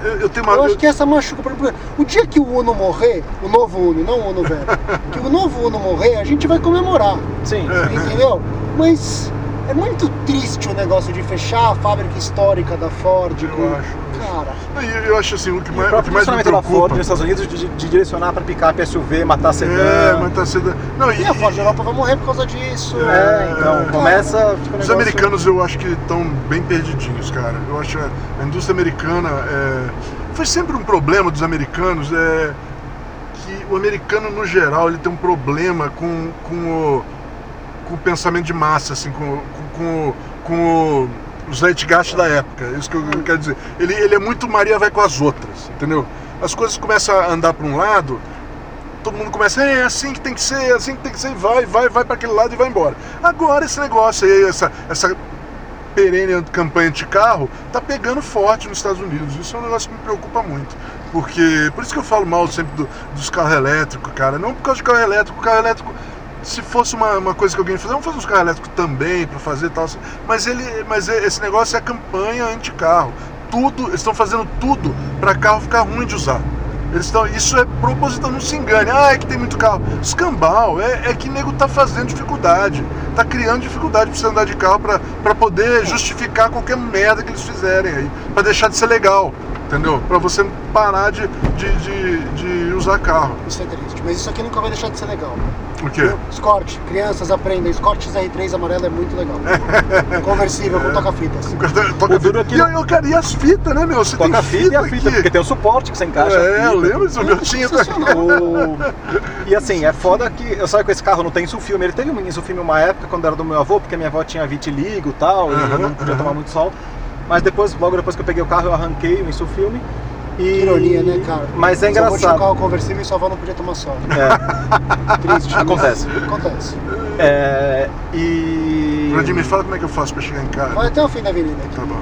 Speaker 3: eu, eu tenho uma.
Speaker 2: Eu acho que essa machuca. Por exemplo, o dia que o Uno morrer, o novo Uno, não o Uno
Speaker 3: (laughs)
Speaker 2: velho, que o novo Uno morrer, a gente vai comemorar,
Speaker 4: Sim.
Speaker 3: É.
Speaker 2: entendeu? Mas é muito triste o negócio de fechar a fábrica histórica da Ford.
Speaker 3: Eu
Speaker 2: com-
Speaker 3: acho.
Speaker 2: Cara,
Speaker 3: eu, eu acho assim, o que
Speaker 4: E o
Speaker 3: mais, o que
Speaker 4: próprio
Speaker 3: mais me
Speaker 4: posicionamento da Ford
Speaker 3: preocupa.
Speaker 4: nos Estados Unidos de, de direcionar para picape SUV, matar sedã.
Speaker 3: É, mas tá sendo. Não, e,
Speaker 2: e a Ford Europa vai morrer por causa disso.
Speaker 4: É, então,
Speaker 2: Cara,
Speaker 4: começa. Fica um
Speaker 3: Os
Speaker 4: negócio-
Speaker 3: americanos eu acho que estão bem perdidinhos, cara. Eu acho a, a indústria americana é, foi sempre um problema dos americanos é que o americano no geral ele tem um problema com, com, o, com o pensamento de massa, assim, com, o- com, com, o- com o, os zeitgeist da época. é Isso que eu quero dizer. Ele, ele é muito Maria vai com as outras, entendeu? As coisas começam a andar para um lado todo mundo começa, é assim que tem que ser, é assim que tem que ser, e vai, vai, vai para aquele lado e vai embora. Agora esse negócio aí, essa, essa perene campanha de carro, tá pegando forte nos Estados Unidos. Isso é um negócio que me preocupa muito. Porque, por isso que eu falo mal sempre do- dos carros elétricos, cara. Não por causa de carro elétrico, carro elétrico. Se fosse uma, uma coisa que alguém fizesse, vamos fazer uns carros elétricos também para fazer e tal. assim. Mas, ele, mas é- esse negócio é campanha anti-carro. Tudo, eles estão fazendo tudo para carro ficar ruim de usar. Eles estão, isso é proposital, não se engane. Ah, é que tem muito carro. Escambau, é, é que nego tá fazendo dificuldade. Tá criando dificuldade pra você andar de carro pra, pra poder justificar qualquer merda que eles fizerem aí. Pra deixar de ser legal, entendeu? Pra você parar de, de, de, de usar carro.
Speaker 2: Isso é triste, mas isso aqui nunca vai deixar de ser legal.
Speaker 3: O quê?
Speaker 2: Escort, crianças aprendem. Escort XR3 amarelo é muito
Speaker 4: (laughs)
Speaker 2: legal. Conversível com toca-fitas.
Speaker 3: O cara toca
Speaker 4: O
Speaker 3: fita.
Speaker 4: duro é que-
Speaker 3: E eu, eu queria as fitas, né, meu? Você
Speaker 4: Toca a
Speaker 3: tem
Speaker 4: fita e a fita,
Speaker 3: aqui.
Speaker 4: porque tem o suporte que você encaixa. a
Speaker 3: É, eu
Speaker 4: fita.
Speaker 3: lembro disso, o meu tá- tinha.
Speaker 2: Sensacional.
Speaker 4: O- E assim, é foda que eu saio com esse carro, não tem insufilme. Ele teve um insufilme uma época, quando era do meu avô, porque minha avó tinha vitiligo e tal, e
Speaker 3: Aham,
Speaker 4: eu não podia tomar muito sol. Mas depois, logo depois que eu peguei o carro, eu arranquei o insufilme. E...
Speaker 2: Que ironia, né, cara?
Speaker 4: Mas
Speaker 2: Eu
Speaker 4: é
Speaker 2: vou tinha um
Speaker 4: engraçado.
Speaker 2: carro conversível e sua avó não podia tomar
Speaker 4: (laughs)
Speaker 2: sol.
Speaker 4: É,
Speaker 2: (laughs) Triste. né? mas
Speaker 4: Acontece.
Speaker 2: Acontece.
Speaker 4: é, e...
Speaker 3: Vladimir, fala como é que eu faço pra chegar em casa.
Speaker 2: Vai até o fim da avenida aqui.
Speaker 3: Tá bom.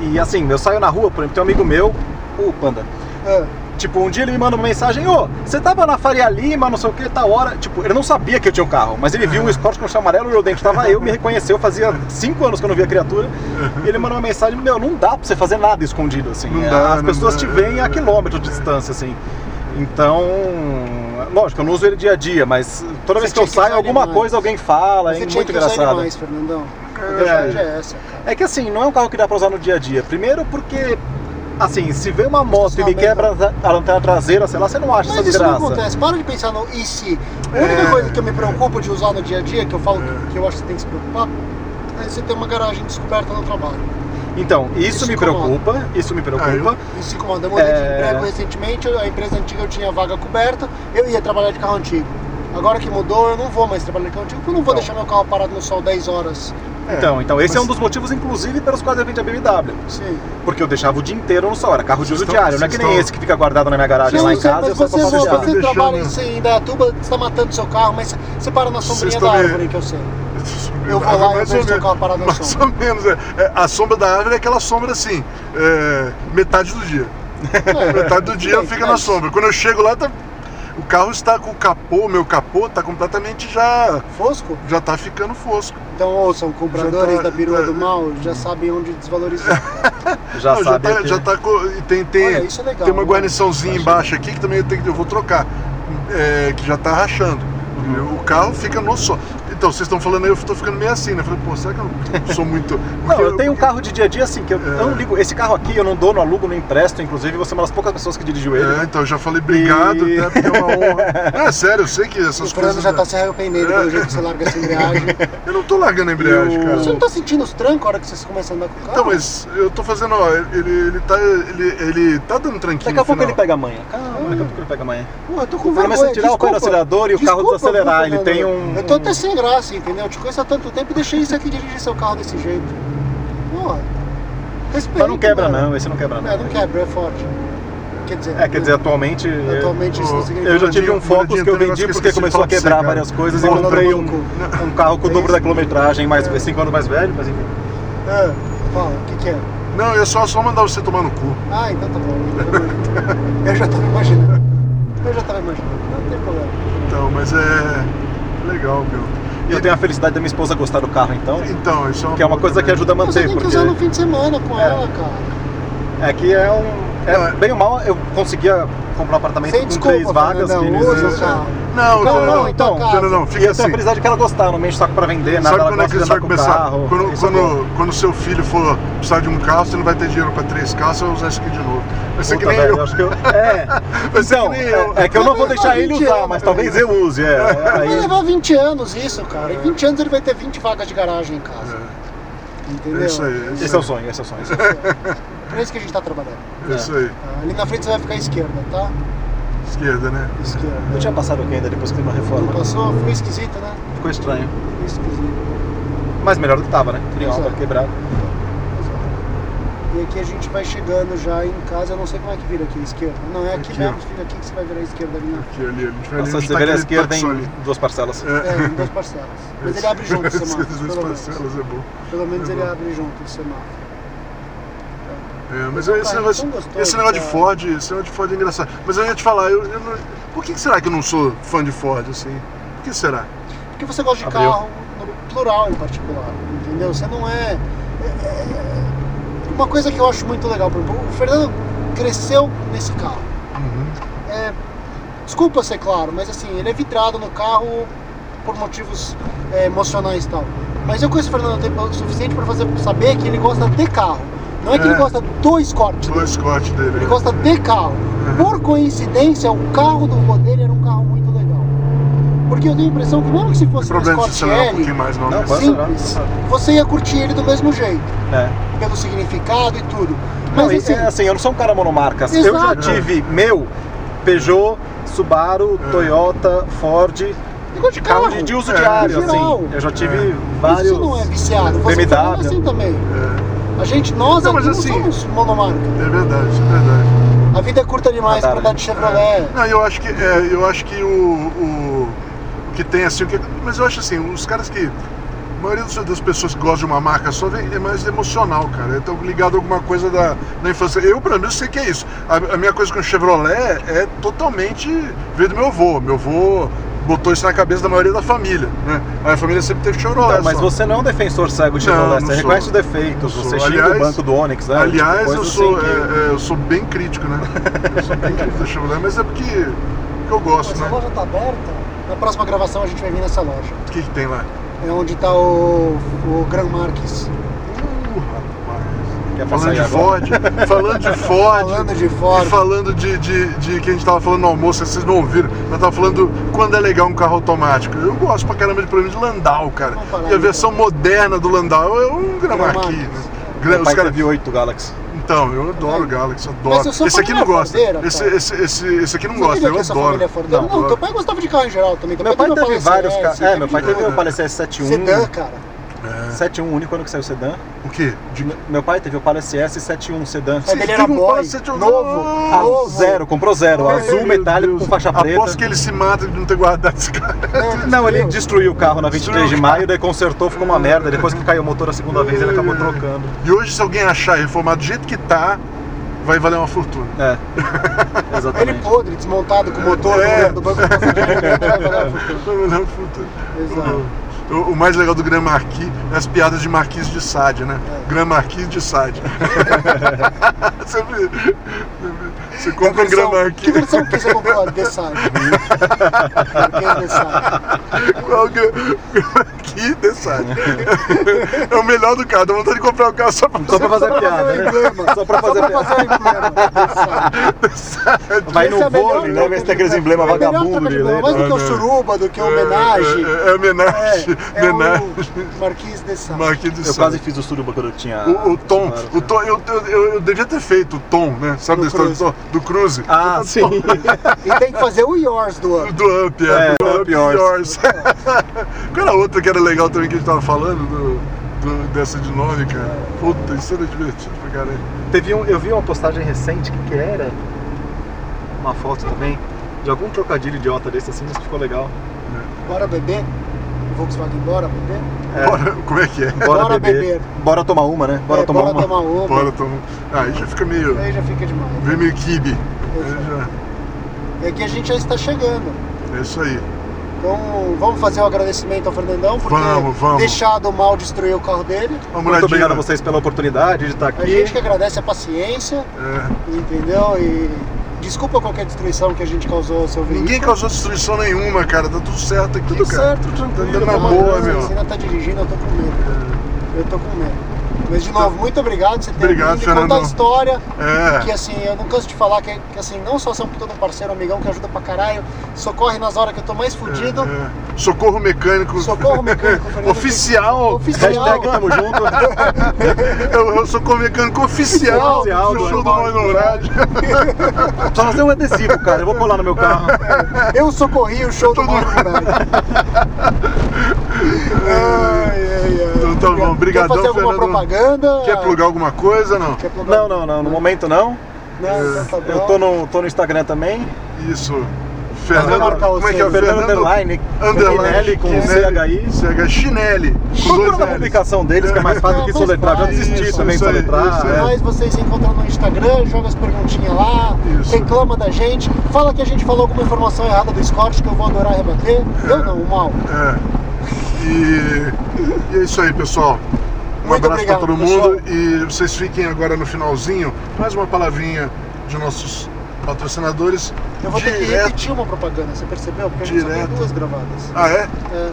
Speaker 4: e assim, eu saio na rua, por exemplo, tem um amigo meu, o Panda.
Speaker 2: Ah,
Speaker 4: Tipo, um dia ele me manda uma mensagem, ô, você tava na Faria Lima, não sei o que, tal hora. Tipo, ele não sabia que eu tinha um carro, mas ele viu um Sport com chão amarelo e o dente tava eu, me reconheceu, fazia cinco anos que eu não via a criatura. E ele mandou uma mensagem, meu, não dá pra você fazer nada escondido, assim.
Speaker 3: Não
Speaker 4: É,
Speaker 3: dá,
Speaker 4: As
Speaker 3: não
Speaker 4: pessoas
Speaker 3: dá.
Speaker 4: te veem a quilômetros de distância, assim. Então, lógico, eu não uso ele dia a dia, mas toda
Speaker 2: Você
Speaker 4: vez que eu
Speaker 2: tinha que usar
Speaker 4: saio,
Speaker 2: ele
Speaker 4: alguma
Speaker 2: mais.
Speaker 4: coisa alguém fala, é
Speaker 2: Você tinha
Speaker 4: muito
Speaker 2: que usar
Speaker 4: engraçado.
Speaker 2: animais, Fernandão. A verdade é essa. cara.
Speaker 4: É que assim, não é um carro que dá pra usar no dia a dia. Primeiro porque, assim, se vê uma moto e ele quebra
Speaker 2: Estacionamento.
Speaker 4: a lanterna traseira, sei lá, você não acha
Speaker 2: Mas
Speaker 4: essa
Speaker 2: isso não
Speaker 4: desgraça.
Speaker 2: acontece. Para de pensar no e se. A única
Speaker 3: É.
Speaker 2: coisa que eu me preocupo de usar no dia a dia, que eu falo que, que eu acho que você tem que se preocupar, é você ter uma garagem descoberta no trabalho.
Speaker 4: Então, isso,
Speaker 2: Isso
Speaker 4: me
Speaker 2: incomoda.
Speaker 4: preocupa, isso me
Speaker 3: Ah, eu-
Speaker 4: preocupa.
Speaker 2: Isso se incomoda. Eu mudei
Speaker 4: É.
Speaker 2: de emprego recentemente, eu- a empresa antiga eu tinha vaga coberta, eu ia trabalhar de carro antigo. Agora que mudou, eu não vou mais trabalhar de carro antigo, porque eu não vou
Speaker 4: Então.
Speaker 2: deixar meu carro parado no sol 10 horas.
Speaker 4: Então, então, esse é um
Speaker 3: mas-
Speaker 4: dos motivos, inclusive, pelos quais eu vendi a BMW.
Speaker 2: Sim.
Speaker 4: Porque eu deixava o dia inteiro no sol, era carro de
Speaker 3: Vocês
Speaker 4: uso
Speaker 3: estão-
Speaker 4: diário, não é que
Speaker 3: vocês
Speaker 4: nem
Speaker 3: estão-
Speaker 4: esse que fica guardado na minha garagem Tá, lá em
Speaker 2: sei,
Speaker 4: casa e eu
Speaker 2: mas
Speaker 4: só
Speaker 2: você,
Speaker 4: posso
Speaker 2: você,
Speaker 4: passear.
Speaker 3: vou-
Speaker 2: você
Speaker 3: Deixando,
Speaker 2: trabalha assim,
Speaker 3: né?
Speaker 2: em Indaiatuba, você está matando seu carro, mas você para na
Speaker 3: Vocês
Speaker 2: sombrinha
Speaker 3: estão
Speaker 2: da
Speaker 3: me- Ah,
Speaker 2: árvore que eu sei. Eu vou lá e
Speaker 3: Mais
Speaker 2: eu
Speaker 3: ou
Speaker 2: vejo o carro
Speaker 3: menos.
Speaker 2: parado na
Speaker 3: (laughs) Mais
Speaker 2: sombra.
Speaker 3: ou menos. é. É, A sombra da árvore é aquela sombra assim, é, metade do dia.
Speaker 2: É,
Speaker 4: É.
Speaker 3: Metade do dia
Speaker 2: Bem,
Speaker 3: fica na
Speaker 2: mas-
Speaker 3: sombra. Quando eu chego lá, tá- o carro está com o capô, meu capô está completamente já.
Speaker 2: Fosco?
Speaker 3: Já está ficando fosco.
Speaker 2: Então ouçam, compradores
Speaker 3: Já tá-
Speaker 2: da perua
Speaker 3: tá-
Speaker 4: é.
Speaker 2: do mal já sabem onde
Speaker 4: (laughs)
Speaker 2: desvalorizar.
Speaker 4: Já
Speaker 3: Não,
Speaker 4: sabe. é
Speaker 3: já tá,
Speaker 4: que- então.
Speaker 3: já tá co- e tem, tem,
Speaker 2: Olha, isso é legal,
Speaker 3: tem uma
Speaker 2: né?
Speaker 3: guarniçãozinha embaixo aqui que também eu, tenho que- eu vou trocar, é, que já tá rachando.
Speaker 4: Uhum.
Speaker 3: O carro fica no sol. Então, vocês estão falando aí, eu tô ficando meio assim, né? Eu Falei, pô, será que eu não sou muito.
Speaker 4: Não,
Speaker 3: porque
Speaker 4: eu tenho um carro de dia a dia assim, que eu
Speaker 3: É.
Speaker 4: não ligo. Esse carro aqui eu não dou, não alugo, não empresto. Inclusive, você é uma das poucas pessoas que dirigiu ele.
Speaker 3: É, então, eu já falei obrigado,
Speaker 4: E-
Speaker 3: né? Porque é uma
Speaker 4: (laughs)
Speaker 3: honra. Não, é sério, eu sei que
Speaker 2: o
Speaker 3: essas
Speaker 2: Fernando
Speaker 3: coisas. é-
Speaker 4: né?
Speaker 2: já tá se arrependendo pelo jeito que você larga essa
Speaker 4: (laughs)
Speaker 2: embreagem.
Speaker 3: Eu não tô largando a embreagem,
Speaker 4: E o-
Speaker 3: cara.
Speaker 2: Você não tá sentindo os trancos a hora que você começa a andar com o carro?
Speaker 3: Então, mas eu tô fazendo, ó, ele, ele tá. Ele, ele tá dando tranquilo.
Speaker 4: Daqui a pouco ele
Speaker 3: pega.
Speaker 4: pega a manha. Calma,
Speaker 3: É.
Speaker 4: daqui a pouco ele pega a manha.
Speaker 2: Pô, eu tô com
Speaker 4: O problema é
Speaker 2: vergonha.
Speaker 4: você tirar o pé do acelerador e o carro
Speaker 2: Desculpa,
Speaker 4: desacelerar,
Speaker 2: viu,
Speaker 4: ele tem
Speaker 2: Fernando?
Speaker 4: um-
Speaker 2: Eu tô até sem graça, entendeu? Eu te conheço há tanto tempo e deixei isso aqui dirigir seu carro desse jeito. Pô, respeito.
Speaker 4: Mas não quebra,
Speaker 2: cara.
Speaker 4: não, esse não quebra, não.
Speaker 2: É, não quebra, é forte. Quer dizer,
Speaker 4: É, quer dizer, atualmente. eu-
Speaker 2: atualmente isso
Speaker 3: eu-
Speaker 2: não significa.
Speaker 4: Eu já tive um
Speaker 3: Muradinho,
Speaker 4: Focus que eu
Speaker 3: tem um negócio
Speaker 4: vendi
Speaker 3: que eu
Speaker 4: porque
Speaker 3: esqueci de
Speaker 4: começou a
Speaker 3: falar pra
Speaker 4: quebrar
Speaker 3: você, cara.
Speaker 4: várias coisas e
Speaker 2: Fala do
Speaker 4: comprei um,
Speaker 2: maluco.
Speaker 4: um carro com o dobro da quilometragem, mais
Speaker 2: É.
Speaker 4: 5 anos mais velho, mas enfim.
Speaker 2: Ah, fala, o que, que é?
Speaker 3: Não, é só, só mandar você tomar no cu.
Speaker 2: Ah, então tá bom. Eu já tava imaginando. Eu já tava imaginando. Não tem problema.
Speaker 3: Então, mas é. Legal, meu.
Speaker 4: E eu tenho a felicidade da minha esposa gostar do carro, então.
Speaker 3: Então, isso é uma
Speaker 4: Que é uma
Speaker 3: boa
Speaker 4: coisa que
Speaker 3: também.
Speaker 4: ajuda a
Speaker 2: Não, Você
Speaker 4: manter,
Speaker 2: tem que
Speaker 4: porque.
Speaker 2: usar no fim de semana com
Speaker 4: É.
Speaker 2: ela, cara.
Speaker 4: É que é um. É, bem ou mal, eu conseguia comprar um apartamento
Speaker 2: Sem
Speaker 4: com
Speaker 2: desculpa,
Speaker 4: três vagas.
Speaker 2: Fernandão,
Speaker 4: que eles-
Speaker 2: usa o
Speaker 4: É.
Speaker 2: carro.
Speaker 3: Não,
Speaker 2: Então,
Speaker 3: não, não,
Speaker 2: não, então,
Speaker 3: não, não, não,
Speaker 4: E
Speaker 3: fica
Speaker 4: eu tenho a
Speaker 3: assim.
Speaker 4: felicidade que ela gostar, não me enche o saco pra vender, nada,
Speaker 3: Sabe
Speaker 4: ela
Speaker 3: quando é que
Speaker 4: gosta de
Speaker 3: isso vai
Speaker 4: andar com o
Speaker 3: começar?
Speaker 4: carro.
Speaker 3: Quando,
Speaker 4: Isso é bom.
Speaker 3: quando, quando seu filho for precisar de um carro, você não vai ter dinheiro pra três carros, você vai usar isso aqui de novo. Vai ser que
Speaker 4: Puta,
Speaker 3: nem
Speaker 4: velho,
Speaker 3: eu.
Speaker 4: acho que eu- (laughs) É.
Speaker 3: Vai ser
Speaker 4: Então,
Speaker 3: que nem eu.
Speaker 4: é, é que eu não vou
Speaker 2: Talvez
Speaker 4: deixar
Speaker 2: não,
Speaker 4: ele
Speaker 2: gente,
Speaker 4: usar,
Speaker 2: ama,
Speaker 4: mas
Speaker 2: cara.
Speaker 4: talvez eu use, é.
Speaker 2: Vai
Speaker 4: tá (laughs) Aí-
Speaker 2: levar 20 anos isso, cara. Em 20 anos ele vai ter 20 vagas de garagem em casa. Entendeu?
Speaker 3: É isso aí, é
Speaker 4: Esse é
Speaker 3: isso
Speaker 4: o sonho, esse é o sonho.
Speaker 2: Por isso que a gente tá trabalhando.
Speaker 3: aí. É isso aí.
Speaker 2: Ah, Ali na frente você vai ficar à esquerda, tá?
Speaker 3: Esquerda, né?
Speaker 4: Eu
Speaker 2: Esquerda.
Speaker 4: tinha passado aqui ainda depois que teve uma
Speaker 2: Não
Speaker 4: reforma.
Speaker 2: passou? Ficou esquisito, né?
Speaker 4: Ficou estranho.
Speaker 2: Ficou esquisito.
Speaker 4: Mas melhor do que tava, né? Tinha
Speaker 2: Exato.
Speaker 4: alta quebrada.
Speaker 2: E aqui a gente vai chegando já em casa, eu não sei como é que vira aqui, esquerda. Não, é aqui
Speaker 3: Aqui,
Speaker 2: mesmo,
Speaker 3: ó.
Speaker 2: filho, aqui que você vai virar a esquerda ali na.
Speaker 3: Aqui ali, a gente vai ali.
Speaker 4: Nossa,
Speaker 3: onde
Speaker 4: você
Speaker 3: tá
Speaker 4: vê a
Speaker 3: aquele
Speaker 4: esquerda
Speaker 3: taxão
Speaker 4: em
Speaker 3: ali.
Speaker 4: duas parcelas.
Speaker 2: É, em duas
Speaker 3: (laughs)
Speaker 2: parcelas. Mas ele abre junto o
Speaker 3: Esse-
Speaker 2: semáforo.
Speaker 3: Essas
Speaker 2: Pelo menos,
Speaker 3: parcelas é bom.
Speaker 2: pelo menos ele
Speaker 3: Legal.
Speaker 2: abre junto o semáforo.
Speaker 3: É, mas eu- esse
Speaker 2: Cara,
Speaker 3: negócio,
Speaker 2: tão gostoso,
Speaker 3: esse negócio de
Speaker 2: cara.
Speaker 3: Ford, esse negócio de Ford é engraçado. Mas eu ia te falar, eu, eu não- por que que será que eu não sou fã de Ford, assim? Por que será?
Speaker 2: Porque você gosta de
Speaker 4: Abriu.
Speaker 2: carro no plural em particular, entendeu? Você não é... é- é- Uma coisa que eu acho muito legal, por exemplo, o Fernando cresceu nesse carro.
Speaker 4: Uhum.
Speaker 2: É, Desculpa ser claro, mas assim, ele é vidrado no carro por motivos é, emocionais e tal. Mas eu conheço o Fernando há tempo o suficiente para fazer saber que ele gosta de carro. Não é que
Speaker 3: É.
Speaker 2: ele gosta do Escort
Speaker 3: O Scott dele. né?
Speaker 2: Ele gosta de carro. Por coincidência, o carro do vô dele era um carro muito legal. Porque eu tenho a impressão que mesmo que se
Speaker 3: Tem
Speaker 2: fosse um
Speaker 3: problema de
Speaker 2: Escort
Speaker 3: acelerar um
Speaker 2: L,
Speaker 3: pouquinho mais, não,
Speaker 4: Não,
Speaker 3: né?
Speaker 4: pode.
Speaker 2: simples, você ia curtir ele do mesmo jeito,
Speaker 4: É.
Speaker 2: pelo significado e tudo. Mas
Speaker 4: Não, e-
Speaker 2: assim,
Speaker 4: é assim, eu não sou um cara monomarca. Eu já
Speaker 2: Exato.
Speaker 4: tive meu, Peugeot, Subaru,
Speaker 3: É.
Speaker 4: Toyota, Ford,
Speaker 2: eu gosto de carro.
Speaker 4: carro de, de uso
Speaker 3: É.
Speaker 4: diário,
Speaker 2: Geral.
Speaker 4: assim. Eu já tive
Speaker 3: É.
Speaker 4: vários.
Speaker 2: Isso não é viciado. Você
Speaker 4: BMW.
Speaker 2: fala assim também.
Speaker 3: É,
Speaker 2: A gente, nós não,
Speaker 3: Não, mas
Speaker 2: não
Speaker 3: assim-
Speaker 2: somos monomarca.
Speaker 3: é verdade, é verdade.
Speaker 2: A vida é curta demais
Speaker 4: Radar,
Speaker 2: pra andar
Speaker 4: né?
Speaker 2: de Chevrolet.
Speaker 3: Não, eu acho que, é, eu acho que o, o- o que tem assim, o que- mas eu acho assim, os caras que. A maioria dos- das pessoas que gostam de uma marca só vem- é mais emocional, cara. Então ligado a alguma coisa da, da infância. Eu, pra mim, eu sei que é isso. A, a minha coisa com o Chevrolet é totalmente. veio do meu avô. Meu avô botou isso na cabeça da maioria da família, né? A família sempre teve Chevrolet.
Speaker 4: Então, mas
Speaker 3: só.
Speaker 4: você não é um defensor cego de
Speaker 3: Não,
Speaker 4: Chevrolet,
Speaker 3: não
Speaker 4: você
Speaker 3: sou.
Speaker 4: reconhece os defeitos,
Speaker 3: Não
Speaker 4: você
Speaker 3: sou.
Speaker 4: xinga
Speaker 3: Aliás-
Speaker 4: o banco do Onix, né?
Speaker 3: Aliás,
Speaker 4: Tipo,
Speaker 3: eu,
Speaker 4: coisa
Speaker 3: sou,
Speaker 4: assim que-
Speaker 3: é, é, eu sou bem crítico, né? Eu sou bem crítico da Chevrolet, mas é porque, porque eu gosto,
Speaker 2: Essa
Speaker 3: né?
Speaker 2: loja tá aberta. Na próxima gravação a gente vai vir nessa loja.
Speaker 3: O que, que tem lá?
Speaker 2: é onde está o, o Gran Marques.
Speaker 4: Quer passar
Speaker 3: Falando
Speaker 4: aí
Speaker 3: de,
Speaker 4: agora?
Speaker 3: Ford, falando de Ford,
Speaker 2: Falando de Ford.
Speaker 3: e falando de, de, de que a gente tava falando no almoço, vocês não ouviram, mas tava falando quando é legal um carro automático. Eu gosto pra caramba de problema de Landau, cara.
Speaker 2: Vamos falar
Speaker 3: E a
Speaker 2: de
Speaker 3: versão moderna do Landau é um Gramarquis, né? Gra-
Speaker 4: Meu
Speaker 3: Os
Speaker 4: pai tá
Speaker 3: cara...
Speaker 4: teve oito Galaxy.
Speaker 3: Então, eu adoro o Galaxy, adoro.
Speaker 2: Mas eu sou
Speaker 3: esse aqui não
Speaker 2: família
Speaker 3: gosta.
Speaker 2: fordeira,
Speaker 3: esse,
Speaker 2: cara.
Speaker 3: esse, esse, esse aqui não
Speaker 2: Você
Speaker 3: gosta,
Speaker 2: queria
Speaker 3: eu
Speaker 2: que essa
Speaker 3: adoro.
Speaker 2: família for dela? Não,
Speaker 3: adoro.
Speaker 2: teu pai gostava de carro em geral também. Teu
Speaker 4: Meu pai
Speaker 2: teve um
Speaker 4: teve
Speaker 2: Palais
Speaker 4: vários
Speaker 2: S,
Speaker 4: carros. É, meu pai
Speaker 2: teve
Speaker 3: né?
Speaker 4: teve o Opala SS71.
Speaker 2: Sedã, cara.
Speaker 4: 71, o único ano que saiu sedã.
Speaker 3: O quê?
Speaker 4: De- Meu pai teve o Opala SS71 sedã.
Speaker 2: Mas ele é era
Speaker 3: teve um
Speaker 2: boy,
Speaker 3: Opala 71?
Speaker 2: novo,
Speaker 3: Ah,
Speaker 4: Ah, zero, comprou zero. Azul,
Speaker 3: Meu
Speaker 4: metálico,
Speaker 3: Deus.
Speaker 4: com faixa preta.
Speaker 3: Aposto que ele se mata de não ter guardado esse cara.
Speaker 2: É.
Speaker 4: Não, ele
Speaker 2: Deus.
Speaker 4: destruiu o carro na 23 de
Speaker 3: Destruiu.
Speaker 4: maio, daí consertou, ficou uma merda. Depois que caiu o motor a segunda vez, ele acabou trocando.
Speaker 3: E hoje, se alguém achar reformado do jeito que tá, vai valer uma fortuna.
Speaker 4: É.
Speaker 3: (laughs)
Speaker 2: Ele
Speaker 4: Exatamente.
Speaker 2: podre, desmontado com o motor
Speaker 3: É.
Speaker 2: do banco do passageiro. Vai falar, "Puta,
Speaker 3: Vai valer uma fortuna.
Speaker 2: Exato.
Speaker 3: Então, O, o mais legal do Gran Marquis é as piadas de Marquis de Sade, né? Gran Marquis de Sade. Sempre- sempre- Você
Speaker 4: (laughs)
Speaker 2: Que
Speaker 3: compra um Gran
Speaker 2: versão- Que
Speaker 3: Marquis. (laughs)
Speaker 2: versão que você comprou? Dessage. Porque é Dessage.
Speaker 3: Qual Gran Gran Marquis de Sade? É o melhor do carro, dá vontade de comprar o carro só pra
Speaker 4: Só pra fazer piada, né? Só pra fazer piada.
Speaker 2: Fazer um emblema. Dessage.
Speaker 4: Vai
Speaker 2: Esse é
Speaker 4: no
Speaker 2: a melhor
Speaker 4: vôlei, né?
Speaker 2: troca
Speaker 4: Vê se
Speaker 2: de-
Speaker 4: tem aqueles emblemas
Speaker 2: é a melhor troca
Speaker 4: vagabundo né?
Speaker 2: de
Speaker 4: de
Speaker 2: emblema, Mais do que o suruba, do que o é homenagem.
Speaker 4: (laughs)
Speaker 3: É, é, é homenagem.
Speaker 2: É, é
Speaker 3: homenagem.
Speaker 2: o Marquês de Sá.
Speaker 3: Marquis de
Speaker 4: Eu
Speaker 3: Sade.
Speaker 4: quase fiz o suruba quando eu tinha.
Speaker 3: O, o Tom,
Speaker 4: Claro.
Speaker 3: o tom eu, eu, eu- eu devia ter feito o Tom, né? Sabe da história do,
Speaker 2: Cruise.
Speaker 3: Tom? do Cruze?
Speaker 4: (laughs) Ah, sim.
Speaker 2: E tem que fazer o Yours do ano.
Speaker 3: Do Up, é.
Speaker 4: É,
Speaker 3: do
Speaker 4: Up
Speaker 3: Up
Speaker 4: Yours.
Speaker 3: Yours. (laughs) Qual era a outra que era legal também que a gente tava falando do, do- dessa dinâmica? Puta, isso era divertido pra caralho.
Speaker 4: Teve um, eu vi uma postagem recente, que, que era? Uma foto também, de algum trocadilho idiota desse assim, mas que ficou legal.
Speaker 2: Bora beber? Volkswagen, bora beber?
Speaker 4: É.
Speaker 3: Bora, como é que é?
Speaker 4: Bora,
Speaker 2: Bora
Speaker 4: beber.
Speaker 2: beber.
Speaker 4: Bora tomar uma, né? Bora
Speaker 2: É,
Speaker 4: tomar
Speaker 2: bora
Speaker 4: uma.
Speaker 2: tomar uma.
Speaker 3: Bora, Tom. Ah, aí já fica meio,
Speaker 2: Aí já fica demais.
Speaker 3: vem meio kibe.
Speaker 2: Exato.
Speaker 3: Aí já-
Speaker 2: E aqui É a gente já está chegando.
Speaker 3: É isso aí.
Speaker 2: Então vamos fazer um agradecimento ao Fernandão por
Speaker 3: Vamos,
Speaker 2: ter
Speaker 3: vamos.
Speaker 2: deixado o mal destruir o carro dele.
Speaker 3: Uma
Speaker 4: Muito
Speaker 3: moradinha.
Speaker 4: obrigado a vocês pela oportunidade de estar
Speaker 2: A
Speaker 4: aqui.
Speaker 2: gente que agradece a paciência,
Speaker 3: É.
Speaker 2: entendeu? E desculpa qualquer destruição que a gente causou ao seu veículo.
Speaker 3: Ninguém causou destruição nenhuma, cara. Tá tudo certo aqui,
Speaker 2: Tudo
Speaker 3: cara.
Speaker 2: certo,
Speaker 3: Tá
Speaker 2: tranquilo.
Speaker 3: andando na
Speaker 2: Tô
Speaker 3: boa,
Speaker 2: andando,
Speaker 3: meu.
Speaker 2: Você ainda tá dirigindo, eu tô com medo. Eu tô com medo. Mas de novo, muito obrigado por você ter
Speaker 3: Tá. Obrigado,
Speaker 2: vindo e contar a
Speaker 3: Fernando.
Speaker 2: história.
Speaker 3: É.
Speaker 2: Que assim, eu não canso de falar que, que, assim, não só você é um puta de um parceiro, amigão que ajuda pra caralho, socorre nas horas que eu tô mais
Speaker 4: então.
Speaker 2: fudido.
Speaker 3: É, é. Socorro mecânico.
Speaker 2: Socorro
Speaker 3: (laughs)
Speaker 2: mecânico, Fernando.
Speaker 3: Oficial. É
Speaker 2: Oficial.
Speaker 4: Hashtag tamo junto. (laughs)
Speaker 3: Eu, eu sou mecânico oficial,
Speaker 4: Oficial
Speaker 3: do
Speaker 4: do
Speaker 3: show do
Speaker 4: Animal.
Speaker 3: Minorade.
Speaker 4: Só fazer um adesivo, cara. Eu vou colar no meu carro.
Speaker 2: Eu socorri o show do Mauro Moraes.
Speaker 3: (laughs)
Speaker 2: Ai, ai, ai.
Speaker 3: É. Então tá bom,
Speaker 2: Quer
Speaker 3: obrigadão,
Speaker 2: fazer alguma
Speaker 3: Fernando.
Speaker 2: propaganda?
Speaker 3: Quer plugar alguma coisa? Não.
Speaker 2: Quer plugar?
Speaker 4: Não, não, não. No momento não.
Speaker 2: Não, então tá bom.
Speaker 4: Eu tô no, tô no Instagram também.
Speaker 3: Isso.
Speaker 2: Vai
Speaker 3: Fernando,
Speaker 2: marcar o
Speaker 3: como é que é?
Speaker 2: seu.
Speaker 4: Fernando Underline.
Speaker 3: Underline
Speaker 4: Kinelli com
Speaker 3: Kinelli,
Speaker 4: CHI.
Speaker 3: CH Chinelli. Com
Speaker 4: Procura
Speaker 3: dois
Speaker 4: na
Speaker 3: Ls.
Speaker 4: publicação deles, que é mais fácil do que
Speaker 2: Não,
Speaker 4: soletrar. Já
Speaker 2: faz
Speaker 4: desisti
Speaker 2: isso,
Speaker 4: também de
Speaker 3: isso aí, isso aí.
Speaker 4: soletrar. é.
Speaker 2: Mas vocês encontram no Instagram, joga as perguntinhas lá,
Speaker 3: Isso.
Speaker 2: reclama da gente, fala que a gente falou alguma informação errada do Scott que eu vou adorar rebater. Eu não, o mal.
Speaker 3: É. E, e é isso aí, pessoal. Um
Speaker 2: Muito
Speaker 3: abraço
Speaker 2: obrigado,
Speaker 3: pra todo mundo.
Speaker 2: pessoal.
Speaker 3: E vocês fiquem agora no finalzinho. Mais uma palavrinha de nossos patrocinadores.
Speaker 2: Eu vou ter que
Speaker 3: direto.
Speaker 2: repetir uma propaganda, você percebeu? Porque a gente só
Speaker 3: Direto.
Speaker 2: tem duas gravadas.
Speaker 3: Ah, é?
Speaker 2: É.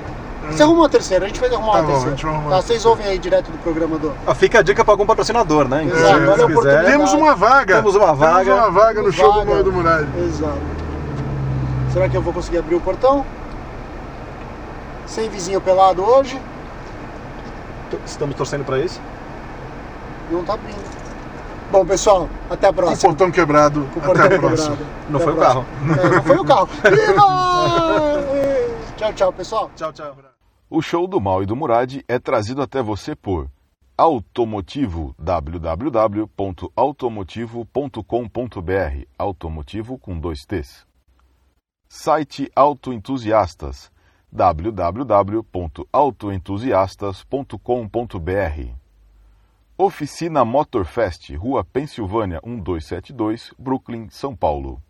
Speaker 2: Você arruma uma terceira, a gente vai arrumar
Speaker 3: Tá
Speaker 2: uma
Speaker 3: bom,
Speaker 2: terceira.
Speaker 3: a gente vai arrumar.
Speaker 2: Tá, vocês ouvem aí direto do programa do.
Speaker 4: Ah, Fica a dica pra algum patrocinador, né? Inclusive,
Speaker 2: Exato, olha a
Speaker 4: se quiser.
Speaker 2: oportunidade.
Speaker 3: É. Temos uma vaga.
Speaker 4: Temos uma vaga.
Speaker 3: Temos uma vaga no show do
Speaker 2: Vaga.
Speaker 3: Maio do Muralha.
Speaker 2: Exato. Será que eu vou conseguir abrir o portão? Sem vizinho pelado hoje?
Speaker 4: Estamos torcendo pra isso.
Speaker 2: Não tá abrindo. Bom, pessoal, até a
Speaker 3: Com o
Speaker 2: próxima.
Speaker 3: portão quebrado.
Speaker 2: Com o
Speaker 3: Até a
Speaker 2: portão
Speaker 3: próxima.
Speaker 2: quebrado.
Speaker 4: Não
Speaker 2: Até a
Speaker 4: foi o
Speaker 2: próxima.
Speaker 4: carro.
Speaker 2: É, não foi o carro. Viva! tchau, tchau, pessoal.
Speaker 4: Tchau, tchau.
Speaker 1: O show do Mal e do Murad é trazido até você por Automotivo www.automotivo.com.br Automotivo com dois T's. Site Autoentusiastas www.autoentusiastas.com.br um Oficina Motorfest, Rua Pensilvânia 1272, Brooklyn, São Paulo.